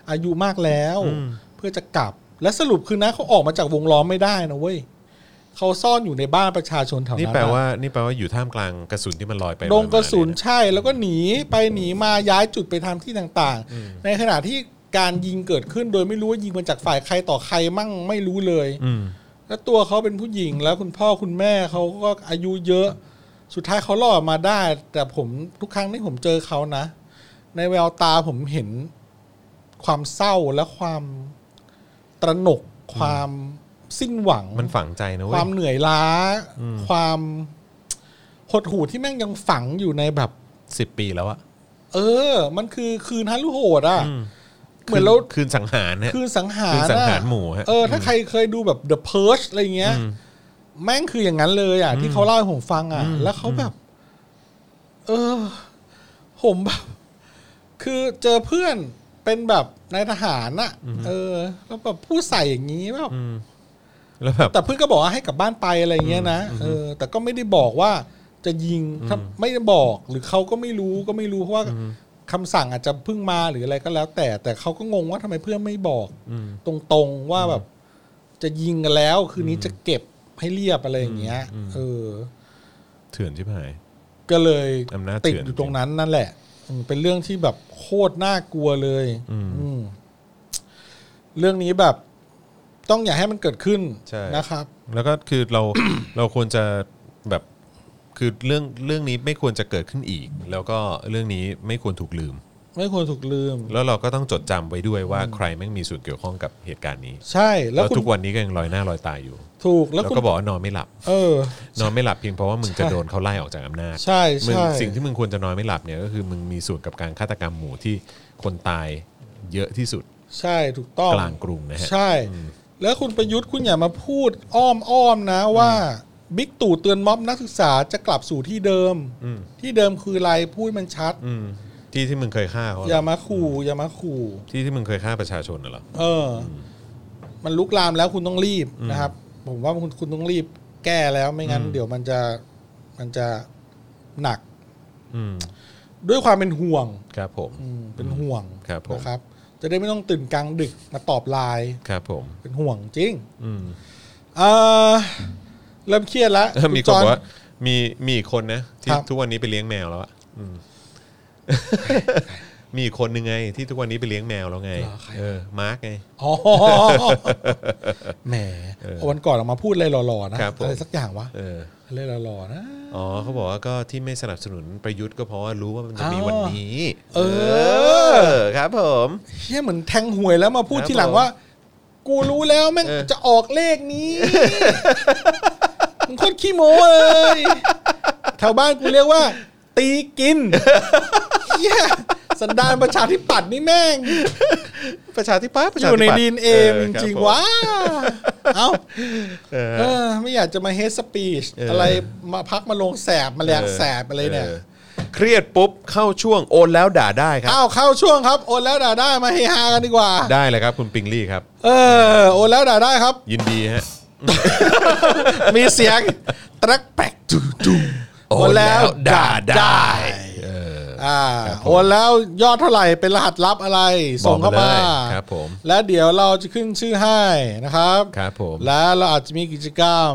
B: อายุมากแล้ว
A: อืม
B: เพื่อจะกลับ และสรุปคือนะเขาออกมาจากวงล้อมไม่ได้นะเว้ยเขาซ่อนอยู่ในบ้านประชาชนแถวนั้น
A: นี่แปล
B: อะ
A: ว่านี่แปลว่าอยู่ท่ามกลางกระสุนที่มันลอยไป
B: โดนกระสุน
A: ลอยมาเย
B: ใช่แล้วก็หนีไปหนีมาย้ายจุดไปทำที่ต่าง
A: อืม
B: ๆ ในขณะที่การยิงเกิดขึ้นโดยไม่รู้ว่ายิงมาจากฝ่ายใครต่อใครมั่งไม่รู้เลย
A: อืม
B: แล้วตัวเขาเป็นผู้หญิงแล้วคุณพ่อคุณแม่เขาก็อายุเยอะ สุดท้ายเขารอดมาได้ แต่ผมทุกครั้งที่ผมเจอเขานะ ในแววตาผมเห็นความเศร้าและความตระหนก ความสิ้นหวัง
A: มันฝังใจนะ
B: ค
A: เว้
B: วาย มเหนื่อยล้า
A: อืม
B: ความหดหู่ที่แม่งยังฝังอยู่ในแบบ
A: สิบปีแล้วอะ
B: เออ มันคือคืนฮัลโหลโหดอ่ะ
A: อืม
B: เหมือนเรา
A: คืคืนสังหารเนี่ย
B: คืนสังหาร
A: คืนสังหาร
B: อะ
A: หมู่ฮะ
B: เออ ถ้าใครเคยดูแบบ The Purge อะไรเงี้ย
A: อืม
B: แม่งคืออย่างนั้นเลยอ่ะ ที่เขาเล่าให้ผมฟังอ่ะ
A: อืม
B: แล้วเขาแบบ เออ ผมแบบ คือเจอเพื่อนเป็นแบบนายทหารอ่ะ เออ แล้วแบบพูดใส่อย่างนี้แบบ
A: อืมแล้วแบบ
B: แต่เพื่อนก็บอกว่าให้กลับบ้านไปอะไรเงี้ยนะเออ แต่ก็ไม่ได้บอกว่าจะยิงถ้าไม่ได้บอกหรือเขาก็ไม่รู้ก็ไม่รู้เพราะว่าคำสั่งอาจจะเพิ่งมาหรืออะไรก็แล้ว แต่แต่เขาก็งงว่าทำไมเพื่อนไม่บอก
A: อืม
B: ตรงๆว่าแบบ จะยิงกันแล้วคืนนี้จะเก็บให้เรียบอะไรอย่างเงี้ยเออ
A: เถื่อนชิบหาย
B: ก็เลย
A: อำนาจ
B: ติด
A: เถื่อน
B: อยู่ตรงนั้นนั่นแหละอืมเป็นเรื่องที่แบบโคตรน่ากลัวเลย อืมเรื่องนี้แบบต้องอย่าให้มันเกิดขึ้น
A: ใช่
B: นะครับ
A: แล้วก็คือเรา (coughs) เราควรจะแบบคือเรื่องเรื่องนี้ไม่ควรจะเกิดขึ้นอีก แล้วก็เรื่องนี้ไม่ควรถูกลืม
B: ไม่ควรถูกลืม
A: แล้วเราก็ต้องจดจำไว้ด้วยว่าใครแม่งมีส่วนเกี่ยวข้องกับเหตุการณ์นี้
B: ใช่แล้
A: แล้ว ว
B: คุณ
A: ทุกวันนี้ก็ยังลอยหน้าลอยตายอยู่
B: ถูกแล้
A: แล้ว ว
B: คุณ
A: ก็บอกว่านอนไม่หลับ
B: เออ
A: นอนไม่หลับเพียงเพราะว่ามึงจะโดนเขาไล่ออกจากอำนาจ
B: ใช่
A: มึง
B: ใช่
A: สิ่งที่มึงควรจะนอนไม่หลับเนี่ยก็คือมึงมีส่วนกับการฆาตกรรมหมู่ที่คนตายเยอะที่สุด
B: ใช่ถูกต้อง
A: กลางกรุงนะฮะ
B: ใช่ แล้วคุณประยุทธ์คุณอย่ามาพูดอ้อมอ้อมๆนะว่าบิ๊กตู่เตือนม็อบนักศึกษาจะกลับสู่ที่เดิม
A: อืม
B: ที่เดิมคืออะไรพูดมันชัด
A: อืมที่ที่มึงเคยฆ่าเขา
B: อย่ามาขู่อย่ามาขู่
A: ที่ที่มึงเคยฆ่าประชาชนน่ะเหรอ
B: เอออ มันลุกลามแล้วคุณต้องรีบนะครับ ผมว่าคุณคุณต้องรีบแก้แล้วไม่งั้น
A: อืม
B: เดี๋ยวมันจะมันจะหนัก
A: อืม
B: ด้วยความเป็นห่วง
A: ครับผม
B: อืมเป็นห่วง
A: ครับผม
B: นะครับ จะได้ไม่ต้องตื่นกลางดึกมาตอบไลน์
A: ครับผม
B: เป็นห่วงจริง
A: อืม
B: เอ่อเริ่มเครียดแล้ว
A: มีคนบอกว่ามีมีอีกคนนะที่
B: ครับ
A: ทุกวันนี้ไปเลี้ยงแมวแล้วอะอืม (laughs) มีอีกคนนึงไง ที่ทุกวันนี้ไปเลี้ยงแมวแล้วไง เออมาร์กไง
B: อ๋อแหมวันก่อนออกมาพูดอะไรหล่อๆนะครับ
A: ผม
B: อะไรสักอย่างวะ
A: เออ
B: อะไรหล่อๆนะ
A: อ๋อเขาบอกว่าก็ที่ไม่สนับสนุนประยุทธ์ก็เพราะว่ารู้ว่ามันจะมีวันนี้
B: อ๋อ
A: เออครับผม
B: เฮียเหมือนแทงหวยแล้วมาพูด
A: ครับ
B: ทีหลังว่า กูรู้แล้วแม่ง
A: เออ
B: จะออกเลขนี้ มึงโคตรขี้โม้เลยแถวบ้านกูเรียกว่า ตีกินเฮียสันดานประชาธิปัตย์นี่แม่ง
A: ประชาธิปัตย์ประ
B: อ
A: ชา
B: ยู่
A: ธิ
B: ใน
A: ปัตย์
B: ดีนเอ
A: อค
B: จ
A: บ
B: ริง
A: ผม
B: ๆว้าเอ้า
A: เออ
B: เออ ไม่อยากจะมาเฮสสปีช
A: เอออ
B: อะไรมาพักมาลงแสบมาแรงแสบอะไรเนี่ย
A: ออเครียดปุ๊บเข้าช่วงโอนแล้วด่าได้ครับ
B: เอ้าเข้าช่วงครับ โอนแล้วด่าได้มาเฮฮากันดีกว่า
A: ได้เลยครับ คุณปิงลี่ครับ
B: เออ โอนแล้วด่าได้ครับ
A: ยินดีฮะ
B: (laughs) มีเสียงตรักแปกจูจูโอนแล้วด่าได้
A: เออ
B: อ่า
A: ครับผม
B: โอนแล้วยอดเท่าไหร่เป็นรหัสลับอะไร ส่งเข้า
A: บอกมา
B: มา
A: เลยครับผม
B: แล้วเดี๋ยวเราจะขึ้นชื่อให้นะครับ
A: ครับผม
B: และเราอาจจะมีกิจกรรม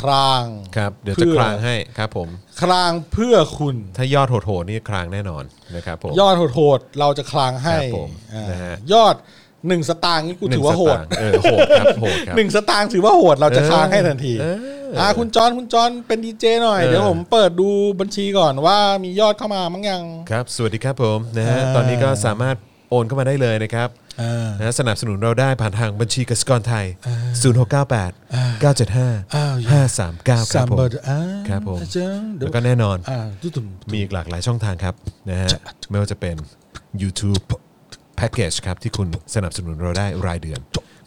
B: คราง
A: ครับ เดี๋ยวจะ
B: พื่อ
A: ครางให้ครับผม
B: ครางเพื่อคุณ
A: ถ้ายอดโหดๆนี่ครางแน่นอนนะครับผม
B: ยอดโหดๆเราจะคราง
A: ค
B: ให้
A: รับผม
B: อ่า
A: นะฮะ
B: ยอดหนึ่งสตางค์นี่กูถือว่าโหด
A: นึ่งสตงค์เออโหด
B: (laughs)
A: ครับโหดครับ
B: หนึ่งสตางค์ถือว่าโหดเราจะ
A: เออ
B: ครางให้ทันที
A: เอออ่
B: ่าคุณจอนคุณจอนเป็นดีเจหน่อย
A: เออ
B: เดี๋ยวผมเปิดดูบัญชีก่อนว่ามียอดเข้ามามั้งยัง
A: ครับ สวัสดีครับผมนะฮะ
B: อ่า
A: ตอนนี้ก็สามารถโอนเข้ามาได้เลยนะครับ นะสนับสนุนเราได้ผ่านทางบัญชีกสิกรไทย 0 6 9 8 9 7
B: อ้าว
A: 5
B: อย่า
A: 5 3 9ครับ
B: สาม
A: ผม
B: เบอร์อ่า
A: ครับผม
B: เจ้าเดี๋ย
A: แล้ว วก็แน่นอน
B: อ่าตุ้ม
A: มีอีกหลากหลายช่องทางครับนะฮะไม่ว่าจะเป็น YouTube Package ครับ ที่คุณสนับสนุนเราได้รายเดือน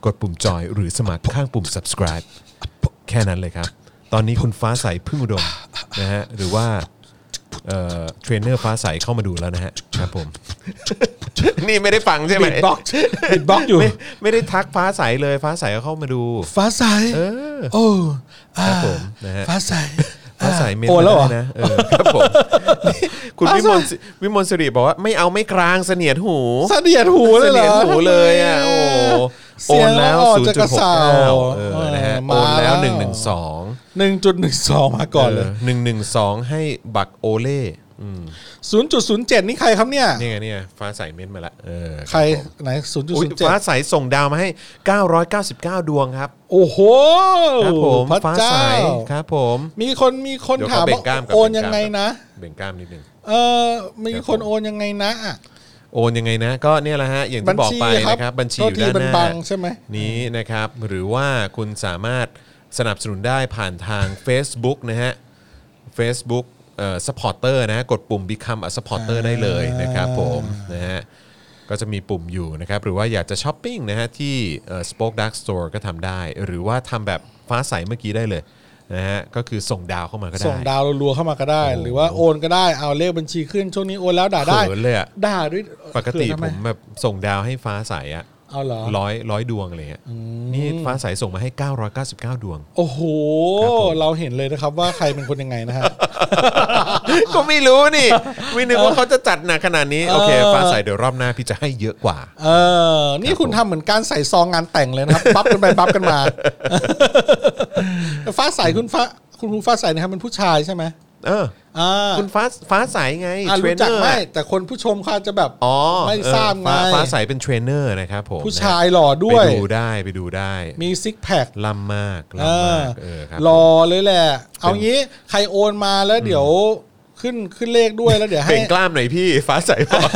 A: กดปุ่มจอยหรือสมัครข้างปุ่ม subscribe แค่นั้นเลยครับ ตอนนี้คุณฟ้าใสพึ่งอุดมนะฮะหรือว่าเอ่อเทรนเนอร์ฟ้าใสเข้ามาดูแล้วนะฮะครับผม (laughs) นี่ไม่ได้ฟังใช่ไหม
B: Beatbox Beatbox อยู่
A: ไม่ไม่ได้ทักฟ้าใสเลยฟ้าใสก็เข้ามาดู
B: ฟ้าใส
A: อ
B: โอ้อ่า
A: ครับผมนะฮะ
B: ฟ้าใส
A: ฟ้าใสเมน
B: โอ้
A: มา
B: แล้วเหรอ
A: ได้นะเออครับ
B: (laughs)
A: ผมนี่คุณ
B: ฟ้า
A: วิ
B: ใส
A: มลสิวิมลสิริบอกว่าไม่เอาไม่กลางเสนียดหู
B: เสนียดหูเลยเหรอ
A: สนีดหูเลยอ่ะโอ้โหโอ
B: เสีย
A: น
B: ง
A: แล้ว
B: ออก
A: 0.69
B: จากกระเสา
A: เออนะฮะ
B: มา
A: โอนแล้ว
B: แล้ว
A: หนึ่งหนึ่งสอง
B: หนึ่งจุดหนึ่งสองมาก่อนเลย
A: หนึ่งหนึ่งสองให้บักโอเล่อืม
B: ศูนย์จุดศูนย์เจ็ดนี่ใครครับเนี่ย
A: นี่ไงเนี่ยฟ้าใสเม้นมาละเออ
B: ใครไหนศูนย์จุด
A: อุ๊ย
B: ศูนย์เจ็ด
A: ฟ้าใสส่งดาวมาให้ 999 ดวงครับ
B: โอ้โห
A: ครับผม
B: พระ
A: ฟ้า
B: เจ้า
A: ใสครับผม
B: มีคนมีคน
A: เดี๋ยว
B: ถา
A: ข
B: ม
A: อเบ่
B: ว่าง
A: กล้ามกับ
B: โอน
A: เบ่งกล้าม
B: ยังไงนะ
A: เบ่งกล้ามนิดนึง
B: เออมี
A: ครับ
B: คน
A: ผม
B: โอนยังไงนะอ่ะ
A: โอนยังไงนะ ก็เนี่ยแหละฮะอย่าง
B: บัญ
A: ที่บอก
B: ชี
A: ไป
B: ครับ
A: นะครับบัญชี
B: โท
A: อ
B: ษ
A: ยู่
B: ที
A: ด้าน
B: มัน
A: ห
B: บั
A: น้า
B: งใช่ไหม
A: นี้นะครับหรือว่าคุณสามารถสนับสนุนได้ผ่านทาง Facebook นะฮะ Facebook เอ่อ supporter นะฮะกดปุ่ม become a supporter ได้เลยนะครับผมนะฮะก็จะมีปุ่มอยู่นะครับหรือว่าอยากจะช้อปปิ้งนะฮะที่เอ่อ Spoke Dark Store ก็ทำได้ หรือว่าทำแบบฟ้าใสเมื่อกี้ได้เลยนะฮะก็คือส่งดาวเข้ามาก็ได้
B: ส่งดาวรัวๆเข้ามาก็ได้ หรือว่าโอนก็ได้เอาเลขบัญชีขึ้นช่วงนี้โอนแล้วด่าได้
A: เขินเลยอะ
B: ด่าด้วย
A: ปกติ
B: เขินทำ
A: ผ
B: ไ
A: มแบบส่งดาวให้ฟ้าใสอะ
B: เอาเหรอ
A: ร้อยร้อยดวงอะไรเงี้ยนี่ฟ้าใสส่งมาให้ 999 ดวง
B: โอ้โห เราเห็นเลยนะครับว่าใครเป็นคนยังไงนะฮะ
A: (laughs) ก็ไม่รู้นี่ ไม่นึกว่าเขาจะจัดหนักขนาดนี้ โอเค
B: เออ
A: ฟ้าใสเดี๋ยวรอบหน้าพี่จะให้เยอะกว่า
B: เออ นี่คุณทำเหมือนการใส่ซองงานแต่งเลยนะครับ บัฟกันไปบัฟกันมา ฟ้าใสคุณฟ้าคุณครูฟ้าใสเนะครับเป็นผู้ชายใช่ไหม
A: เออ
B: อ่า
A: คุณฟ้าฟ้าใสไง
B: อ่า
A: เทร
B: รู้
A: น
B: จั
A: เน
B: ก
A: อร์
B: ไหมแต่คนผู้ชมเขาอาจจะแบบ
A: อ๋อ
B: ไม่
A: เออ
B: ทราบไง
A: ฟ้ฟ้าใสเป็นเทรนเนอร์นะครับผม
B: ผู้ชายหล่อด้
A: ไป
B: วย
A: ดูได้ไปดูได้
B: มีซิกแพค
A: ล่ำมาก
B: เอ
A: ล่ำมา
B: อก
A: เออครับ
B: รอเลยแหละ เอางี้ใครโอนมาแล้วเดี๋ยวขึ้นขึ้นเลขด้วยแล้วเดี๋ยวให้
A: เป็นกล้ามหน่อยพี่ฟ้าใสบอก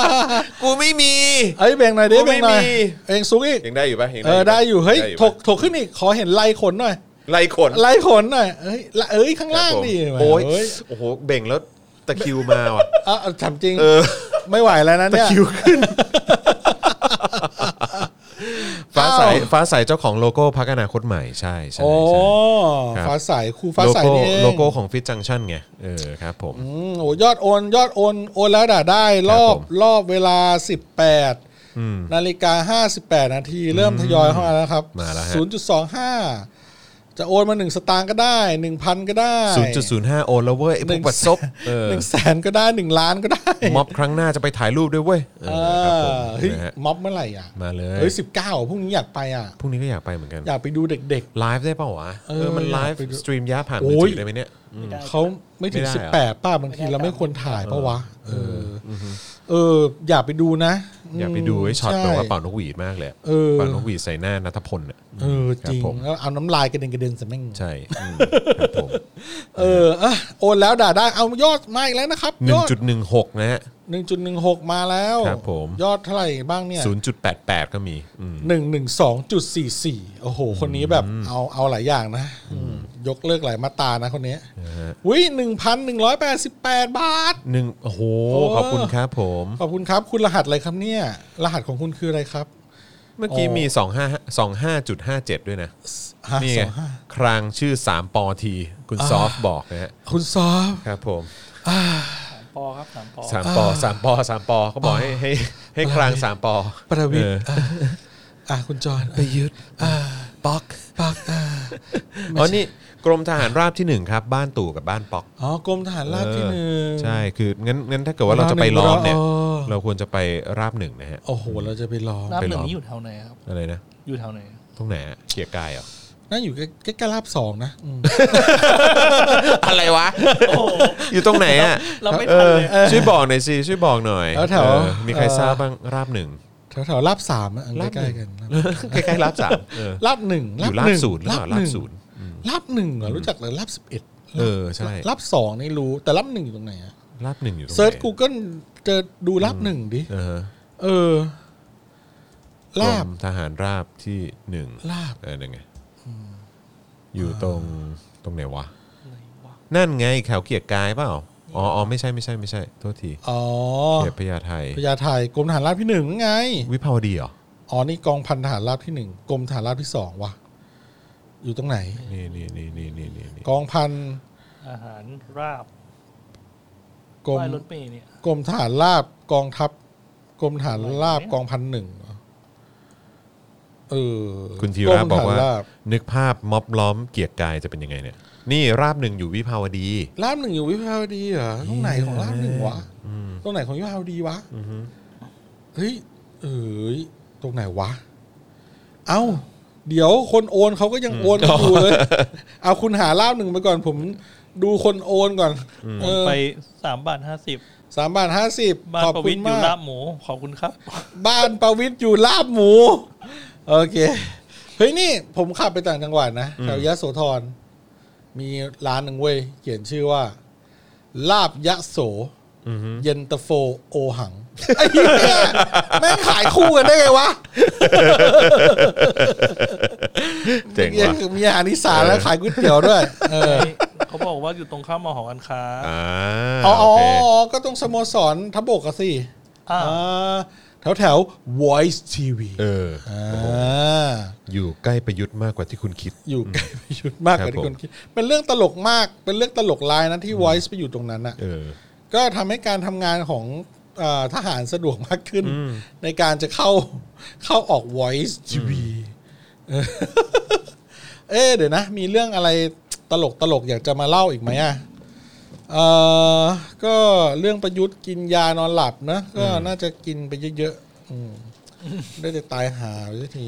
B: (laughs)
A: กูไม่มี
B: เอ้ยแบ่งหน่อยดิ
A: กูไม่
B: แบ่งหน่อย
A: มี
B: เองสูงอีก
A: ยังได้อยู่ปะยัง
B: เออได้อยู่เฮ้ยถกถกขึ้นอีกขอเห็นลายขนหน่อย
A: ไล่ขน
B: ลายขนหน่อยเอ้ยละเอ้ยข้างล่างดิ
A: โอ้ย
B: เอ้ย
A: โอ้โหเบ่งแล้วตะคริวมาว่ะ
B: เอ่ะถามจริงไม่ไหวแล้วนะ
A: ตะ
B: เนี่ย
A: คริวขึ้น (laughs) ฟ้าใส
B: อ้าว
A: ฟ้าใสเจ้าของโลโก้พักอนาคตใหม่ใช่ใช่
B: โอ้
A: ใช่ ครับ
B: ฟ้าใสครูฟ้า
A: โล
B: ใส
A: โก้
B: นี่เอง
A: โลโก้ของฟิตจังชันไงเออครับผม
B: อืมโอ้ยอดโอนยอดโอนโอนแล้วด่าได้รอบ
A: ครับผม
B: รอบเวลา 18
A: อืม
B: นาฬิกา 58 นาที เริ่มทยอยเข้ามาแล้วครับ
A: มาแล้วฮะ
B: 0.25 จะโอนมา 1 สตางค์ก็ได้ 1,000 ก็ได้
A: 0.05 โอนแล้วเว้ยไอ้พวกบัดซบเออ
B: หนึ่งแส (laughs) นก็ได้ 1 ล้านก็ได้
A: ม็อบครั้งหน้าจะไปถ่ายรูปด้วยเว้ยเอ
B: เอ
A: อครับผม
B: อเฮ้ย
A: นะฮะ
B: ม็อบเมื่อไหร่อ่ะ
A: มาเลย
B: เฮ้ย 19พรุ่งนี้อยากไปอ่ะ
A: พรุ่งนี้ก็อยากไปเหมือนกัน
B: อยากไปดูเด็ก
A: ไลฟ์ได้เปล่าวะ
B: เอ
A: เอ
B: อ
A: อมันไล
B: อยาก
A: ฟ์
B: ไปดู
A: สตรีมยะผ่าน
B: โอ้
A: มือย ถือได้ไหมเนี่ย
C: ไม่ได้
B: ๆ เขาไม่ถึง
A: ไม่ได้เหรอ
B: 18 ป้าบางทีเราไม่ควรถ่ายปะวะเอออเออ อยากไปดูนะม
A: อยากไปดูไอ้ช็อต
B: ใ
A: แบบว่าเป่านกหวีดมากเลย
B: เออ
A: เป่านกหวีดใส่หน้านัทพลอ่ะ
B: เออจริง
A: ครับผม
B: แล้วเอาน้ำลายกระเด็นกระเด็นใส่แม่ง
A: ใช่อืมครับผม
B: เอออ่ะโอนแล้วด่าได้เอายอดมาอีกแล้วนะครับยอด
A: 1.16 นะฮะ
B: หนึ่งจุดหนึ่งหกมาแล้ว
A: ครับผม
B: ยอดเท่าไหร่บ้างเนี่ย
A: 0.88 ก็มีอืม
B: หนึ่งหนึ่งสองจุดสี่สี่โอ้โห คนนี้แบบเอาเอาหลายอย่างนะอืมยกเลิกหลายมาตรานะคนนี้วิหนึ่งพันหนึ่งร้อยแปดสิบแปดบาท
A: หนึ่งโอ้โห
B: โอ้
A: ขอบคุณครับผม
B: ขอบคุณครับ คุณรหัสอะไรครับเนี่ย รหัสของคุณคืออะไรครับ
A: เมื่อกี้มี 25 25.57 ด้วยนะ นี่ไง ครางชื่อ 3 ปอที คุณซอฟบอกนะฮะ
B: คุณซอฟ
A: ครับผม
C: สามปอครับสามปอ
A: 3ปอ3ปอ3ปอเขาบอกให้ให้ให้คราง 3ปอ
B: ประวิทย์
A: เออ
B: อ่ะอ่ะคุณจอน
A: ไปยึดป๊อก
B: ปักอ่ะ
A: อ๋อนี่กรมทหารราบที่หนึ่งครับ บ้านตู่กับบ้านป๊อก
B: อ๋อกรมทหารราบที่หนึ่ง
A: ใช่คืองั้นงั้นถ้าเกิดว่าเราจะไปล้อมเนี่ย
B: ราบหนึ่งรอ
A: เราควรจะไปราบหนึ่งนะฮะ
B: โอ้โห เราจะไปรอ
C: น้ำหนึ่
A: ไปหรง อ
C: นี้อยู่แถวไหนครับ
A: อะไรนะ
C: อยู่แถวไหน
A: ตรงไหนอะเกียร์กายเหรอ
B: นั่นอยู่ใกล้ๆราบสองนะอืม
A: อะไรวะ (laughs) อยู่ตรงไหนอ่ะ
C: เราไม่ทันเลย
A: เออช่วยบอกหน่อยสิช่วยบอกหน่อย
B: แล้วแถว
A: เออมีใครทราบบ้างราบหนึ่ง
B: แถวๆราบสามอ่ะอัน
A: ราบ
B: ใก
A: หนึ่ง
B: ล้ๆกันนะ
A: ใกล้ๆราบสามเออ
B: ลาบหนึ่ง
A: อยู่รา
B: ห
A: บ
B: นึ่ง
A: ศูนย์หรือเปล่าราบศูนย์
B: ลาบหนึ่งเหรอรู้จักเลยลาบสิบเอ็ด
A: เออใช่
B: ลาบสองนี่รู้แต่ลาบหนึ่งอยู่ตรงไหนอะ
A: ราบหนึ่งอยู่ตรงไหน
B: เซิร์ชกูเกิลเจอดูลาบหนึ่งดิ
A: เออ
B: เออ
A: กร
B: ลาบ
A: มทหารราบที่หนึ่ง
B: ลาบ
A: เออยังไงอยู่ตรงตรงไหนวะ
C: อะไรวะ
A: นั่นไงแขวเกียรติกายเปล่าอ๋ออ๋อไม่ใช่ไม่ใช่ไม่ใช่โทษที
B: อ๋อ
A: เขตพญาไท
B: พญาไทกรมทหารราบที่หนึ่งไง
A: วิภาวดีเหรอ
B: อ๋อ นี่กองพันทหารราบที่หนึ่งกรมทหารราบที่สองวะอยู่ตรงไหน
A: นี่นี่นี่นี่นี่นี่นี่
B: กองพัน
C: อาหารราบ
B: กรม
C: ป้ายรถเมล์เนี่ย
B: กรมทหารราบกองทัพกรมทหารราบกองพันหนึ่งเหรอเออ
A: คุณธี
B: ก
A: ระ
B: ม
A: บอกว่า
B: ทหรราบ
A: นึกภาพม็อบล้อมเกียรติกายจะเป็นยังไงเนี่ย นี่ราบหนึ่งอยู่วิภาวดี
B: ราบหนึ่งอยู่วิภาวดีเหรอตรงไหนของราบหนึ่งวะ
A: อืม
B: ตรงไหนของวิภาวดีวะ
A: อือฮึ
B: เฮ้ยเอ้ยตรงไหนวะ เอ้า เดี๋ยวคนโอนเขาก็ยังโอนกันอยู่เลย เอาคุณหาราบหนึ่งไปก่อน ผมดูคนโอนก่อนเออ
C: ไปสามบาทห้าสิบ
B: สามบาทห้าสิบ
C: บ้าน
B: ขอบ
C: ประ
B: คุ
C: วิต
B: ณ
C: รอยู่
B: มาก
C: ลาบหมู ขอบคุณครับ
B: บ้านประวิตรอยู่ลาบหมู โอเค เฮ้ยนี่ผมขับไปต่างจังหวัดนะแถวยะโสธร มีร้านหนึ่งเว้ย เขียนชื่อว่า ลาบยะโส
A: อือฮึ
B: เย็นตาโฟโอหัง ไอ้เหี้ยแม่งขายคู่กันได้ไงวะ
A: เจ๋ง
B: เหี้ย
A: ว่ะ
B: คือมีอาหารอีสานแล้วขายก๋วยเตี๋ยวด้วย เออ
C: เขาบอกว่าอยู่ตรงข้ามมหอการค้า
A: อ่า
B: อ๋อ
A: โอเค
B: อ๋อก็ต้องสโมสรทับบกอะสิ
C: อ่า
B: แถวแถวๆ Voice TV
A: เออ
B: อ่า
A: อยู่ใกล้ประยุทธ์มากกว่าที่คุณคิด
B: อยู่ใกล้ประยุทธ์มากก
A: ค
B: ว่า
A: รับ
B: ที่
A: ผม
B: คนคิด เป็นเรื่องตลกมาก เป็นเรื่องตลกลายนะที่ Voice ไปอยู่ตรงนั้นอ่ะ
A: เออ
B: ก็ทำให้การทำงานของเอ่อทหารสะดวกมากขึ้น
A: อืม
B: ในการจะเข้าเข้าออก Voice TV เออ (laughs) เอ๊ะเดี๋ยวนะ มีเรื่องอะไรตลกตลกอยากจะมาเล่าอีกไหมอ่ะเออก็เรื่องประยุทธ์กินยานอนหลับนะ ก็น่าจะกินไปเยอะๆอืมได้แต่ตายหาไปสักที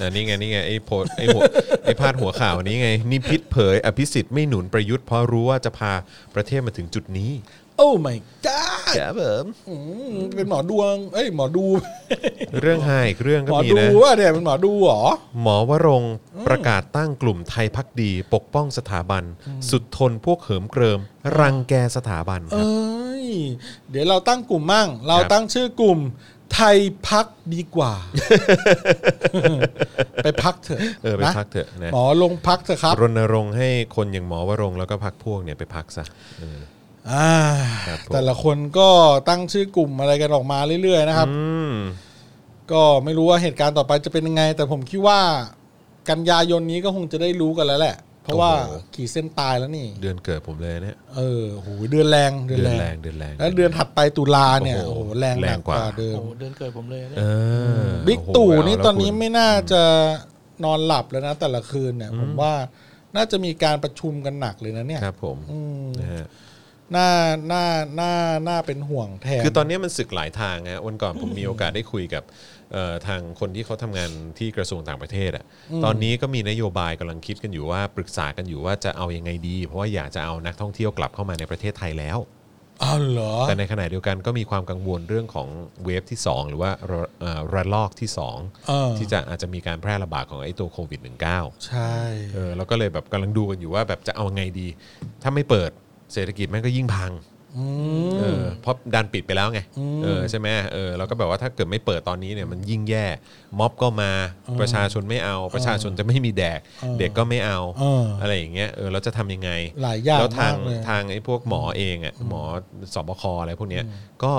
A: อ่านี่ไงนี่ไงไอ้โพสไอ้หัว (laughs) ไอ้พาดหัวข่าวนี้ไงนี่พิษเผย อภิสิทธิ์ไม่หนุนประยุทธ์เพราะรู้ว่าจะพาประเทศมาถึงจุดนี้
B: โอ้ my god
A: ครับผม
B: อืมเป็นหมอดวง เอ้ยหมอดู
A: เรื่องไห้อีกเรื่องก็
B: หมอ
A: มี
B: ดู
A: นะ
B: ว่าเนี่ยเป็นหมอดูเหรอ
A: หมอวรงค์ประกาศตั้งกลุ่มไทยพักดี ปกป้องสถาบัน สุดทนพวกเหิมเกริม รังแกสถาบันค
B: เอ
A: รับ
B: ้ย เดี๋ยวเราตั้งกลุ่มมั่ง เรา
A: ครับ
B: ตั้งชื่อกลุ่ม ไทยพักดีก
A: (laughs)
B: ว่า ไปพักเถอะ
A: เออไป
B: นะ
A: พักเถอะนะ
B: หมอลงพักเถอะครับ
A: รณรงค์ให้คนอย่างหมอวรงค์แล้วก็พักพวกเนี่ยไปพักซะเออ
B: อ่า
A: ครับผม
B: แต่ละคนก็ตั้งชื่อกลุ่มอะไรกันออกมาเรื่อยๆนะครับ
A: อืม
B: ก็ไม่รู้ว่าเหตุการณ์ต่อไปจะเป็นยังไง แต่ผมคิดว่ากันยายนนี้ก็คงจะได้รู้กันแล้วแหละ เพราะว่าขีดเส้นตายแล้วนี่
A: เดือนเกิดผมเลยเนี่ย
B: เออโหเดือนแรงเดือน
A: เดือน
B: แร
A: แรง
B: ง
A: เดือนแรง
B: แล้วเดือนถัดไปตุลาเนี่ย
A: โอ้โห
B: โอ้โหแรงห
A: แร
B: นั
A: ง
B: ก
A: ก
B: ก
A: ว่า
B: ว่าเดิ
C: โอ้
B: ม
C: โหเดือนเกิดผมเลยเนี่ย
A: เออ
B: บิ๊ก
A: โอ้โห
B: ตู่
A: เา
B: นี่
A: ละ
B: ตอนนี้
A: คุณ
B: ไม่น่าจะนอนหลับแล้วนะ แต่ละคืนเนี่ยผมว่าน่าจะมีการประชุมกันหนักเลยนะเนี่ย
A: ครับผม
B: อืม
A: นะฮะ
B: น่าน่าน่าน่าเป็นห่วงแทน
A: คือตอนนี้มันศึกหลายทางฮะวันก่อนผมมีโอกาสได้คุยกับเอ่อทางคนที่เขาทำงานที่กระทรวงต่างประเทศอ่ะตอนนี้ก็มีนโยบายกำลังคิดกันอยู่ว่าปรึกษากันอยู่ว่าจะเอายังไงดี เพราะว่าอยากจะเอานักท่องเที่ยวกลับเข้ามาในประเทศไทยแล้ว
B: อ้าวเหรอ
A: แต่ในขณะเดียวกันก็มีความกังวลเรื่องของเวฟที่ 2 หรือว่าระเอ่อระลอกที่สอง
B: เออ
A: ที่จะอาจจะมีการแพร่ระบาดของไอ้ตัวโควิด -19
B: ใช่
A: เออเราก็เลยแบบกำลังดูกันอยู่ว่าแบบจะเอาไงดี ถ้าไม่เปิดเศรษฐกิจแม่งก็ยิ่งพัง
B: อื
A: เอ
B: ม
A: อเพราะดันปิดไปแล้วไง
B: อืม
A: เออใช่ไหมเออแล้วก็แบบว่าถ้าเกิดไม่เปิดตอนนี้เนี่ยมันยิ่งแย่ ม็อบก็มาประชาชนไม่เอา ประชาชนจะไม่มีแดก
B: เออ
A: เด็กก็ไม่เอา
B: เอออ
A: ไรอย่างเงี้ยเออเราจะทำยังไง
B: หลายอย่าง
A: แล้วทาง
B: มากเลย
A: ทางไอ้พวกหมอเองอ่ะหมอสบคอะไรพวกเนี้ยก็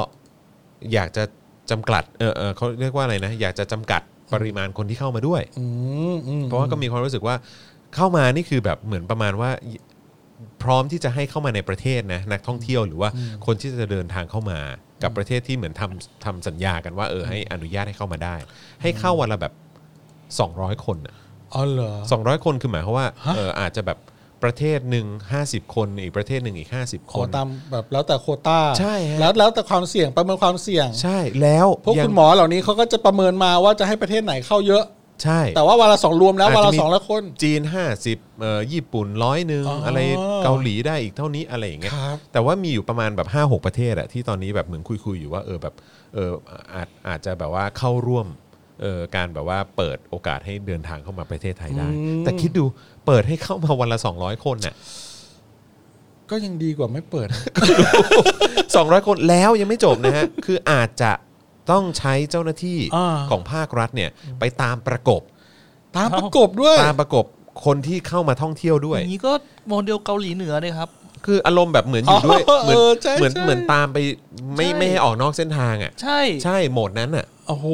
A: อยากจะจำกัดเออเออเขาเรียกว่าอะไรนะ อยากจะจำกัดปริมาณคนที่เข้ามาด้วย
B: อืมอืม
A: เพราะว่าก็มีความรู้สึกว่าเข้ามานี่คือแบบเหมือนประมาณว่าพร้อมที่จะให้เข้ามาในประเทศนะนักท่องเที่ยวหรือว่าคนที่จะเดินทางเข้ามากับประเทศที่เหมือนทำทำสัญญากันว่าเออให้อนุญาตให้เข้ามาได้ ให้เข้าวันละแบบ 200 คนน่ะ
B: อ๋อเหรอ
A: 200 คนคือหมายความว่า
B: ฮะ
A: เอออาจจะแบบประเทศหนึ่ง50 คนอีกประเทศหนึ่งอีก 50
B: ข
A: ค
B: อน ตามแบบแล้วแต่โควต้า
A: ใช่ฮะ
B: แล้วแล้วแต่ความเสี่ยงประเมินความเสี่ยง
A: ใช่แล้ว
B: พวก
A: ยั
B: คุ
A: ง
B: ณหมอเหล่านี้เขาก็จะประเมินมาว่าจะให้ประเทศไหนเข้าเยอะ
A: ใช่
B: แต่ว่าวันละสองรวมแล้ว
A: อาจ
B: วัน
A: จะ
B: ละ
A: มี
B: สองละคน
A: จีน 50เอ่อญี่ปุ่นร้อยหนึ่ง
B: อ๋ออ
A: อะไรเกาหลีได้อีกเท่านี้อะไรอย่างเงี้ย
B: ครับ
A: แต่ว่ามีอยู่ประมาณแบบ5้าหประเทศอะที่ตอนนี้แบบเหมือนคุยๆอยู่ว่าเออแบบเอออาจอาจจะแบบว่าเข้าร่วมเออการแบบว่าเปิดโอกาสให้เดินทางเข้ามาประเทศไทยได้
B: อืม
A: แต่คิดดูเปิดให้เข้ามาวันละ 200 คนน่ะ
B: ก็ยังดีกว่าไม่เปิดนะ
A: 200 คนแล้วยังไม่จบนะฮะ คืออาจจะ ต้องใช้เจ้าหน้าที่
B: อ่า
A: ของภาครัฐเนี่ยไปตามประกบ
B: ตามประกบด้วย
A: ตามประกบคนที่เข้ามาท่องเที่ยวด้
C: อ
A: วย
C: ย่างนี้ก็โมเดลเกาหลีเหนือเลยครับ
A: คืออารมณ์แบบเหมือนอยู่ด้วย
B: อ๋อ
A: เหมือน
B: เออใช่
A: เหมือน
B: ใช่
A: เหมือนตามไปไม่
C: ใช่
A: ไม่ให้ออกนอกเส้นทางอ่ะ
C: ใช่
A: ใช่โหมดนั้นอ่ะ
B: โอ้โห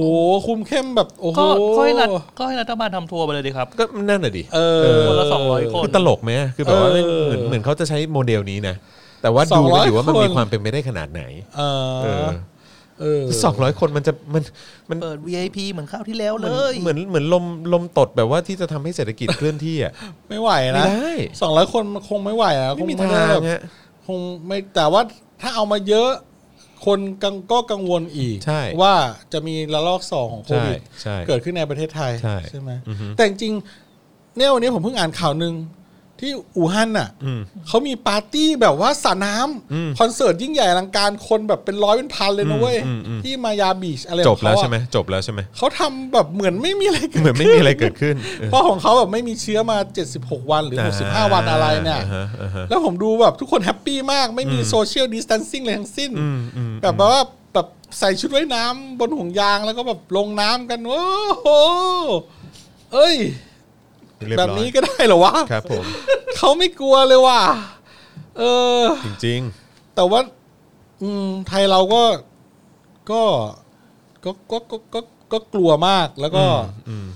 B: คุมเข้มแบบโอ้โห
C: ก็ก็ให้รัฐก็ให้รัฐบาลทำทัวร์ไปเลยดีครับ
A: ก็นั่นน่ะดิ
B: เออ
C: คนละ200คน
A: คือตลกไหมคือแบบว่า
B: เออ
A: เหมือนเหมือนเขาจะใช้โมเดลนี้นะ แต่ว่าดูกัน
B: 200
A: อยู่ว่ามันมี
B: คน
A: ความเป็นไปได้ขนาดไหน
B: เอ
A: เออ
B: อเออ
A: สองร้อยคนมันจะมันมัน
C: เปิด VIP เหมือนข้าวที่แล้ว
A: เห
C: เล
A: มือน
C: ย
A: เหมือนเหมือนลมลมตดแบบว่าที่จะทำให้เศรษฐกิจเคลื่อนที่อ่ะ
B: ไม่ไหว
A: ไม่
B: นะ
A: ได้
B: สองร้อยคนมันคงไม่ไหวอะค
A: ไม่
B: ง
A: มี
B: ไม่
A: ทา
B: ได้
A: ง
B: แบบ
A: ฮะ
B: คงไม่แต่ว่าถ้าเอามาเยอะ คนกังก็กังวลอีก
A: ใช่
B: ว่าจะมีระลอกสองของโค
A: ใช่
B: วิด
A: ใช่
B: เกิดขึ้นในประเทศไทย
A: ใช่
B: ไหม
A: อือฮึ
B: แต่จริงๆเนี่ยวันนี้ผมเพิ่งอ่านข่าวหนึ่งที่อู่ฮั่นน่ะ
A: อืม
B: เขามีปาร์ตี้แบบว่าสระน้
A: อืม
B: ำคอนเสิร์ตยิ่งใหญ่อลังการคนแบบเป็นร้อยเป็นพันเลยนะเว้ย
A: อืมอืมอืม
B: ที่มายาบีชอะไร
A: จ
B: ขอบ ง
A: แล้ว
B: เขาอะ
A: ใช่ไหมจบแล้วใช่ไหม
B: เขาทำแบบเหมือนไม่มีอะไรเกิด
A: เหมือนไม่มีอะไรเกิดขึ้นเออ
B: เพราะของเขาแบบไม่มีเชื้อมา 76 วันหรือ 65 วันอะไรเนี่ย
A: าฮะอ่าฮะ
B: แล้วผมดูแบบทุกคนแฮปปี้มากไม่มีโซเชียลดิส a ทนซิ่งเลยทั้งสิ้น
A: อืมอืม
B: แบบว่าแบบใส่ชุดว่ายน้ำบนห่วงยางแล้วก็แบบลงน้ำกัน โอ้โห เอ้ย
A: เรีย
B: แบบ
A: ร้อย
B: นี้ก็ได้เหรอวะ
A: ครับผม
B: เขาไม่กลัวเลยว่ะเออ
A: จริง
B: แต่ว่า อืม ไทยเราก็ก็ก็ก็ก็ก็ก็กลัวมากแล้ว
A: ๆ
B: ก็
A: อืม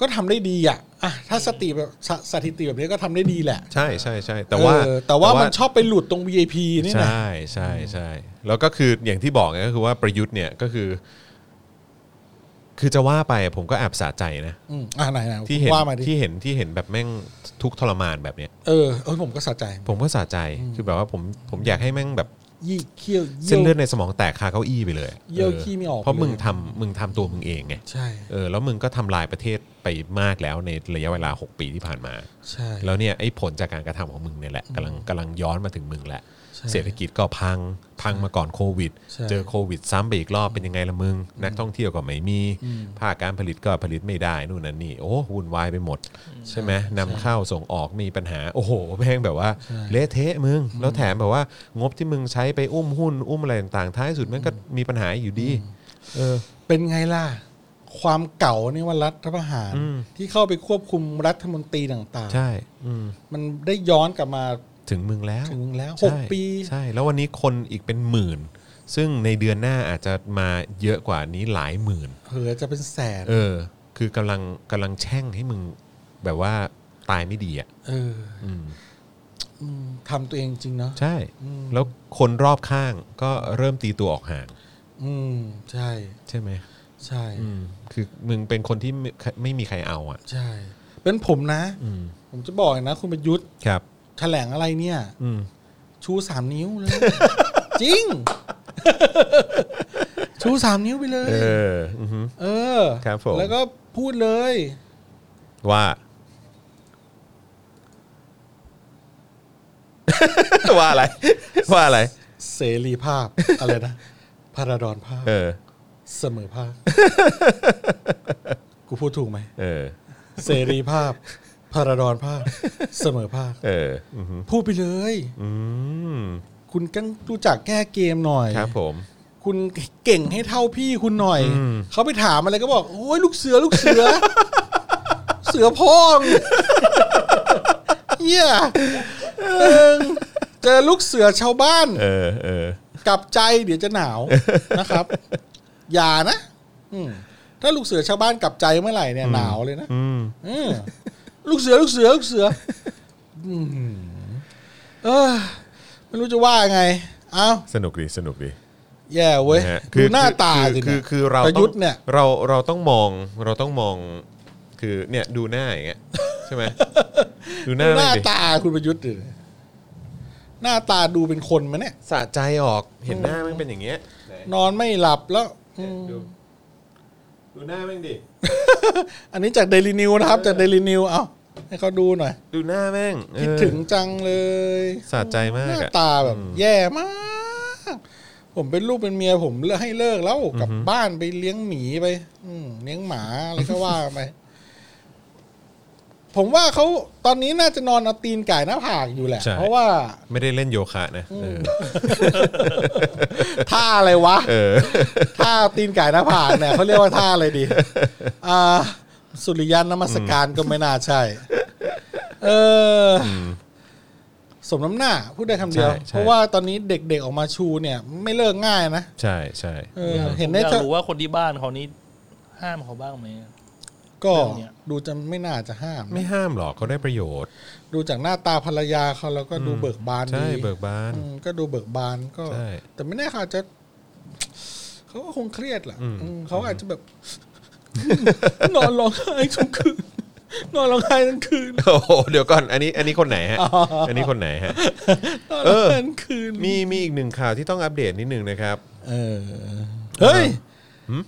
B: ก็ทำได้ดีอ่ะอ่ะถ้าสติแบบสสถิติแบบนี้ก็ทำได้ดีแหละ
A: ใช่ใช่ใช่แต่ว่า
B: เออแต่ว่ามันชอบไปหลุดตรง VIP นี่นะ
A: ใช่ใช่ใช่แล้วก็คืออย่างที่บอกไงก็คือว่าประยุทธ์เนี่ยก็คือ คือจะว่าไปผมก็แอบสะใจนะ
B: อืมอ่ะไหนไหน
A: ที่เห็น
B: ว่ามาดิ
A: ที่เห็นที่เห็นแบบแม่งทุกข์ทรมานแบบเนี้ย
B: เออเอยผมก็สะใจ
A: ผมก็สะใจคือแบบว่าผมผมอยากให้แม่งแบบ
B: ยี่เขี้ยว
A: เส้นเลือด
B: ยี่ยว
A: ในสมองแตกคาเก้าอี้ไปเลย
B: เยี่ยวขี้ไม่ออก
A: เพราะ
B: เลย
A: มึงทำมึงทำตัวมึงเองไง
B: ใช่
A: เออแล้วมึงก็ทำลายประเทศไปมากแล้วในระยะเวลา 6 ปีที่ผ่านมา
B: ใช่
A: แล้วเนี่ยไอ้ผลจากการกระทำของมึงเนี่ยแหละกำลังกำลังย้อนมาถึงมึงแหละ
B: ใช่
A: เศรษฐกิจก็พัง พังมาก่อนโควิด
B: ใช่
A: เจอโควิดซ้ำไปอีกรอบเป็นยังไงละมึง นักท่องเที่ยวก็ไม่มี
B: อืม
A: ภาคการผลิตก็ผลิตไม่ได้นู่นนั่นนี่ โอ้วุ่นวายไปหมด ใช่ไหมนำเข้าส่งออกมีปัญหา โอ้โหแม่งแบบว่า
B: ใช่
A: เละเทะมึง แล้วแถมแบบว่างบที่มึงใช้ไปอุ้มหุ้น อุ้มอะไรต่างๆท้ายสุดแม่งก็มีปัญหาอยู่ดี เออ
B: เป็นไงล่ะ ความเก่านี่ว่ารัฐประหาร
A: อืม
B: ที่เข้าไปควบคุมรัฐมนตรีต่าง
A: ใช่อืม
B: ๆ มันได้ย้อนกลับมา
A: ถึงมึงแล้ว
B: ถึงแล้วห
A: ใช่
B: กปี
A: ใช่ แล้ววันนี้คนอีกเป็นหมื่น ซึ่งในเดือนหน้าอาจจะมาเยอะกว่านี้หลายหมื่น
B: เผื่อจะเป็นแสน
A: เออ คือกำลังกำลังแช่งให้มึงแบบว่าตายไม่ดีอ่ะ
B: เออ
A: อืม
B: อืมทำตัวเองจริงเนาะ
A: ใช่
B: อืม
A: แล้วคนรอบข้างก็เริ่มตีตัวออกห่าง
B: อืมใช่
A: ใช่ไหม
B: ใช่
A: อืมคือมึงเป็นคนที่ไม่ไม่มีใครเอาอ่ะ
B: ใช่ เป็นผมนะ
A: อืม
B: ผมจะบอกเลยนะ คุณประยุทธ์
A: ครับ
B: แถลงอะไรเนี่ย
A: อืม
B: ชูสามนิ้ว
A: (laughs)
B: เลย จริง ชูสามนิ้วไปเลย
A: เอออือฮึ
B: เออ
A: ครับผม
B: แล้วก็พูดเลย
A: ว่า (laughs) ว่าอะไร ว่าอะไร
B: เสรีภาพ อะไรนะพาราดอนภาพ
A: เออ
B: เสมอภาค กูพูดถูกไหม
A: เออ
B: เสรีภาพพาราดอนภาพเสมอภาค
A: เอออือฮึ
B: พูดไปเลย
A: อืม
B: คุณกันรู้จักแก้เกมหน่อย
A: ครับผม
B: คุณเก่งให้เท่าพี่คุณหน่อย
A: อืม
B: เขาไปถามอะไรก็บอก โอ้ยลูกเสือลูกเสือ
A: (laughs)
B: เสือพองเยี่ยเอิงเจอลูกเสือชาวบ้าน
A: เออเออ
B: กลับใจเดี๋ยวจะหนาวนะครับ อย่านะ อืมถ้าลูกเสือชาวบ้านกลับใจเมื่อไหร่เนี่ยหนาวเลยนะ
A: อืม
B: อืมลูกเสือลูกเสือลูกเสืออืมเออไม่รู้จะว่าไง เอ้า
A: สนุกดีสนุกดี
B: แย่เว้ย
A: นะฮะ
B: ดูหน้าตา
A: คือ
B: สิ
A: คือ
B: นะ
A: คือเรา
B: ประยุทธ์เนี่ย
A: ต้องเราเราต้องมองเราต้องมอง คือเนี่ยดูหน้าอย่างเงี้ยใช่ไหมดูหน้า
B: ห
A: เลย
B: น้า
A: ดิ
B: ตาคุณประยุทธ์ดิหน้าตาดูเป็นคนไหมเนี่ย
A: สะใจออกเห็นหน้ามันเป็นอย่างเงี้ยไหน
B: นอนไม่หลับแล้วอืม
A: ดูดูหน้าแม่งดิ
B: อันนี้จากเดลินิวนะครับ จากเดลินิวเอาให้เขาดูหน่อย
A: ดูหน้าแม่งเออ
B: คิดถึงจังเลย
A: สะใจมาก
B: หน้า
A: อ่ะ
B: ตาแบบแย่มาก ผมเป็นลูกเป็นเมียผมเลิกให้เลิกแล้วกลับบ้านไปเลี้ยงหมีไป อืมเลี้ยงหมาอะไรก็ว่าไป ผมว่าเขาตอนนี้น่าจะนอนเอาตีนไก่หน้าผากอยู่แหละ
A: ใช่
B: เพราะว่า
A: ไม่ได้เล่นโยคะนะเออ
B: ท่าอะไรวะ
A: เออ
B: ท่าตีนไก่หน้าผากเนี่ยเขาเรียกว่าท่าอะไรดีอ่าสุริยันนมัสการก็ไม่น่าใช่ เอออสมน้ำหน้าพูดได้คำเดียว
A: ใช่ใช่
B: เพราะว่าตอนนี้เด็กๆออกมาชูเนี่ย ไม่เลิกง่ายนะ
A: ใช่ใช่
B: เออ เห็น
C: ผม
B: ได้
C: อยาก
B: จะ
C: รู้ว่าคนที่บ้านเขานี่ห้ามเขาบ้างไหม
B: ก็
C: เรื่องเนี่ย
B: ดูจะไม่น่าจะห้ามนะ
A: ไม่ห้ามหรอกเขาได้ประโยชน์
B: ดูจากหน้าตาภรรยาเขาแล้วก็ดูเบิกบาน
A: ใช่
B: ดี
A: เบิกบาน
B: อืมก็ดูเบิกบานก็
A: ใช่
B: แต่ไม่แน่เขาอาจจะเขาก็คงเครียดแหละอืมเขาอาจจะ
A: (laughs)
B: แบบ นอนร้องไห้ทุกคืนนอนร้องไห้ทั้งคืน
A: โอ้โหเดี๋ยวก่อนอันนี้อันนี้คนไหนฮะ อันนี้คนไหนฮะ
B: นอน
A: เอ
B: ร้อง
A: อ
B: ไห้ทั้งคืน
A: มีมีอีกหนึ่งข่าวที่ต้องอัปเดตนิดนึงนะครับ
B: เออเฮ้ย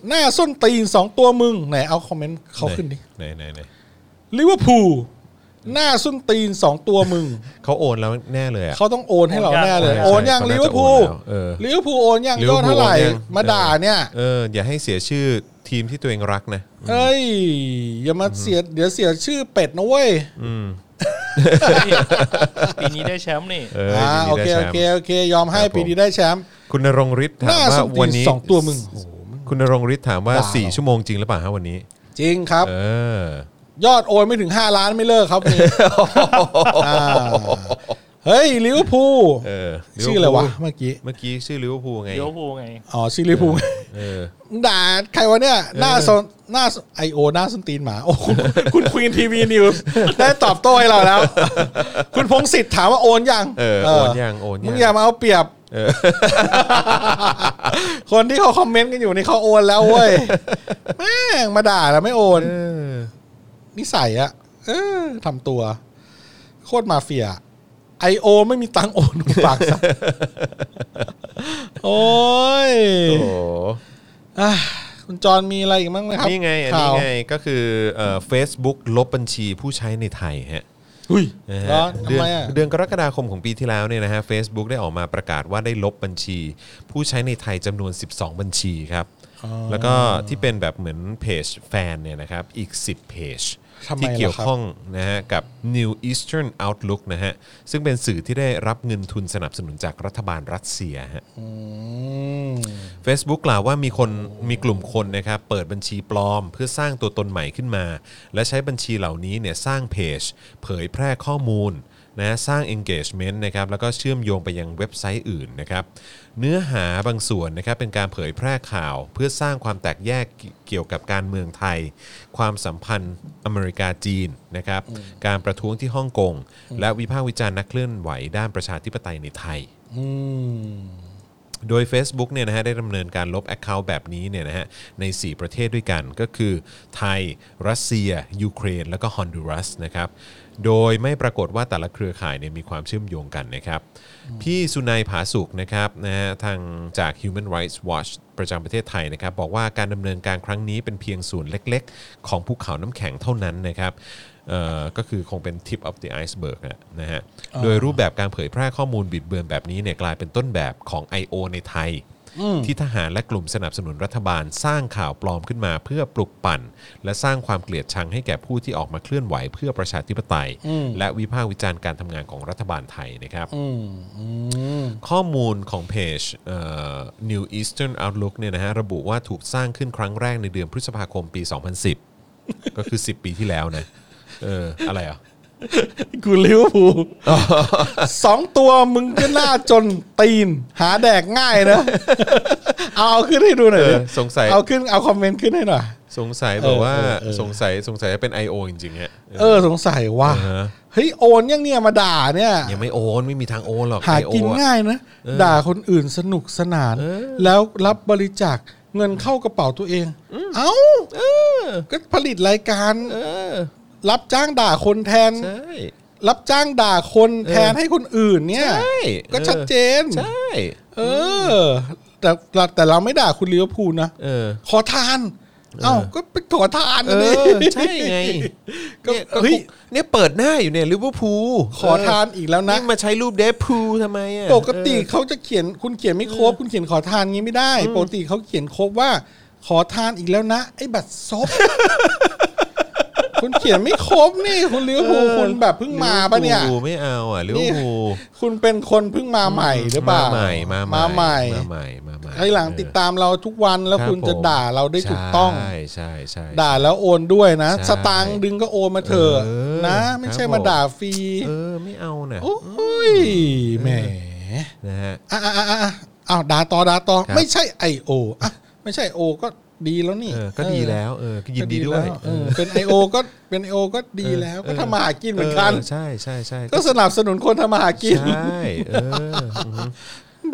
B: หน้าส้นตีนสองตัวมึงไหนเอาคอมเมนต์เขาขึ้นดิ
A: ไหนไหนไหน
B: ลิเวอร์พูลหน้าส้นตีนสองตัวมึง
A: เขาโอนแล้วแน่เลยอะ
B: เขาต้องโอนให้เราแน่เลย
A: ใช่
B: โอนยัง
A: เขาน่าจะ
B: ลิเวอร์พูล
A: โอนแล้วเออ
B: ลิเวอร์พูลโอนยังยอดเท่าไหร่
A: ลิเวอร์พูลโอนยัง
B: มาด่าเนี่ย
A: เออ อย่าให้เสียชื่อทีมที่ตัวเองรักนะ
B: เอ้ย อย่ามาเสียเดี๋ยวเสียชื่อเป็ดนะเว้ย
A: อืม
C: ปีนี้ได้แชมป์นี่
A: เออ
B: อ่า
A: ยิน
B: โอ
A: ดีได้
B: เค
A: แชมป์
B: โอเคโอเคยอมให้
A: ครับผม
B: ปีนี้ได้แชมป์
A: คุณนรงฤทธิ์
B: ห
A: ถาม
B: น้า
A: ว่า
B: สต
A: วัน
B: รี
A: นี้
B: สองตัวมึง
A: คุณนรงฤทธิ์ถามว่า
B: ด่าเรา
A: 4 ชั่วโมงจริงหรือเปล่าฮะวันนี้
B: จริงครับ
A: เออ
B: ยอดโอนไม่ถึง 5 ล้านไม่เลิ
A: (laughs)
B: กครับนี่อ่าเฮ้ยลิเวอร์พูล
A: เออ
B: ชื่ออะไรวะเมื่อกี้
A: เมื่อกี้ชื่อลิเวอร์พูลไง
C: เดี๋ยวพูไง
B: อ๋อชื่อลิเวอร์พูล
A: เออ
B: ด่าใครวะเนี่ย หน้าโซนหน้าไอโอหน้าส้นตีนหมา (laughs) โอ้คุณคุณควีนทีวีนิว
A: (laughs)
B: ส์ได้ตอบโต้ให้เราแล้ว คุณพงศิษฐ์ถามว่าโอนยัง
A: เออโอนยังโอนยัง
B: มึงอย่ามาเอาเปรียบ
A: เออ
B: (laughs) คนที่เขาคอมเมนต์กันอยู่นี่เขาโอนแล้วเว้ย แม่งมาด่าแล้วไม่โอน
A: เออ
B: นิสัยอะเออทำตัว โคตรมาเฟียไอโอไม่มีตังค์โอนปากซะโอ้ย
A: โอ้โห
B: อ่ะคุณจอนมีอะไรอีกมั้งไหมครับ
A: นี่ไง อัน
B: ข่า
A: นี้
B: ว
A: ไง ก็คือเอ่อ Facebook ลบบัญชีผู้ใช้ในไทยฮะ
B: อุ้ย
A: นะ
B: ร้
A: ฮะ
B: อน
A: เดือน
B: ทำไมอะ
A: เดือนกรกฎาคมของปีที่แล้วเนี่ยนะฮะ Facebook ได้ออกมาประกาศว่าได้ลบบัญชี ผู้ใช้ในไทยจำนวน 12 บัญชีครับ แล้วก็ที่เป็นแบบเหมือนเพจแฟนเนี่ยนะครับอีก 10 เพจ
B: ทำไม
A: ที่เกี่ยว
B: ล่ะครับ
A: ข้องนะฮะกับ New Eastern Outlook นะฮะซึ่งเป็นสื่อที่ได้รับเงินทุนสนับสนุนจากรัฐบาลรัสเซียฮะ
B: อืม
A: Facebook กล่าวว่ามีคนมีกลุ่มคนนะครับเปิดบัญชีปลอม เพื่อสร้างตัวตนใหม่ขึ้นมา และใช้บัญชีเหล่านี้เนี่ยสร้างเพจ เผยแพร่ข้อมูลนะสร้าง engagement นะครับแล้วก็เชื่อมโยงไปยังเว็บไซต์อื่นนะครับเนื้อหาบางส่วนนะครับเป็นการเผยแพร่ข่าว เพื่อสร้างความแตกแยกเกี่ยวกับการเมืองไทย ความสัมพันธ์อเมริกาจีนนะครับการประท้วงที่ฮ่องกงและวิพากษ์วิจารณ์นักเคลื่อนไหวด้านประชาธิปไตยในไทย
B: อืม
A: โดย Facebook เนี่ยนะฮะได้ดำเนินการลบ Account แบบนี้เนี่ยนะฮะใน 4 ประเทศด้วยกันก็คือ ไทย รัสเซีย ยูเครน แล้วก็ฮอนดูรัสนะครับโดยไม่ปรากฏว่าแต่ละเครือข่ายเนี่ยมีความเชื่อมโยงกันนะครับพี่สุนัยผาสุกนะครับนะฮะทางจาก Human Rights Watch ประจำประเทศไทยนะครับบอกว่าการดำเนินการครั้งนี้เป็นเพียงส่วนเล็กๆ ของภูเขาน้ำแข็งเท่านั้นนะครับเอ่อก็คือคงเป็น tip of the iceberg นะนะฮะโดยรูปแบบการเผยแพร่ข้อมูลบิดเบือนแบบนี้เนี่ยกลายเป็นต้นแบบของ I.O. ในไทย ที่ทหารและกลุ่มสนับสนุนรัฐบาลสร้างข่าวปลอมขึ้นมา เพื่อปลุกปั่น และสร้างความเกลียดชังให้แก่ผู้ที่ออกมาเคลื่อนไหวเพื่อประชาธิปไตย และวิพากษ์วิจารณ์การทำงานของรัฐบาลไทยนะครับ
B: อืมอืม
A: ข้อมูลของเพจเอ่อ New Eastern Outlook เนี่ยนะฮะระบุว่าถูกสร้างขึ้นครั้งแรกในเดือนพฤษภาคมปี 2010 ก็คือ 10 ปีที่แล้วนะเอออะไรอ่ะ
B: กูลิเวอร์
A: (laughs)
B: พูลสองตัวมึงก็หน้าจนตีน หาแดกง่าย
A: (laughs)
B: นะ เอาเอาขึ้นให้ดูหน่อยดิ
A: เออสงสัย
B: เอาขึ้นเอาคอมเมนต์ขึ้นให้หน่อย
A: สงสัยแบบว่า
B: เออเออเออ
A: สงสัยสงสัยจะเป็น I.O. จริงๆฮะเออ
B: เออสงสัยว่า
A: เออ
B: เฮ้ยโอนยังเนี่ยมาด่าเนี่ย
A: ยังไม่โอนไม่มีทางโอนหรอก
B: หา
A: I.O.
B: กิน
A: อะ
B: ง่ายนะ ด่าคนอื่นสนุกสนาน แล้วรับบริจาคเงินเข้ากระเป๋าตัวเอง เอ้าก็ผลิตรายการรับจ้างด่าคนแทน
A: ใช่
B: รับจ้างด่าคนแทนให้คนอื่นเนี่ย
A: ใช่
B: ก็ชัดเจน
A: ใช่
B: เออ แต่เราแต่เราไม่ด่าคุณลิเวอร์พูลนะ
A: เออ
B: ขอทาน เอ้า ก็เป็นขอทาน
A: เอ
B: นะนี่
A: อ ใช่ไง
B: ก็
A: เนี่ยก็
B: เฮ้ย
A: เนี่ยเปิดหน้าอยู่เนี่ยลิเวอร์พูล
B: (laughs) ขอทานอีกแล้วนะ
A: นี่มาใช้รูปเดฟพูลทำไมอ่ะ
B: ปกติเขาจะเขียนคุณเขียนไม่ครบ คุณเขียนขอทานงี้ไม่ได้ ปกติเขาเขียนครบว่า ขอทานอีกแล้วนะ ไอ้บัตรซบ (laughs) คุณเขียนไม่ครบนี่ คุณลิเวอร์พูลคุณแบบเพิ่งมาปะเนี่ย
A: ลิวอร์พูลไม่เอาอ่ะลิเวอร์พูล
B: คุณเป็นคนเพิ่งมาใหม่หรือเปล่า
A: ใหม่มา
B: มาใหม่
A: มาใหม่มาใหม่ าย
B: ไอ้หลังติดตามเราทุกวันแล้ว
A: รับ
B: คุณจะ
A: ผม
B: ด่าเราได้ถูกต้อง
A: ใช่ใช่ใช่
B: ด่าแล้วโอนด้วยนะ
A: ใช่
B: สตางค์ดึงก็โอนมาเถอะ
A: เออ
B: นะ ไม่ใช่
A: ครับผม
B: มาด่าฟรี
A: เออไม่เอาน่ะ
B: โอ้ยแหม
A: นะฮะ
B: อ่ะอ่ะอ่ะอ่ะอ้าวด่าต่อด่าต่อ
A: ครับ
B: ไม่ใช่ไอโออ่ะไม่ใช่โอก็ดีแล้วนี่
A: เออก็ดีแล้วเออก็ยินดีด้วย
B: ก็แล้เออเป็นไอโอ
A: (laughs)
B: ก็เป็นไอโอก็ดีแล้ว ก็ทำมาหากินเหมือนกัน
A: ใช่ใช่ใช่
B: ก็สนับสนุนคนทำมาหากิน
A: ใช่เอออือฮึ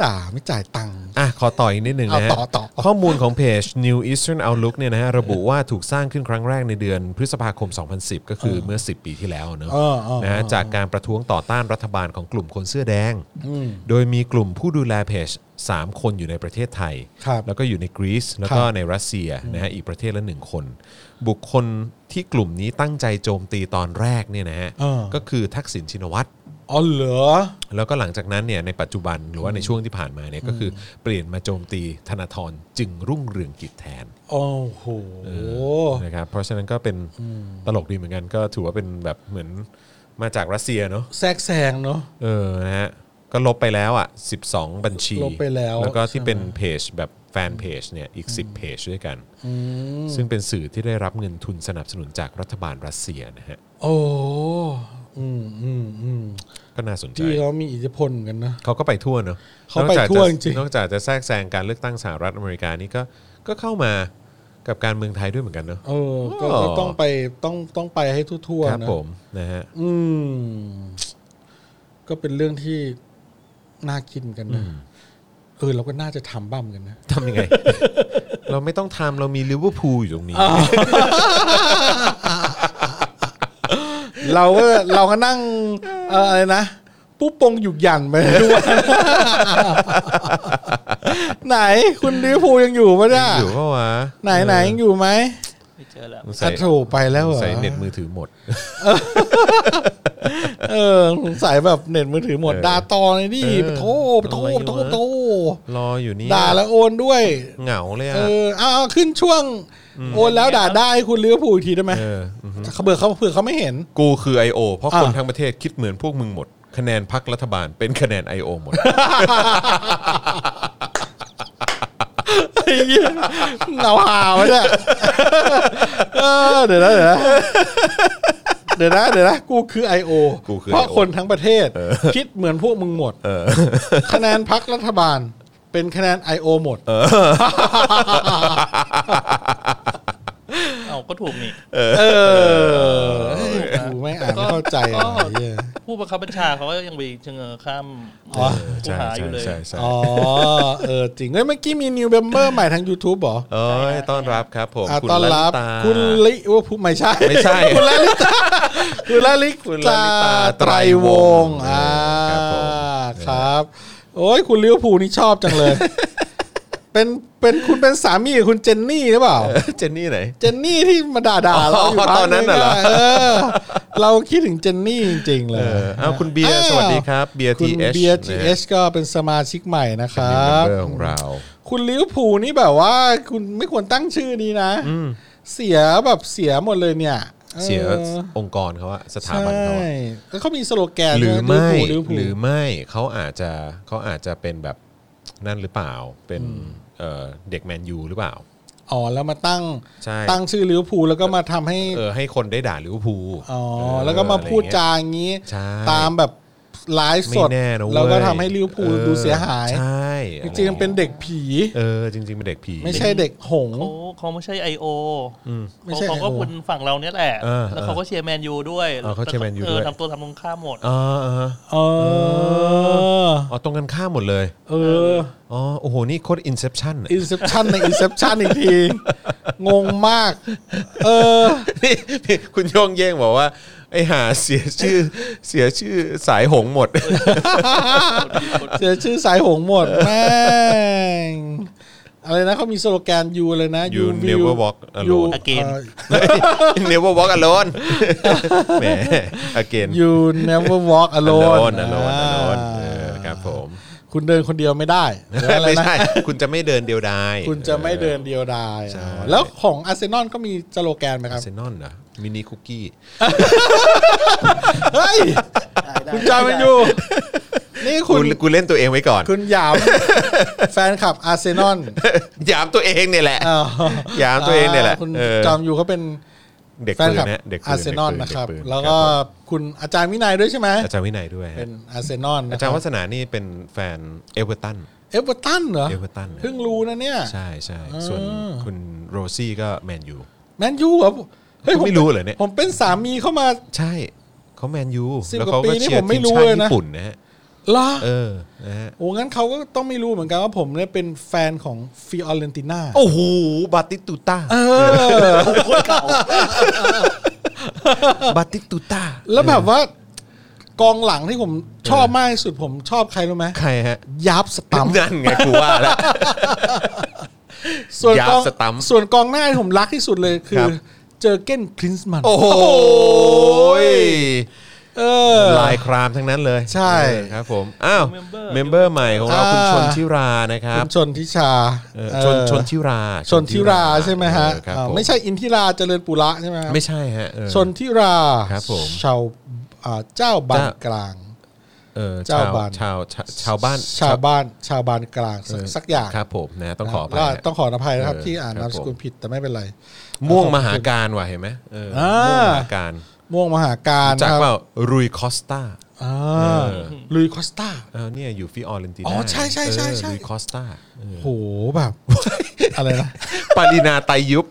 B: ด่าไม่จ่ายตังค์
A: อ่ะ ขอต่ออีกนิดหนึ่งนะฮะ
B: เอาต่อต่อ
A: ข้อมูลของเพจ New Eastern Outlook เนี่ยนะฮะระบุว่าถูกสร้างขึ้นครั้งแรกในเดือนพฤษภาคม 2010 ก็คือเมื่อ 10 ปีที่แล้วเนอะ
B: เออเออ
A: นะฮะจากการประท้วงต่อต้านรัฐบาลของกลุ่มคนเสื้อแดง
B: อืม
A: โดยมีกลุ่มผู้ดูแลเพจ 3 คนอยู่ในประเทศไทย
B: ครับ
A: แล้วก็อยู่ในกรีซแล้วก็
B: ครับ
A: ในรัสเซียนะฮะอีกประเทศละหนึ่งคน บุคคลที่กลุ่มนี้ตั้งใจโจมตีตอนแรกเนี่ยนะฮะ
B: เออ
A: ก็คือทักษิณชินวัตร
B: อ๋อเหรอ
A: แล้วก็หลังจากนั้นเนี่ยในปัจจุบันหรือว่าในช่วงที่ผ่านมาเนี่ยก็คือเปลี่ยนมาโจมตีธนาธรจึงรุ่งเรืองกิจแทน
B: โอ้โห
A: นะครับเพราะฉะนั้นก็เป็นตลกดีเหมือนกันก็ถือว่าเป็นแบบเหมือนมาจากรัสเซียเนาะ
B: แทรกแซงเนาะ
A: เออนะฮะก็ลบไปแล้วอ่ะ12 บัญชี
B: ลบไปแล้ว
A: แล้วก็ที่
B: ใช่ไหม
A: เป็นเพจแบบแฟนเพจเนี่ยอีก 10 เพจด้วยกัน
B: อืม
A: ซึ่งเป็นสื่อที่ได้รับเงินทุนสนับสนุนจากรัฐบาลรัสเซียนะฮะ
B: โอ้อืมอืมอืม
A: ก็น่าสนใจ
B: ที่เขามีอิทธิพลเหมือนกันนะ
A: เขาก็ไปทั่วเนอะ
B: เขาไปทั่วจริงๆ
A: นอกจากจะแทรกแซงการเลือกตั้งสหรัฐอเมริกานี่ก็ก็เข้ามากับการเมืองไทยด้วยเหมือนกันเนอะ
B: เออ ก็ก็ต้องไปต้องต้องไปให้ทั่ว
A: ครับ
B: ๆนะ
A: ผมนะฮะ
B: อืม ก็เป็นเรื่องที่น่าคิดเหมือนกันนะเออเราก็น่าจะทำบ้างเหมือนกันนะ (laughs)
A: ทำยังไง เราไม่ต้องทำเรามีลิเวอร์พูลอยู่ตรงนี้
B: เราก็เราก็นั่งเอ่ออะไรนะปุ๊บปงหยุกหยันไปด้วย (laughs) ไหน คุณดิวพูลยังอยู่ปะเนี่ย
A: อยู่ก็วะ
B: ไหนไหน
A: เออ
B: ยังอยู่ไหม
C: ไม่เจอแล้ว
A: สงสั
B: อั
A: ย
B: โถไปแล้วเหรอ
A: ใส่เน็ตมือถือหมด
B: เออสงสัยแบบเน็ตมือถือหมด
A: เออ
B: ด่าต่อเลยนี่
A: เออ
B: ปะโทปะโท
A: อะไร
B: ปะโท
A: วะ
B: ปะโท
A: รออยู่นี่
B: ด่าแล้วโอนด้วย
A: เหงาเลยอ่ะ
B: เออเอาเอาขึ้นช่วง โอนแล้วด่าได้คุณลิเวอร์พูลอีกทีได้ไหม
A: เอออือฮึ
B: เขาเบื่อเขาเผื่อเขาไม่เห็น
A: กูคือ I.O. เพราะ
B: อ่ะ
A: คนทั้งประเทศคิดเหมือนพวกมึงหมด คะแนนพักรัฐบาลเป็นคะแนน I.O. หมด
B: ไอ้เหี้ยเหงาหาวะเนี่ยเออเดี๋ยวนะเดี๋ยวนะเดี๋ยวนะเดี๋ยวนะกูคือ I.O.
A: กูคือ
B: เพราะ
A: IO
B: คนทั้งประเทศ คิดเหมือนพวกมึงหมดคะแนนพักรัฐบาล เป็นคะแนน I.O. หมด
C: เอาก็ถูกนี่
B: เออกูไม่อ่านไม่เข้าใจอะ
C: ก็
B: ไรเงี้ย
C: ผู้บังคับบัญชาเขาก็ยังไปเชงเออข้ามผู้
A: ใช่
C: หาอ
A: ใช่
C: ยู่เลย
A: ใช่ใช่
B: อ๋อเออจริงเฮ้ยเมื่อกี้มีนิวเบมเบอร์ใหม่ทาง YouTube เหรอ
A: เอ้ยต้อนรับครับผม
B: อ่ะ
A: คุณ
B: ต้อน
A: ละลิ
B: รับ
A: ตา
B: คุณลิว่าผู้ไม่ใช่
A: ไม่ใช่
B: คุณลลิ
A: (laughs)
B: ตาคุณลลิ
A: คุณล
B: ตา
A: ลิตา
B: ไตรวง
A: ไตรวง
B: ศ์
A: ศ์
B: อ่า
A: ครับผม
B: ครับ โอ้ยคุณลิเวอร์พูลนี่ชอบจังเลย
A: (laughs)
B: เป็นเป็นคุณเป็นสามีกับคุณเจนนี่หรือเปล่า
A: เจนนี่ไหน
B: เจนนี่ที่มาด่าด่าๆเราอ
A: อ๋อ
B: ยู่พัก
A: ตอนนั้นน่ะเหรอ
B: งะเออ เราคิดถึงเจนนี่จริงๆเล
A: เอย อเอาคุณเบียร์สวัสดีครับเบียร์
B: คุ
A: ที
B: ณ
A: เอช
B: เบียร์ทีเอชก็เป็นสมาชิกใหม่นะค
A: ค
B: รั
A: รับบ ของเรา
B: คุณลิเวอร์พูลนี่แบบว่า คุณไม่ควรตั้งชื่อนี้นะ เสียแบบเสียหมดเลยเนี่ย
A: เสีย
B: ออ
A: องค์กรเขาอะสถาบันเขา
B: ใช่
A: อะ
B: แล้วเขามีสโลแกน
A: หรือไม่
B: หรือผู
A: ห
B: ห
A: รื
B: รือ อ
A: ไม่เขาอาจจะเขาอาจจะเป็นแบบนั่นหรือเปล่า เป็นเอ่อเด็กแมนยูหรือเปล่า
B: อ๋อแล้วมาตั้ง
A: ใช่
B: ตั้งชื่อลิเวอร์พูลแล้วก็มาทำให้
A: เออให้คนได้ด่าลิเวอร์พูล
B: อ๋อ
A: เออ
B: แล้วก็มาพูด
A: อะไรเงี้ย
B: จาอย่างนี้
A: ใช่
B: ตามแบบไลฟ์ส
A: ไม่
B: ด
A: แน่นะเย
B: แล้วก็ทำให้ลิเวอร์พูล
A: ออ
B: ดูเสียหาย
A: ใช่
B: จริงๆเป็นเด็กผี
A: เออจริง ๆ เป็นเด็กผี
B: ไม่ใช่เด็กหง
C: เขาเขาไม่ใช่ไอโอ
B: ไม่ใช่
C: เขาก็
B: IO
C: คนฝั่งเราเนี่ยแหละ
A: เออ
C: แล้วเขาก็เชียร์แมนยูด้วย
A: เออเขาเชียร์แมนยู
C: เออ
A: ด้วย
C: ทำตัวทำตรงข้ามหมด
A: อ่าอ่า
B: เออ
A: อ๋อตรงกันข้ามหมดเลย
B: เออ
A: อ๋อ โอ้โห นี่โคตร Inception อะ
B: อินเซปชันในอินเซปชันอีกที งงมาก เออ
A: นี่นี่คุณโยงเย่งบอกว่า ไอ้หาเสียชื่อ เสียชื่อสายหงหมด
B: เสียชื่อสายหงหมดแม่งอะไรนะเขามีสโลแกนยูเลยนะ
A: You
B: will-
A: never walk alone
B: you-
C: Again
B: เอ่อ
A: (laughs) Never walk alone แหม again
B: you never walk alone
A: alone alone
B: อ่า
A: alone เออครับผม
B: คุณเดินคนเดียวไม่ได้หรืออะ
A: (laughs)
B: ไร
A: ไม่
B: นะ
A: ใช่ คุณจะไม่เดินเดียวดาย
B: (laughs) คุณจะไม่เดินเดียวดาย
A: ใช่
B: อ๋อแล้วของอาร์เซนอลก็มีสโลแกนไหมค
A: อา (laughs)
B: รับ
A: ร์เซนอลนะมินิคุกกี้
B: เฮ้ย คุณจามันอยู่ นี่ คุ
A: กู
B: ณ
A: กูเล่นตัวเองไว้ก่อน
B: คุณห
A: (laughs)
B: ยาม แฟนคลับอาร์เซนอล
A: หยามตัวเองเนี่ยแหละ
B: เอ่อ
A: หยามตัวเองเนี่ยแหละ
B: คุณ
A: เออ
B: จอมยูเขาเป็น
A: เด็ก
B: แฟน
A: ปืน
B: คลับ
A: นะเด็กปืน
B: อาร์เซนอล
A: ด็ก
B: นะครับ
A: เด็ปื
B: แล้วก็คุณอาจารย์วินัยด้วยใช่ไหม
A: อาจารย์วินัยด้วยฮะ
B: เป็นอาร์เซนอลนะ
A: อาจารย์วัฒนานี่เป็นแฟนเอเวอร์ตัน
B: เอเวอร์ตันเหรอ
A: เอเวอร์ตัน
B: เพิ่งรู้นะเนี่ย
A: ใช่ใช่ส่วนคุณโรซี่ก็แมนยู
B: แมนยูเหรอเฮ้ย
A: ผมไม่รู้เหรอเนี่ย
B: ผมเป็นสามีเข้ามา
A: ใช่เขาแมนยู
B: สิบ
A: แล้ว
B: กว่า
A: เขา
B: ปี
A: ก็
B: นี่
A: เชีย
B: ผ
A: ร์
B: มไม่
A: ทีม
B: รู้
A: ชาติ
B: เลยนะ
A: ญี่ปุ่นนะฮะ
B: เหรอ
A: เออนะฮะ
B: โอ้งั้นเขาก็ต้องไม่รู้เหมือนกันว่าผมเนี่ยเป็นแฟนของฟิออเรนติน่า
A: โอ้โหบาติสตูต้า
B: เออ
C: คนเก่า
A: บาติสตูต้า
B: แล้วแบบว่ากองหลังที่ผมชอบมากที่สุดผมชอบใครรู้ไหม
A: ใครฮะ
B: ยับสตัมป์
A: นั่นไงกูว่าแล้ว
B: ส่วนกอง
A: ยับสตัมป์
B: ส่วนกองหน้าที่ผมรักที่สุดเลยคื
A: ค
B: อ
A: รับ
B: เจอเก้นพรินซ์มัน
A: โอ้โห
B: เออ
A: ลายครามทั้งนั้นเลย
B: ใช่
A: เออครับผมอ้าวเมมเบอร์ใหม่ของเราคุณชนทิรานะครั
B: คุ
A: บ
B: ณชนทิชา
A: เออ
B: เออ
A: ชนชนทิรา
B: ชนทิราใช่ไหมฮะ
A: เออครับ
B: อ่า
A: ผ
B: ไม่ใช่อินทิราเจริญปุระใช่ไหมฮะ
A: ไม่ใช่ฮะเออ
B: ชนทิรา
A: ครับผม
B: ชาวอ่าเจ้าบานกลาง
A: เออ
B: เจ้า
A: ชาว
B: บ้าน
A: ชาวชาวชาวบ้าน
B: ชาวบ้านชาวบานกลางสัก
A: เออ
B: สักอย่าง
A: ครับผมนะต้องขอไป
B: แล้ว
A: ฮะ
B: ต้องขออภัยนะครับ
A: เออ
B: ที่อ่าน
A: ครับ
B: นาม
A: ผม
B: สกุลผิดแต่ไม่เป็นไร
A: ม่วงมหาการว่ะเห็นไหมเออ
B: อ่า
A: ม่วงมหาการ
B: ม่วงมหาการ
A: จาก
B: นะครับ
A: เปล่ารุยคอสตา
B: อ่า
A: เออ
B: ลุยคอสตา
A: เออเนี่ยอยู่ฟิออเรนติ
B: อ๋
A: นา
B: อใช่ใช่ใช่ใช่
A: รุยคอส
B: (laughs)
A: ตา
B: โหแบบ (laughs) อะไรนะ
A: ปารินาไตยุบ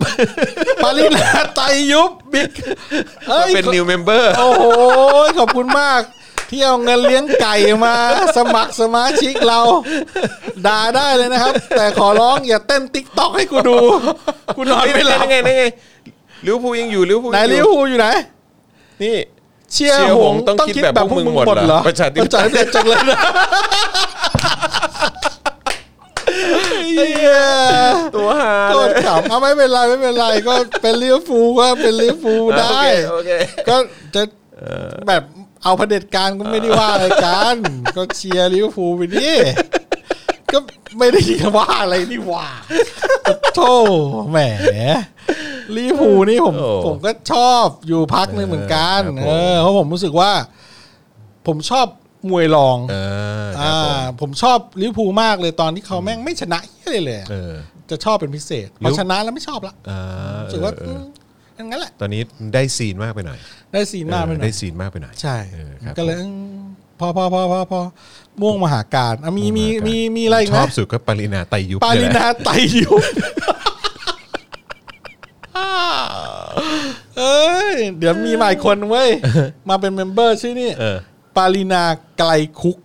B: ปาลินาไตยยุบบิ๊กเอ้ย
A: เป็นนิวเมมเบอร์
B: โอ้โห ขอบคุณมาก ที่เอาเงินเลี้ยงไก่มา สมัครสมาชิกเราด่าได้เลยนะครับ แต่ขอร้องอย่าเต้นติ๊กต็อกให้กูดูกูนอนไม่หลับ
A: ไงไงไงลิเวอร์พูลยังอยู่ลิเวอร์พูล
B: ไหน
A: ยังอ
B: ลิ
A: ยู่
B: เวอร์พูลอยู่ไหน
A: นี่
B: เชียร์
A: เชียร์
B: ห
A: ห
B: ง
A: ง
B: ส์
A: ต้องคิดแบบพวกมึงหมดเหรอประชาธิปไตย
B: ประชาธิปไตยจังเลยนะ (laughs) เหี้ย
A: ตัวฮา
B: โค
A: เล
B: ตร
A: ย
B: ขำเอาไม่เป็นไรไม่เป็นไรก็เป็นลิเวอร์พูลก็เป็นลิเวอร์พูลได้
A: โอเคโอเค
B: ก็จะแบบเอาเผด็จการก็ไม่ได้ว่าอะไรกัน ก็เชียร์ลิเวอร์พูลไปดิก็ไม่ได้ว่าอะไรนี่หว่าโธ่แหมลิเวอร์พูลนี่ผม
A: โอ้
B: ผมก็ชอบอยู่พักหนึงเหมือนกัน
A: เออครับผม
B: เออเพราะผมรู้สึกว่า ผมชอบมวยรอง
A: เออครับผม
B: อ่าผมชอบลิเวอร์พูลมากเลยตอนที่เขาแม่งไม่ชนะเหี้ยเลยเลยอะ
A: เออ
B: จะชอบเป็นพิเศษ
A: ลิ
B: พอ
A: เวอร์
B: ชนะแล้วไม่ชอบละ
A: อ่า
B: รู้สึกว่า
A: เออเออ
B: อืมอย่างนั้นแหละ
A: ตอนนี้ได้ซีนมากไปหน่อย
B: ได้ซีนมากไปหน่อย
A: เออได้ซีนมากไปหน่อย
B: ใช่
A: เออครับ
B: ก็เลยเอิ่มพอพอพอพอพอม่วงมหาการอ่ะมีมีมีมีอะไรอีก
A: ช
B: ไหม
A: อบสุดก็ปารินาไตยุบ
B: ปาลิ
A: เยแหละ
B: นาไต
A: (laughs)
B: ยุบเอ้ย เดี๋ยวมีใหม่คนเว้ย มาเป็นเมมเบอร์ชื่อนี่
A: เออ
B: ปาลินาไกลคุก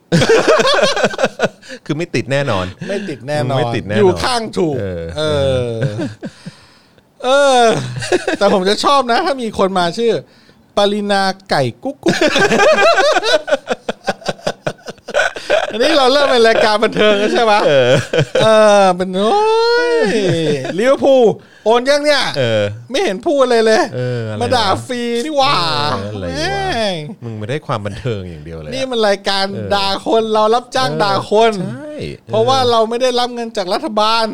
A: คือไม่ติดแน่นอน
B: ไม่ติดแน่นอน
A: ไม่ติดแน่นอน
B: อยู่ข้างถูก
A: เออ
B: เออ เออ แต่ผมจะชอบนะ ถ้ามีคนมาชื่อ ปรินาไก่กุ๊กกุ๊กอันนี้เราเริ่มเป็นรายการบันเทิงแล้วใช่ไหมเออ เออ เป็นโอ้ยลิเวอร์พูลโอนยังเนี่ย
A: เออ
B: ไม่เห็นพูดเลยเลย
A: เอออะไรวะ
B: มาด่าฟรีนี่หว่า
A: เอออะไรวะ
B: แม่ง
A: มึงไม่ได้ความบันเทิงอย่างเดียวเลยอะ
B: นี่มันรายการด่าคนเรารับจ้างด่าคน
A: ใช่
B: เพราะว่าเราไม่ได้รับเงินจากรัฐบาล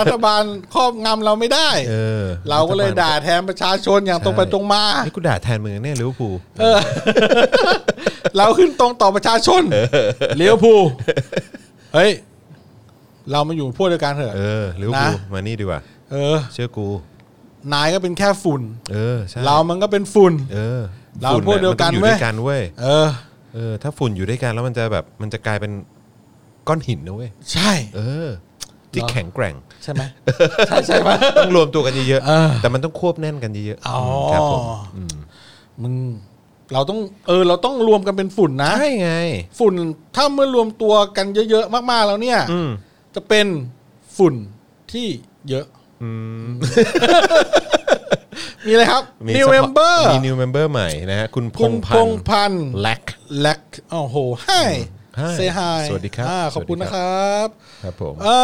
B: รัฐบาลครอบงำเราไม่ได้
A: เออ
B: เราก็เลยด่าแทนประชาชนอย่างตรงไปตรงมา
A: นี่กูด่าแทนมึงแน่ลิเวอร์พูล
B: เราขึ้นตรงต่อประชาชนเลี้ยวภูลเฮ้ย เรามาอยู่พวกเดียวกันเถอะ
A: เออลิเวอร์พูล
B: นะ
A: มานี่ดีกว่า
B: เออ
A: เชื่อกู
B: นายก็เป็นแค่ฝุ่น
A: เออใช่
B: เรามันก็เป็นฝุ่น
A: เออ
B: เรา
A: ฝุ่ะ
B: พวกเดียวกัน
A: มัต้องอยู่
B: เว้ย
A: ด้วยกันเว้ย
B: เออ
A: เออถ้าฝุ่นอยู่ด้วยกันแล้วมันจะแบบมันจะกลายเป็นก้อนหินนะเว้ย
B: ใช่
A: เออ ที่
B: เหรอ
A: แข็งแกร่ง
B: ใช่ไหมใช่ใช่ไหม
A: ต้องรวมตัวกันเยอะ
B: เออ
A: ๆแต่มันต้องควบแน่นกันเยอะๆ
B: อ๋อ
A: มครับผม
B: มึงเราต้อง เออ เราต้องรวมกันเป็นฝุ่นนะ
A: ใช่ไง
B: ฝุ่นถ้าเมื่อรวมตัวกันเยอะๆมากๆแล้วเนี่ย
A: อืม
B: จะเป็นฝุ่นที่เยอะ
A: อืม
B: มีอะไรครับ
A: มี
B: New
A: support-
B: Member
A: มี new member ใหม่นะฮะคุณพ
B: คุณ
A: ง
B: พ
A: พัน
B: ง
A: ธ์
B: พันธ์
A: แลก
B: แลกโอ้าวโห ให้
A: อืม Hi
B: เซฮาย
A: สวัสดีครับ
B: ขอบคุณ
A: สวัส
B: นะ
A: ดี
B: ค
A: ค
B: ร
A: รับ
B: ับ
A: ครับผม
B: เอ่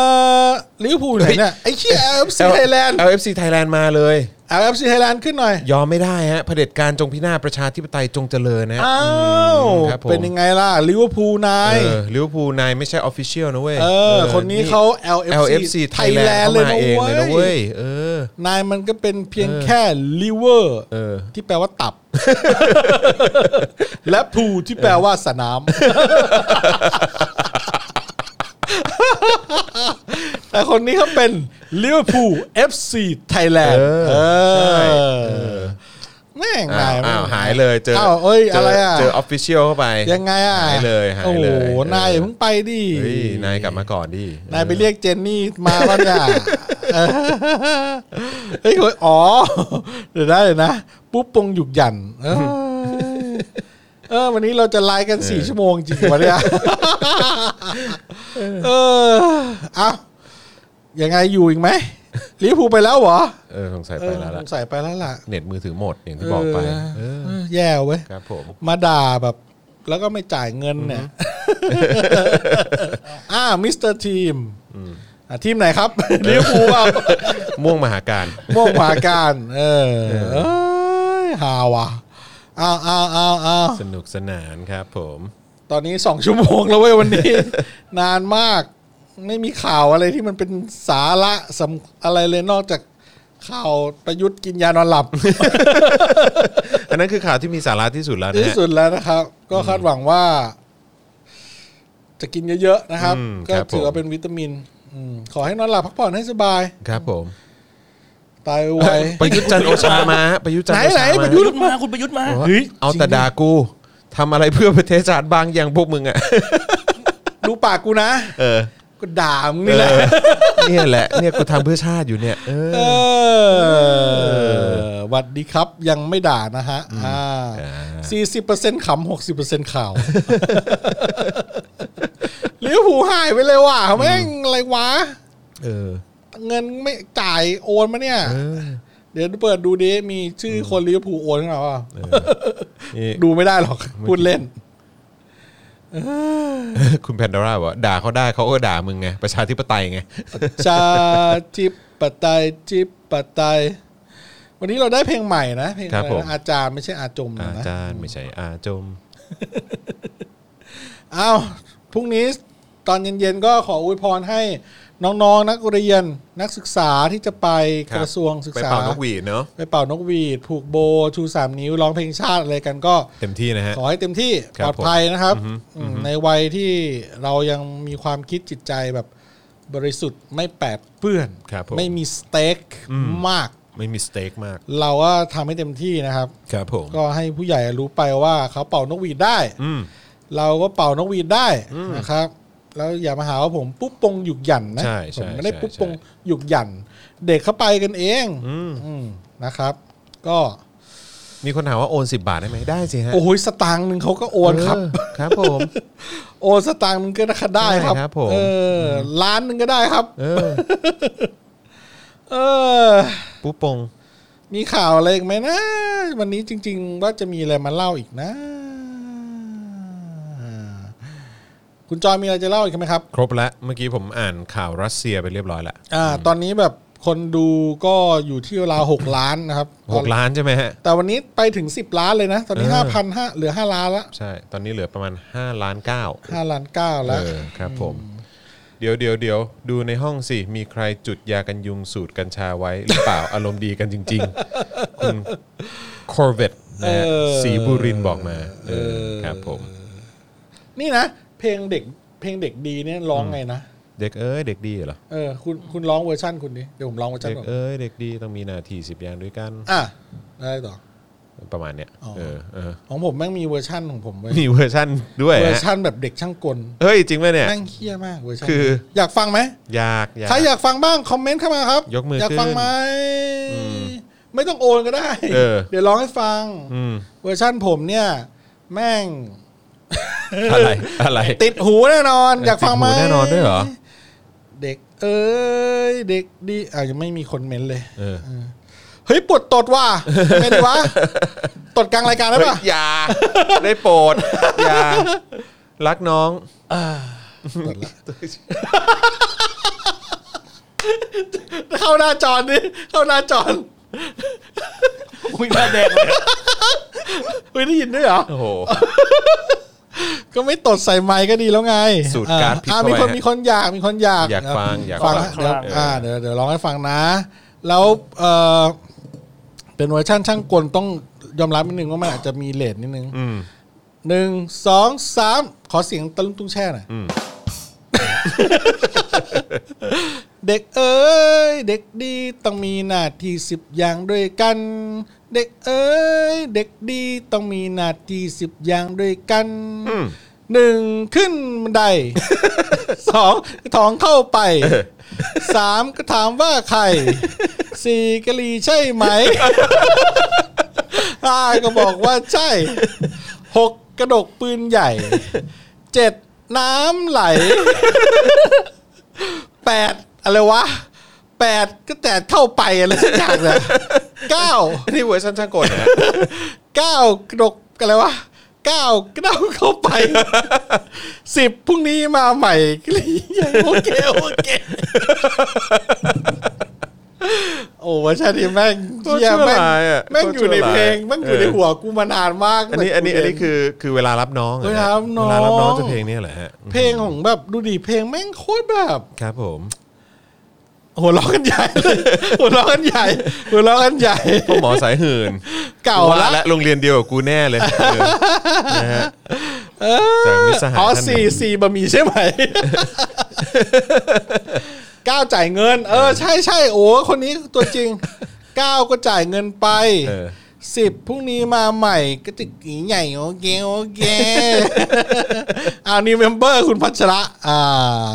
B: อลิเวอร์พูลไหนเนี่ยไอ้เชี่ย LFC Thailand
A: LFC Thailand มาเลย
B: LFC Thailand ขึ้นหน่อย
A: ยอมไม่ได้ฮะเผด็จการจงพินาศประชาธิปไตยจงเจริญนะฮะ
B: อ้าว
A: มครับผม
B: เป็นยังไงล่ะลิเวอร์พูลนาย
A: เออลิเวอร์พูลนายไม่ใช่ออฟฟิเชียลนะเว้ย
B: เออ คนนี้เขา LFC
A: LFC
B: Thailand
A: Thailand
B: เลย
A: เข้ามา
B: นะ
A: เองเลยนะ
B: เว้
A: เว้
B: ย
A: ยเออ
B: นายมันก็เป็นเพียงแค่ลิเวอร์
A: เออ
B: ที่แปลว่าตั
A: (laughs)
B: บ (laughs) และพูที่แปลว่าสนาม คนนี้เขาเป็นลิเวอร์พูลเอฟซีไทยแลนด์
A: เอ
B: เออแม่ง
A: อ้าว
B: ไหน
A: อ้าวหายเลยเจอ
B: อ้าวเอ้ยอะไรอ่ะ
A: เจอออฟฟิเชียลเข้าไป
B: ยังไงอ่ะ
A: หายเลยหายเลย
B: โอ้โห
A: เออ
B: นายอย่าเพิ่งไปดิ
A: เฮ้ยนายกลับมาก่อนดิ
B: นายไปเรียกเจนนี่มาบ้างอย่าเออเฮ้ยโอ้ยอ๋อเดี๋ยวได้เลยวนะปุ๊บปงหยุกหยันเออเออ วันนี้เราจะไลฟ์กันสี่ชั่วโมงจริงวะเนี่ยเออเอายังไงอยู่อีกไหมลิเวอร์พูลไปแล้วเหรอ
A: เออสงสัย
B: เอ
A: ไป
B: อ
A: แล้ว
B: ส
A: ล่ะ
B: งสัยไปแล้วล่ะ
A: เน็ตมือถือหมดอย่างที่บอกไป
B: เอ
A: เอ
B: อ
A: อ
B: แย่เว้ย
A: ครับผม
B: มาด่าแบบ แล้วก็ไม่จ่ายเงินเนี่ย (laughs) อ่ามิสเตอร์ทีมอ่ะทีมไหนครับ (laughs) ลิเวอร์พูลเปล่า
A: ม่วงมหาการ
B: โม่งผาการ เออเอ้ยฮาวะอ้าวอ้าวอ้าวอ้าว
A: สนุกสนานครับผม
B: ตอนนี้สองชั่วโมงแล้วเว้ยวันนี้ (laughs) นานมาก ไม่มีข่าวอะไรที่มันเป็นสาระสำอะไรเลยนอกจากข่าวประยุทธ์กินยานอนหลับ
A: อันนั้นคือข่าวที่มีสาระที่สุดแล้วนะ
B: ที่
A: ฮะ
B: สุดแล้วนะครับ ก็คาดหวังว่า จะกินเยอะๆนะครับ
A: อืม
B: ก็
A: ครับ
B: ถือ
A: ผ
B: ว่า
A: ม
B: เป็นวิตามิน อืมขอให้นอนหลับพักผ่อนให้สบาย
A: ครับผม
B: ตายไว
A: ประยุทธ์จันทร์โอชามาประยุทธ์จันท
B: ไหน
A: ร์โอชา
B: ไหนๆ
A: มา
B: ประยุท
C: ประ
B: ธ์
C: ยุทธ์มาคุณประยุทธ์มา
A: บอกว่าเอาแต่ด่ากูทำอะไรเพื่อประเทศชาติบางอย่างพวกมึงอ่ะ
B: ดูปากกูนะ
A: เออ
B: ก็ด่ามึงนี่แหละ
A: เนี่ยแหละเนี่ยกูทำเพื่อชาติอยู่เนี่ยเออ
B: เออหวัดดีครับยังไม่ด่านะฮะอ่า
A: อ่
B: สี่สิบเปอร์เซ็นต์ขำหกสิบเปอร์เซ็นต์ข่าว (laughs) เลี้ยวหูลหายไปเลยว่ะแม่งอะไรวะ
A: เออ
B: เงินไม่จ่ายโอนมาเนี่ย
A: เออ
B: เดี๋ยวเปิดดูดิมีชื่อคนลิเวอร์พูลโอนเข้ามาเปล่า
A: นี่ (laughs)
B: ดูไม่ได้หรอก พูดเล่น
A: คุณแพนดาร่าบอกว่าด่าเขาได้เขาก็ด่ามึงไงประชาธิปไตยไง
B: ชาจิปปไตยจิปปไตยวันนี้เราได้เพลงใหม่นะเพลง
A: ครับ
B: อะไร
A: ผม
B: นะอาจารย์ไม่ใช่อาจมนะ
A: อาจารย์ไม่ใช่อาจม
B: เอ้าวพรุ่งนี้ตอนเย็นๆก็ขออวยพรให้น้องๆ นักเรียนนักศึกษาที่จะไป
A: ครั
B: ก
A: บ
B: ระทรวงศึก
A: ไป
B: ษา
A: เป่านกหวีดเนาะ
B: ไปเป่านกหวีด ผูกโบชูสามนิ้วร้องเพลงชาติอะไรกันก็
A: เต็มที่นะฮะ
B: ขอให้เต็มที่
A: ค
B: ป
A: รับ
B: ลอดภัยนะครับ
A: ผมอือฮึ
B: อืมในวัยที่เรายังมีความคิดจิตใจแบบบริสุทธิ์ไม่แปดเปื้อน
A: ครับผม
B: ไม่มีสเต็กมาก
A: ไม่มีสเต็กมาก
B: เราก็ทำให้เต็มที่นะครับ
A: ครับผม
B: ก็ให้ผู้ใหญ่รู้ไปว่าเขาเป่านกหวีดได้
A: อืม
B: เราก็เป่านกหวีดได้นะครับ แล้วอย่ามาหาว่าผมปุ๊บปงหยุกหยันนะ
A: ใช่ใช่
B: ผมไม่ได้
A: ใช่
B: ปุ๊บ
A: ใช่
B: ปงหยุกหยัน เด็กเขาไปกันเอง
A: อืม
B: อืมนะครับ ก็
A: มีคนถามว่าโอน 10 บาทได้ไหมได้สิฮะ
B: โอ้ยสตางค์หนึ่งเขาก็โอนครับ
A: เอครับผม
B: โอนสตางค์มันก็ได้ครับ
A: ได้ครับผม
B: เอออล้านหนึ่งก็ได้ครับ
A: เออ
B: เออ
A: ปุ๊บปง
B: มีข่าวอะไรอีกไหมนะ วันนี้จริง ๆ ว่าจะมีอะไรมาเล่าอีกนะ คุณจอยมีอะไรจะเล่าอีกไหมครับ
A: ครบละเมื่อกี้ผมอ่านข่าวรัสเซียไปเรียบร้อยละ
B: อ่า ตอนนี้แบบคนดูก็อยู่ที่ราวหกล้านนะครับ
A: หกล้านใช่ไหมฮะ
B: แต่วันนี้ไปถึงสิบล้านเลยนะ ตอนนี้
A: เออ
B: ห้าพันห้าเหลือห้าล้านละ
A: ใช่ ตอนนี้เหลือประมาณ 5 ล้านเก้า
B: ห้าล้านเก้าแล้ว
A: เออครับผม เดี๋ยวเดี๋ยวเดี๋ยวดูในห้องสิ มีใครจุดยากันยุงสูตรกัญชาไว้หรือเปล่า อารมณ์ดีกันจริง
B: (laughs)
A: ๆ คุณคอร์เวตนะฮะ
B: เออ
A: สีบุรินทร์บอกมาเออครับผม
B: นี่นะ เพลงเด็กเพลงเด็กดีเนี่ยร้องไงนะ
A: เด็กเอ้ยเด็กดีเหรอ
B: เออคุณคุณร้องเวอร์ชันคุณดิเดี๋ยวผมร้องเวอร์ชัน
A: เด็ก
B: ก่อน
A: เอ้ยเด็กดีต้องมีหนาทีสิบอย่างด้วยกัน
B: อ่ะได้ต่อ
A: ประมาณเนี้ย
B: อ๋อ
A: เออเออ
B: ของผมแม่งมีเวอร์ชันของผมเว้ย
A: มีเวอร์ชั่นด้วย
B: เวอ
A: ฮะ
B: ร์ชันแบบเด็กช่างกล
A: เฮ้ย จริงไหมเนี่ย
B: แม่งเคี้ยมากเวอร์ชัน
A: คือ
B: อยากฟังไหม
A: อยากอยาก
B: ใครอยากฟังบ้างคอมเมนต์เข้ามาครับ
A: ยกมืออย
B: ากฟัง
A: ขึ้น
B: ไหมไม่ต้องโอนก็ได้
A: เออ
B: ยวร้องให้ฟัง
A: อืม
B: เวอร์ชันผมเนี่ย แม่ง
A: อะไรอะไร
B: ติดหูแน่นอน อยากฟังไหม
A: ติดหูแน่นอนด้วยเหรอ
B: เด็ก เอ้ยเด็กดีอ่ะยังไม่มีคนเมนต์เลย
A: เออ
B: เฮ้ยปวดตดว่ะเป็นไง
A: (laughs)
B: วะตดกลางรายการได้
A: เฮ้ย
B: ปะ
A: อยา ได้โปรดอยา รักน้อง
B: ตดละ เข้าหน้าจอนี่เข้าหน้าจอน
C: อุ้ยหน้าแดงเลย
B: เฮ้ยได้ยินด้วยเหรอ
A: โอ้โห
B: ก็ไม่ตดใส่ไมค์ก็ดีแล้วไง
A: สูตรการ์ด
B: อ่ะ
A: พลิ
B: มี
A: ก
B: ค
A: เข้าน ไป
B: มีคนอยากมีคนอยาก
A: อยากฟัง
B: นะ
A: อยาก
B: ฟัง
A: ฟังค
B: เดี๋ยว
A: รับ
B: อ่าเดี๋ยวเดี๋ยวร้องให้ฟังนะ แล้วเออเป็นเวอร์ชั่นช่างกลต้องยอมรับนิดนึงว่ามันอาจจะมีเลทนิดนึง
A: อืม
B: หนึ่งสองสามขอเสียงตะลุมตุ้งแช่หน่อย (laughs) เด็กเอ้ยเด็กดีต้องมีหน้าที่สิบอย่างด้วยกัน เด็กเอ้ยเด็กดีต้องมีหน้าที่สิบอย่างด้วยกัน
A: อืม
B: หนึ่งขึ้นบั (laughs) นได สองถองเข้าไปสามก็ถามว่าใครสี่กะลีใช่ (laughs) ไหม ห้าก็บอกว่าใช่หกกระดกปืนใหญ่เจ็ดน้ำไหล (laughs) แปดอะไรวะแปดก็แตดเข้าไปอะไรสักอย่างเลยเก้า
A: นี่เวอร์ชันช่างกลนะฮะ
B: เก้ากระดกอะไรวะเก้ากระเด้าเข้า
A: (laughs)
B: ไปสิบพรุ่งนี้มาใหม่ก
A: (laughs)
B: ลีโอเคโอเคโอ้เวอร์ชันนี้แม่ง
A: โคตร
B: เยี่ย
A: ชั่ว
B: แม่ง
A: ร้ายอ่ะ
B: แม่งอยู่ในเพลง
A: โคตรชั่วร้า
B: แม่งอยู่ในหัวกูมานานมาก
A: อันนี้
B: แบบ
A: อันนี้
B: กู
A: อัน
B: เรีย
A: นี้คือคือเวลารับน้องอะฮะ
B: เวลารับ
A: เวลารับ
B: น้อง
A: น้องจะเพลงนี้แหละฮะ
B: เพลงของแบบดูดิเพลงแม่งโคตรแบบ
A: ครับผม
B: หัวเราะกันใหญ่
A: (laughs)
B: เลยหัวเราะกันใหญ่หัวเราะกันใหญ่
A: พวกหมอสายหื่น
B: เก่าละ
A: ว่และโรงเรียนเดียวกับกูแน่เลยเออนะฮะ
B: เอ
A: จากมิตรสหาย
B: อ๋อ
A: ท่านหนึ่ง
B: สี่สี่บะหมี่ใช่ไหม (laughs) เก้าจ่ายเงิน เออ ใช่ใช่โอ้คนนี้ตัวจริงเก้าก็จ่ายเงินไป
A: เออ
B: สิบพรุ่งนี้มาใหม่ก็ติดกีใหญ่โอเคโอ
A: (laughs)
B: เคอ่านี่เมมเบอร์คุณพัชระอ่า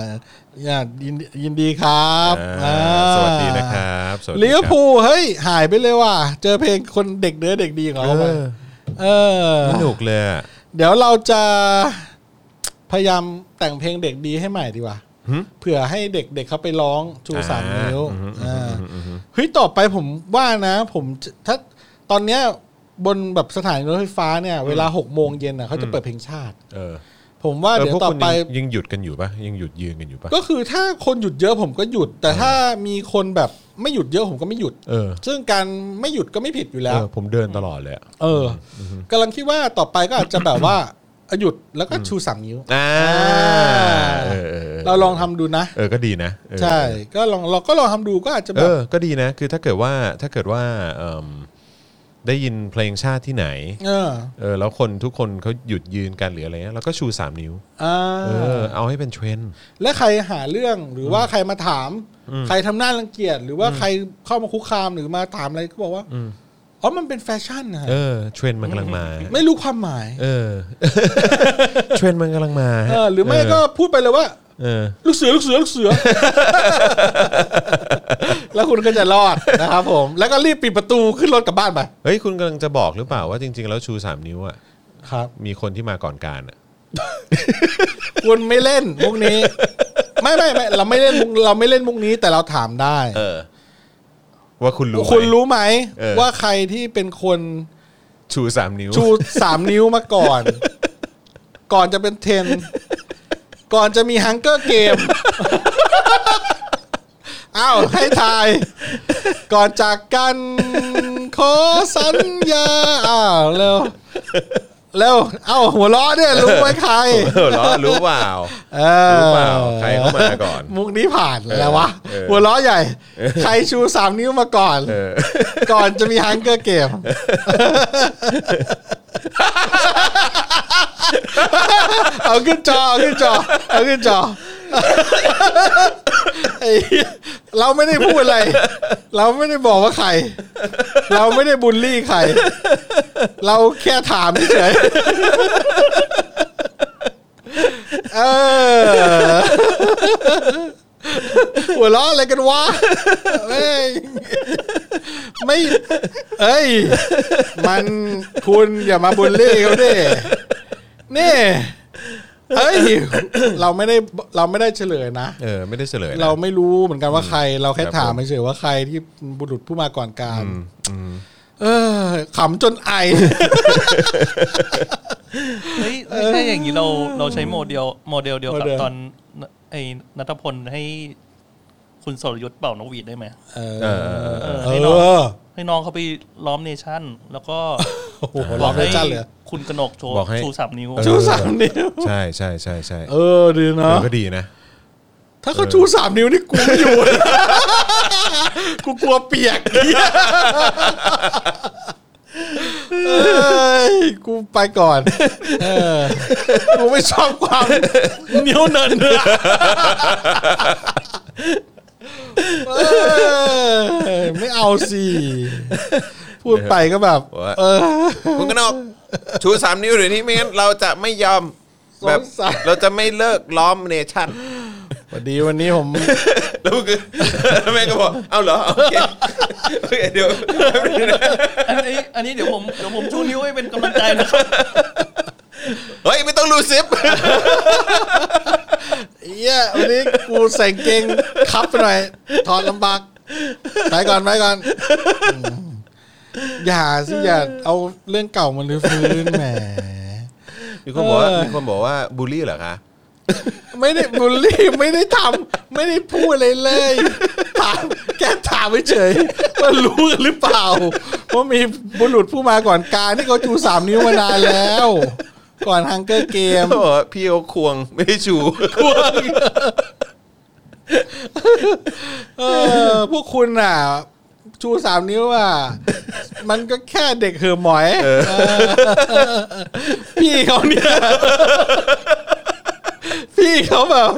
B: อย่ายินยินดีครับ
A: อ่า
B: อ่า
A: สวัสดีนะครับสวัสดีครับ
B: ลิเวอร์พูลเฮ้ย หายไปเลยว่ะเจอเพลงคนเด็กเนื้อเด็กดีของเขาไป
A: เออ
B: เออ
A: สนุกเลยอะ
B: เดี๋ยวเราจะพยายามแต่งเพลงเด็กดีให้ใหม่ดีกว่า
A: หึ
B: เผื่อให้เด็กๆเขาไปร้องชูสามนิ้ว
A: อ่า
B: อ่า
A: อืมอืมอืม
B: เฮ้ยต่อไปผมว่านะ ผมจะถ้าตอนเนี้ยบนแบบสถานีรถไฟฟ้าเนี่ย เวลาหกโมงเย็นน่ะเขาจะเปิดเพลงชาติ
A: เออ
B: ผมว่า
A: เออ
B: เดี๋ย
A: พ
B: ว
A: วก
B: ต่อ
A: คุณ
B: ไป
A: ยังยังหยุดกันอยู่ปะยังหยุดยืนกันอยู่ปะ
B: ก็คือถ้าคนหยุดเยอะผมก็หยุด แต่ถ้ามีคนแบบไม่หยุดเยอะผมก็ไม่หยุด
A: เออ
B: ซึ่งการไม่หยุดก็ไม่ผิดอยู่
A: เอ
B: แล้ว
A: อผมเดินตลอดเลยอะ
B: เอออกำลังคิดว่าต่อไปก็อาจจะแบบว่า (coughs) อ่ะหยุดแล้วก็ชูสามนิ้ว
A: อ่าเออ
B: เราลองทำดูนะ
A: เออก็ดีนะเออ
B: ใช่ ก็ลองเราก็ลองทำดูก็อาจจะแบ
A: เอบ อก็ดีนะ คือถ้าเกิดว่าถ้าเกิดว่าเอิ่มได้ยินเพลงชาติที่ไหน
B: เออ
A: เออแล้วคนทุกคนเขาหยุดยืนกันหรืออะไรเงี้ยเราก็ชูสามนิ้ว
B: อ่า
A: เออเอาให้เป็นเทรนด์
B: และใครหาเรื่องหรือว่าใครมาถาม ใครทำหน้ารังเกียจหรือว่าใครเข้ามาคุกคามหรือมาถามอะไรก็บอกว่าอ๋อมันเป็นแฟชั่นนะฮะ
A: เออเทรนด์มันกำลังมาฮะ
B: ไม่รู้ความหมาย
A: เออ เทรนด์มันกำลังมาฮะ
B: เออหรือไม่ก็พูดไปเลยว่า
A: เออ
B: ลูกเสือลูกเสือลูกเสือ
A: (laughs)
B: แล้วคุณก็จะรอดนะครับผม แล้วก็รีบปิดประตูขึ้นรถกลับบ้านไป
A: เฮ้ยคุณกำลังจะบอกหรือเปล่าว่าจริง ๆ แล้วชู 3 นิ้วอ่ะ
B: ครับ
A: มีคนที่มาก่อนการอ่ะ
B: คุณไม่เล่นมุกนี้ ไม่ไม่ไม่เราไม่เล่นมุกเราไม่เล่นมุกนี้แต่เราถามได้
A: เออ ว่าคุณรู้ไหม
B: คุณรู้ไหม
A: เออ
B: ว่าใครที่เป็นคน
A: ชู 3 นิ้ว
B: ชูสามนิ้วมาก่อน ก่อนจะเป็นเทน ก่อนจะมีฮังเกอร์เกม อ้าว ให้ทาย ก่อนจากกัน ขอสัญญา อ้าวเร็วเร็วเอ้า หัวล้อเนี่ยรู้ไหมใคร
A: เออเหรอรู้เปล่า
B: เออ
A: รู้เปล่าใครเข้ามาก่อน
B: มุกนี้ผ่านแล้ววะ
A: เออ
B: หัวล้อใหญ่ ใครชูสามนิ้วมาก่อน
A: เออ
B: ก่อนจะมีฮังเกอร์เกม เอาขึ้นจอเอาขึ้นจอเอาขึ้นจอไอ้เหี้ย (laughs) เราไม่ได้พูดอะไร เราไม่ได้บอกว่าใคร เราไม่ได้บูลลี่ใคร เราแค่ถามเฉย (laughs) เออหัวเราะอะไรกันวะเอ้ย ไม่ เอ้ย มันคุณอย่ามาบูลลี่เขาดิ นี่ เอ้ย เราไม่ได้เราไม่ได้เฉลยนะ
A: เออ ไม่ได้เฉลยนะ
B: เราไม่รู้เหมือนกันว่าใคร เราแค่ถามเฉยๆว่าใครที่บุรุษผู้มาก่อนการ เออขำจนไอ
C: เฮ้ยไม่ใช่อย่างนี้เราเราใช้โมเดลโมเดลเดียวกับ
B: โมเดล
C: ตอนไอ้นัทพลให้คุณสรยุทธ์เป่านกหวีดได้ไหม
B: เออ
A: เออเออเออ
C: เออ
B: เอ
C: ให้น้อง
B: อ
C: ให้น้องเขาไปล้อมเนชั่น แล้วก็
B: โอ้โห
C: บบ อ
B: อก ก
C: ให้
B: ได้จ้าเลย
C: คุณกนกโชว์
A: บอกให้
C: ชูสามนิ้ว
B: ชูสามนิ้ว
A: ใช่ใช่ใช่ใช่
B: เออดี
A: เอ
B: เนาะ
A: อก็ดีนะ
B: ถ้าเขาชูสามนิ้วนี่กูไม่อยู่ (laughs) เลย กูกลัวเปียก (laughs) เอ้ยกูไปก่อนเออกูไม่ชอบความ
C: นิ้วเนินเนื้อ
B: เออ (laughs) ไม่เอาสิพูดไปก็แบบ เออ
A: คุณกนกชูสามนิ้วเดี๋ยวนี้ไม่งั้นเราจะไม่ยอมแบบ
B: สงสาร
A: เราจะไม่เลิกล้อมเนชั่น
B: สวัสดีวันนี้ผม
A: แล้วก็คือแม่งก็ (laughs) บอกเอาเหรอโอเคโอเคเดี๋ยว
C: อันนี้อันนี้เดี๋ยวผมเดี๋ยวผมชูนิ้วให้เป็นกำลังใจนะครับ
A: เฮ้ยไม่ต้องรูดซิป
B: เยี่ยวันนี้กูใส่เกงคับไปหน่อย ถอดลำบากไปก่อนไปก่อนอืมอย่าสิอย่าเอาเรื่องเก่ามันรื้อฟื้นแหม
A: มีคนบอกว่า
B: เออ
A: มีคนบอกว่าบูลลี่เหรอคะ
B: ไม่ได้บูลลี่ไม่ได้ทำไม่ได้พูดอะไรเลยถามแค่ถามเฉยๆว่ารู้กันหรือเปล่าว่ามีบุรุษผู้มาก่อนการที่เขาชูสามนิ้วมานานแล้ว ก่อนฮังเกอร์เกม
A: เขาบอกว่าพี่เขาควงไม่ได้ชู
B: (laughs) เออพวกคุณอ่ะ ชูสามนิ้วอ่ะ มันก็แค่เด็กเหือะหมอยเออ (laughs) พี่เขาเนี่ย (laughs) พี่เขาแบบ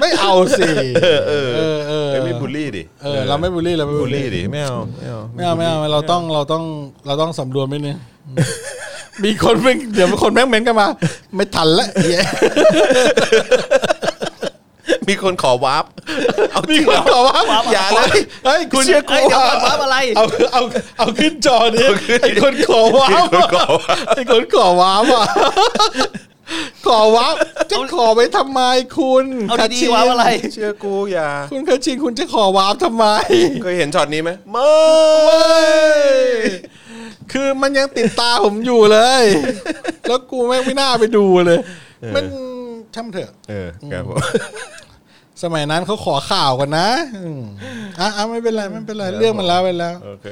B: ไม่เอาสิ เออเออเออ
A: เฮ้ยไม่บูลลี่ดิ
B: เออ เราไม่บูลลี่เราไม่
A: บู
B: บู
A: ล
B: ล
A: ลี่
B: ลี่
A: ดิไม่เอาไม่เอา
B: ไม่เอาไม่เอาเราต้องเราต้องเราต้องสำรวมนิดนึง (laughs) มีคนแม่งเดี๋ยวมีคนแม่งเม้นกันมา ไม่ทันละ (laughs) เหี้ย
A: มีคนขอวาร์ปเอาจริงเหรอ
B: บอกว่า
A: อย่าเลย
B: เฮ้ยคุณ
A: เชื่อกู
C: เอ้ยเดี๋ยวก่อนว่าอะไร
B: เอาเอาเอาขึ้นจอดิไอ้คนขอว้า
A: มี
B: ว
A: คนขอวาร์ป
B: ไอ้คนขอว้าวอ่ะขอว้าวจะขอไปทำไมคุณ
C: เอา
B: คัช
C: ดี
B: ชิน
C: ๆว่าอะไร
A: เชื่อกูอย่า
B: คุณคัชชินคุณจะขอว้าวทำไม
A: เคยเห็นช็อตนี้ไหมไม่
B: คือมันยังติดตาผมอยู่เลย แล้วกูแม่งไม่น่าไปดูเลย มันช่างเถอะ
A: เออครับผม
B: สมัยนั้นเขาขอข่าวกันนะอืมอ่ะอ่ะไม่เป็นไรไม่เป็นไร
A: ครับ
B: เรื่องมันแล้วไปแล้ว
A: โอเค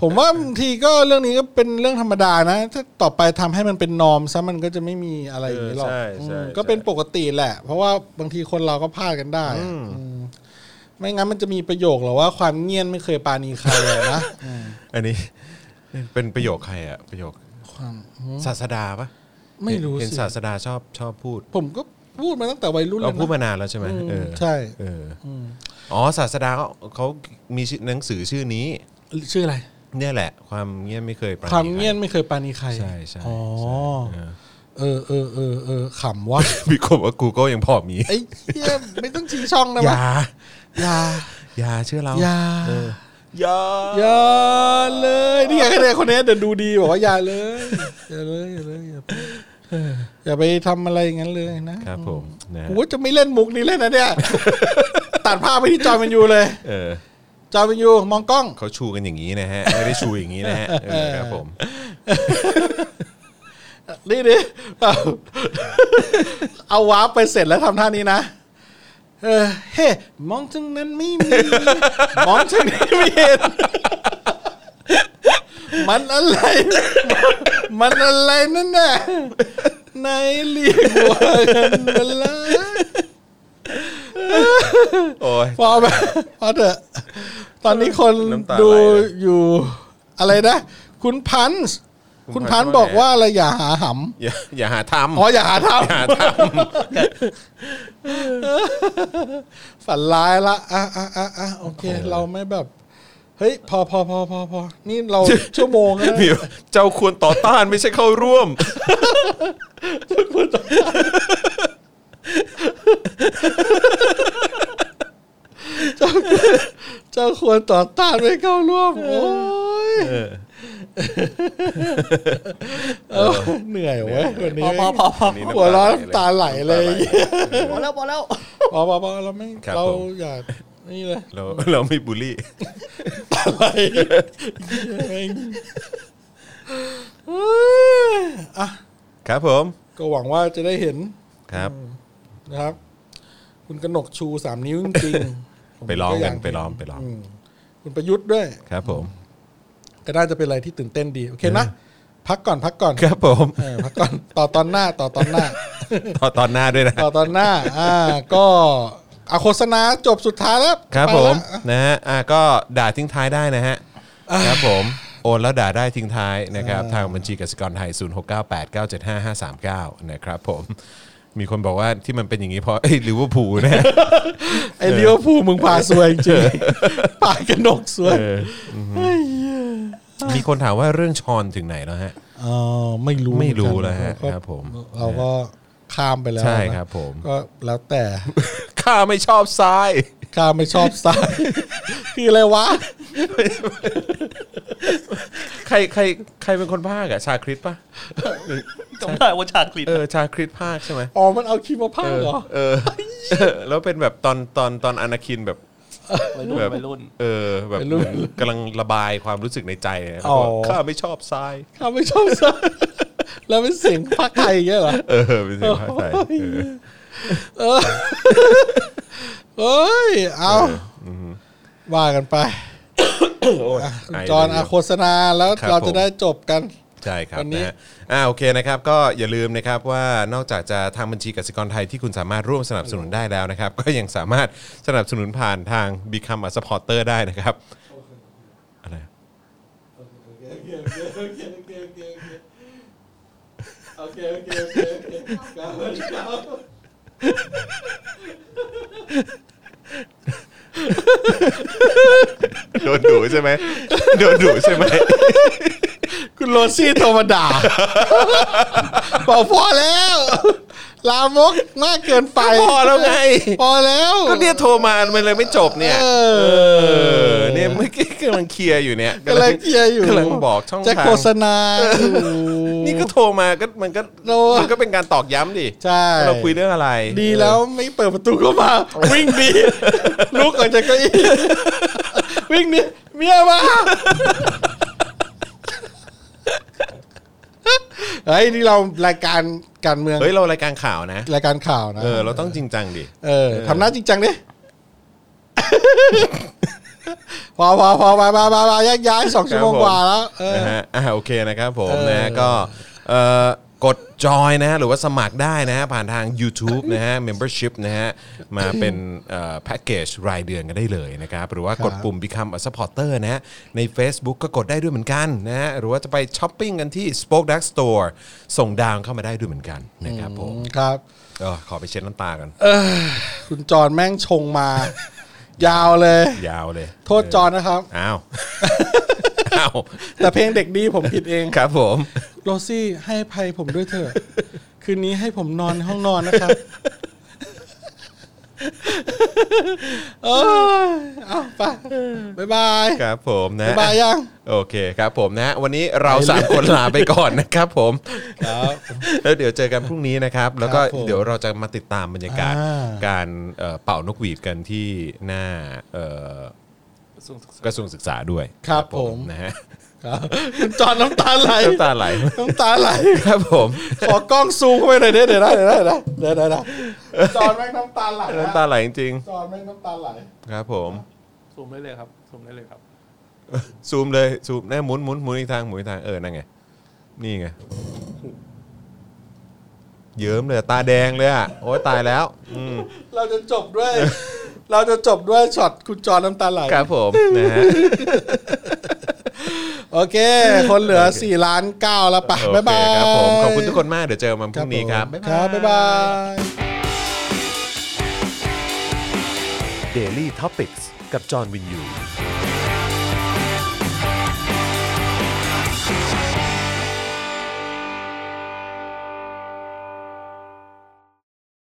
B: ผมว่าบางทีก็เรื่องนี้ก็เป็นเรื่องธรรมดานะ ถ้าต่อไปทำให้มันเป็นนอมซะมันก็จะไม่มีอะไรอย่างนี้หรอก
A: ใช่ใช่
B: อืม
A: ใช่
B: ก็เป็นปกติแหละ เพราะว่าบางทีคนเราก็พลาดกันได้อะอืมไม่งั้นมันจะมีประโยคเหรอว่าความเงียนไม่เคยปราณีใครเลยนะอืม
A: อันนี้เป็นประโยคใครอะประโยค
B: ความ
A: ศาสดาปะ
B: ไม่รู้
A: เห็น
B: สิ
A: ศาสดาชอบชอบพูด
B: ผมก็พูดมาตั้งแต่วัยรุ่น
A: เรา
B: แล้ว
A: พูด
B: นะ
A: มานานแล้วใช่ไหม
B: อืม
A: เออ
B: ใช่
A: เออออ๋อศาสดาเขาเขามีชื่อหนังสือชื่อนี้
B: ชื่ออะไร
A: เนี่ยแหละ ความเงียบไม่เคยปราณี
B: ความเงียน
A: ใ
B: ไม่เคยปราณีใคร
A: ใช่ใช่
B: อ๋อ
A: ใช่เออ
B: เออเออเออเออขำวะ
A: ครมีคนบอกว่ากูก็ยังพอมี
B: ไอ้เหี้ยไม่ต้องชี้ช่องนะ
A: อ
B: มั้
A: ย่า
B: อย่า
A: อย่าเชื่อเรา
B: อย่า
A: เอออย่า
B: อย่าเลยนี่ไงคะแนนคนนี้เดี๋ยวดูดีบอกว่าอย่าเลยอย่าเลยอย่าเลยอย่าไปอย่าไปทำอะไรอย่างนั้นเลยนะครับ
A: ผมนะฮะ
B: กูว่าจะไม่เล่นมุกนี้เล่นนะเนี่ย ตัดภาพไปที่จอห์นวินยูเลย
A: เออ
B: จอห์นวินยูมองกล้อง
A: เขาชูกันอย่างนี้นะฮะไม่ได้ชูอย่างนี้นะ
B: (laughs)
A: ฮะเออครับผม
B: นี่ดิ (laughs) เอาเอาวาร์ปไปเสร็จแล้วทำท่านี้นะ เออเฮ้มองทางนั้นไม่
A: (laughs)
B: มี มองทางนี้ไม่เห็น มันอะไร มันอะไรนั่นน่ะไหนเรียกว่ากันเวลา
A: โอ้ย
B: พอไหมพอเถอะ ตอนนี้คน
A: น้ำตาไหล
B: ดู
A: เลย
B: อยู่อะไรนะ คุณพันธ์
A: คุ
B: คุณ ณ
A: พั
B: พั
A: น
B: น
A: ธ์
B: ธ์
A: ว่าไง
B: บอกว่าอะไรอย่าหาหำ
A: อย่าอย่าหาทำ
B: อ๋ออย่าหา
A: อ
B: ทำ
A: ย่าหาท
B: ฝันร้ายละอ่ะอ่ะอ่ะอ่ะโอเค เราไม่แบบ เฮ้ย พอพอพอพอพอนี่เรา (laughs) ชั่วโมงแล้
A: ำ
B: ว
A: (laughs)
B: นะ
A: เดี๋ยวเจ้าควรต่อต้านไม่ใช่เข้าร่วม
B: เจ้าควรต่อต้านไม่เข้าร่วม โอ้ย
A: เออ
B: เออเหนื่อยเว้ยวัน
C: พ
B: นี้
C: อพอพอพอ
A: นี่
B: หัวเร้อนำตาไหลเลย
C: พอแล้วพอแล้ว
B: พอพอพอเราไม่
A: ครับ
B: เรา
A: ผม
B: อยากนี่เลย
A: เราเราไม่บูลลี่
B: อะไรเองเอ้ยอ่ะ
A: ครับผม
B: ก็หวังว่าจะได้เห็น
A: ครับ
B: นะครับ คุณกนกชูสามนิ้วจริงๆผม
A: ไปล้อมกั
B: ยา
A: นไปล้อมไปล้อม
B: อืม
A: (laughs)
B: คุณประยุทธ์ด้วย
A: ครับผม
B: ก็น่าจะเป็นอะไรที่ตื่นเต้นดี โอเคนะ พักก่อนพักก่อน
A: ครับผม (laughs)
B: เออพักก่อนต่อตอนหน้าต่อตอนหน้า
A: ต่อตอนหน้าด้วยนะ
B: ต่อตอนหน้า อ่า ก็เอาโฆษณาจบสุดท้ายแล้ว
A: ครับ
B: ไป
A: ผ
B: ละ
A: มนะฮะอ่ะก็ด่าทิ้งท้ายได้นะฮะครับผมโอนแล้วด่าได้ทิ้งท้ายนะครับ ทางบัญชีกสิกรไทย 0698975539 นะครับผม มีคนบอกว่าที่มันเป็นอย่างนี้เพราะ (laughs) เอ้ยลิเวอร์พูลนะ
B: ไอ้เลี้ยวผู้มึงพาซวยจริงๆ ปากกระดกซวย
A: เออมีคนถามว่าเรื่องชอนถึงไหนแล้วฮะ
B: เออไม่รู้
A: ไม่รู้
B: เหอน
A: แล้วฮะ
B: กัน
A: ครับผม
B: เราก็ข้ามไปแล้ว
A: ใช่
B: นะครับ
A: ผม
B: ก็แล้วแต่
A: ข้าไม่ชอบทราย
B: ข้ามไม่ชอบสาย (laughs) คืออะไรวะ
A: ใครใครใครเป็นคนภาคอะชาคริสปะ
C: จำได้ว่าชาคลิต
A: เออชาคริสภาคใช่ไหม
B: อ๋อมันเอาคีมาพา
A: เอก อ
B: เหรอ
A: เออเอ (laughs) อ แล้วเป็นแบบตอนตอนตอนอนาคินแบบ
C: วัยรุ่น
A: แบบ
C: วัยรุ่น
A: เออแบบ
B: เป็นรูป
A: กำลังระบายความรู้สึกในใจนะ
B: อ๋อ
A: บอกว่าข้าไม่ชอบทราย
B: ข้ามไม่ชอบสายแล้วเป็นเสียงภาคไทยอย่างเงี้ยเหรอ
A: เออเป็นเสียงภาคไทยเออ
B: เอ้ย เอาว่ากัน
A: (coughs)
B: ไปอ่ะคุณจอน
A: ไเลย
B: อาโฆษณาแล้ว
A: ครับ
B: เรา
A: ผม
B: จะได้จบกัน
A: ใช่ครับ
B: วันนี้
A: นะฮะอ่าโอเคนะครับก็อย่าลืมนะครับว่านอกจากจะทางบัญชีกสิกรไทยที่คุณสามารถร่วมสนับสนุนได้แล้วนะครับ ก็ยังสามารถสนับสนุนผ่านทาง Become a supporter ได้นะครับอะไร
B: โอเคโอเคโอเคโอเคครับครับ
A: โดนดุใช่ไหมโดนดุใช่ไหม
B: คุณโรซี่โทรมาด่า (laughs) บอกพอแล้ว ลามกมากเกินไป
A: พอแล้วไง
B: (laughs) พอแล้ว
A: ก็เนี่ยโทรมามันเลยไม่จบเนี่ย
B: เอ
A: เออ
B: อ
A: เนี่ยเมื่อกี้กำลังเคลียร์อยู่เนี่ย
B: กำลังเคลียร์อยู่
A: กำลังบอกช่อง
B: จะ
A: ทาง
B: โฆษณาอยู่
A: นี่ก็โทรมาก็มันก็
B: โทร
A: มันก็เป็นการตอกย้ำดิ
B: ใช่
A: ว่าเราคุยเรื่องอะไร
B: ดีแล้วไม่เปิดประตูเข้ามา วิ่งดี ลุกออกจากเก้าอี้วิ่งหนีเมียมาเฮ้ยนี่เรารายการการเมือง
A: เฮ้ยเรารายการข่าวนะ
B: รายการข่าวนะ
A: เออเราต้องจริงจังดิ
B: เออทำหน้าจริงจังดิพอพอพอมามามามาแยกย้ายสองชั่วโมง
A: ครับผม
B: กว่าแล้วเออ
A: นะฮะอ่าโอเคนะครับผม
B: เออ
A: นะก็เอ่อกดจอยนะหรือว่าสมัครได้นะฮะผ่านทาง YouTube นะฮะ Membership นะฮะมาเป็นแพ็กเกจรายเดือนกันได้เลยนะครับ หรือว่ากดปุ่ม Become a supporter นะฮะใน Facebook ก็กดได้ด้วยเหมือนกันนะฮะหรือว่าจะไปช้อปปิ้งกันที่ Spoke Dark Store ส่งดาวเข้ามาได้ด้วยเหมือนกันนะครับผม
B: ครับ
A: เออขอไปเช็ดน้ำตากัน
B: คุณจอนแม่งชงมา (laughs) ยาวเลย
A: ยาวเลย
B: โทษจอนนะครับ
A: อ้าว (laughs) อ้าว
B: แต่เพลงเด็กดีผมผิดเอง
A: ครับผม
B: โรซี่ให้อภัยผมด้วยเถอะ คืนนี้ให้ผมนอนในห้องนอนนะครับ เออเอาไปบ๊ายบาย
A: ครับผมนะ
B: บ๊ายบายยัง
A: โอเคครับผมนะ วันนี้เราสามคนลาไปก่อนนะครับผมแล้วเดี๋ยวเจอกันพรุ่งนี้นะครับ แล้วก็
B: ครับผม
A: เดี๋ยวเราจะมาติดตามบรรยากาศ
B: อ่า
A: การเอ่อเป่านกหวีดกันที่หน้าเอ่อกระทรวงศึกษาด้วย
B: ครับผม
A: นะฮะ
B: ครับคุณจอนน้ำตาไหล
A: น้ำตาไหล
B: น้ำตาไหล
A: ครับผม
B: ขอกล้องซูมเข้าไปหน่อยดิเดี๋ยวนะเดี๋ยวนะเดี๋ยวนะเดี๋ยวนะเดี๋ยวนะจอนแม่งน้ำตาไหลนะ
A: น้ำตาไหลจริง
B: จอนแม่งน้ำตาไหล
A: ๆครับผม
C: ซูมได้เลยครับ ซูมได้เลยครับ
A: (laughs) ซูมเลยซูมแน่หมุนหมุนหมุนอีกทางหมุนอีกทางเออนั่นไงนี่ไงเยิ้มเลยตาแดงเลยอ่ะโอ้ยตายแล้วอืม
B: เราจะจบด้วย เราจะจบด้วยช็อตคุณจอนน้ำตาไหล
A: ครับผมนะฮะ
B: โอเค คนเหลือ 4 ล้าน9แล้วปะ
A: โอเค
B: บ๊ายบาย
A: ครับผมขอบคุณทุกคนมากเดี๋ยวเจอกันวันพรุ่งนี้ครับ
B: ผมครับ บ๊ายบาย
A: Daily Topics กับจอห์นวินยู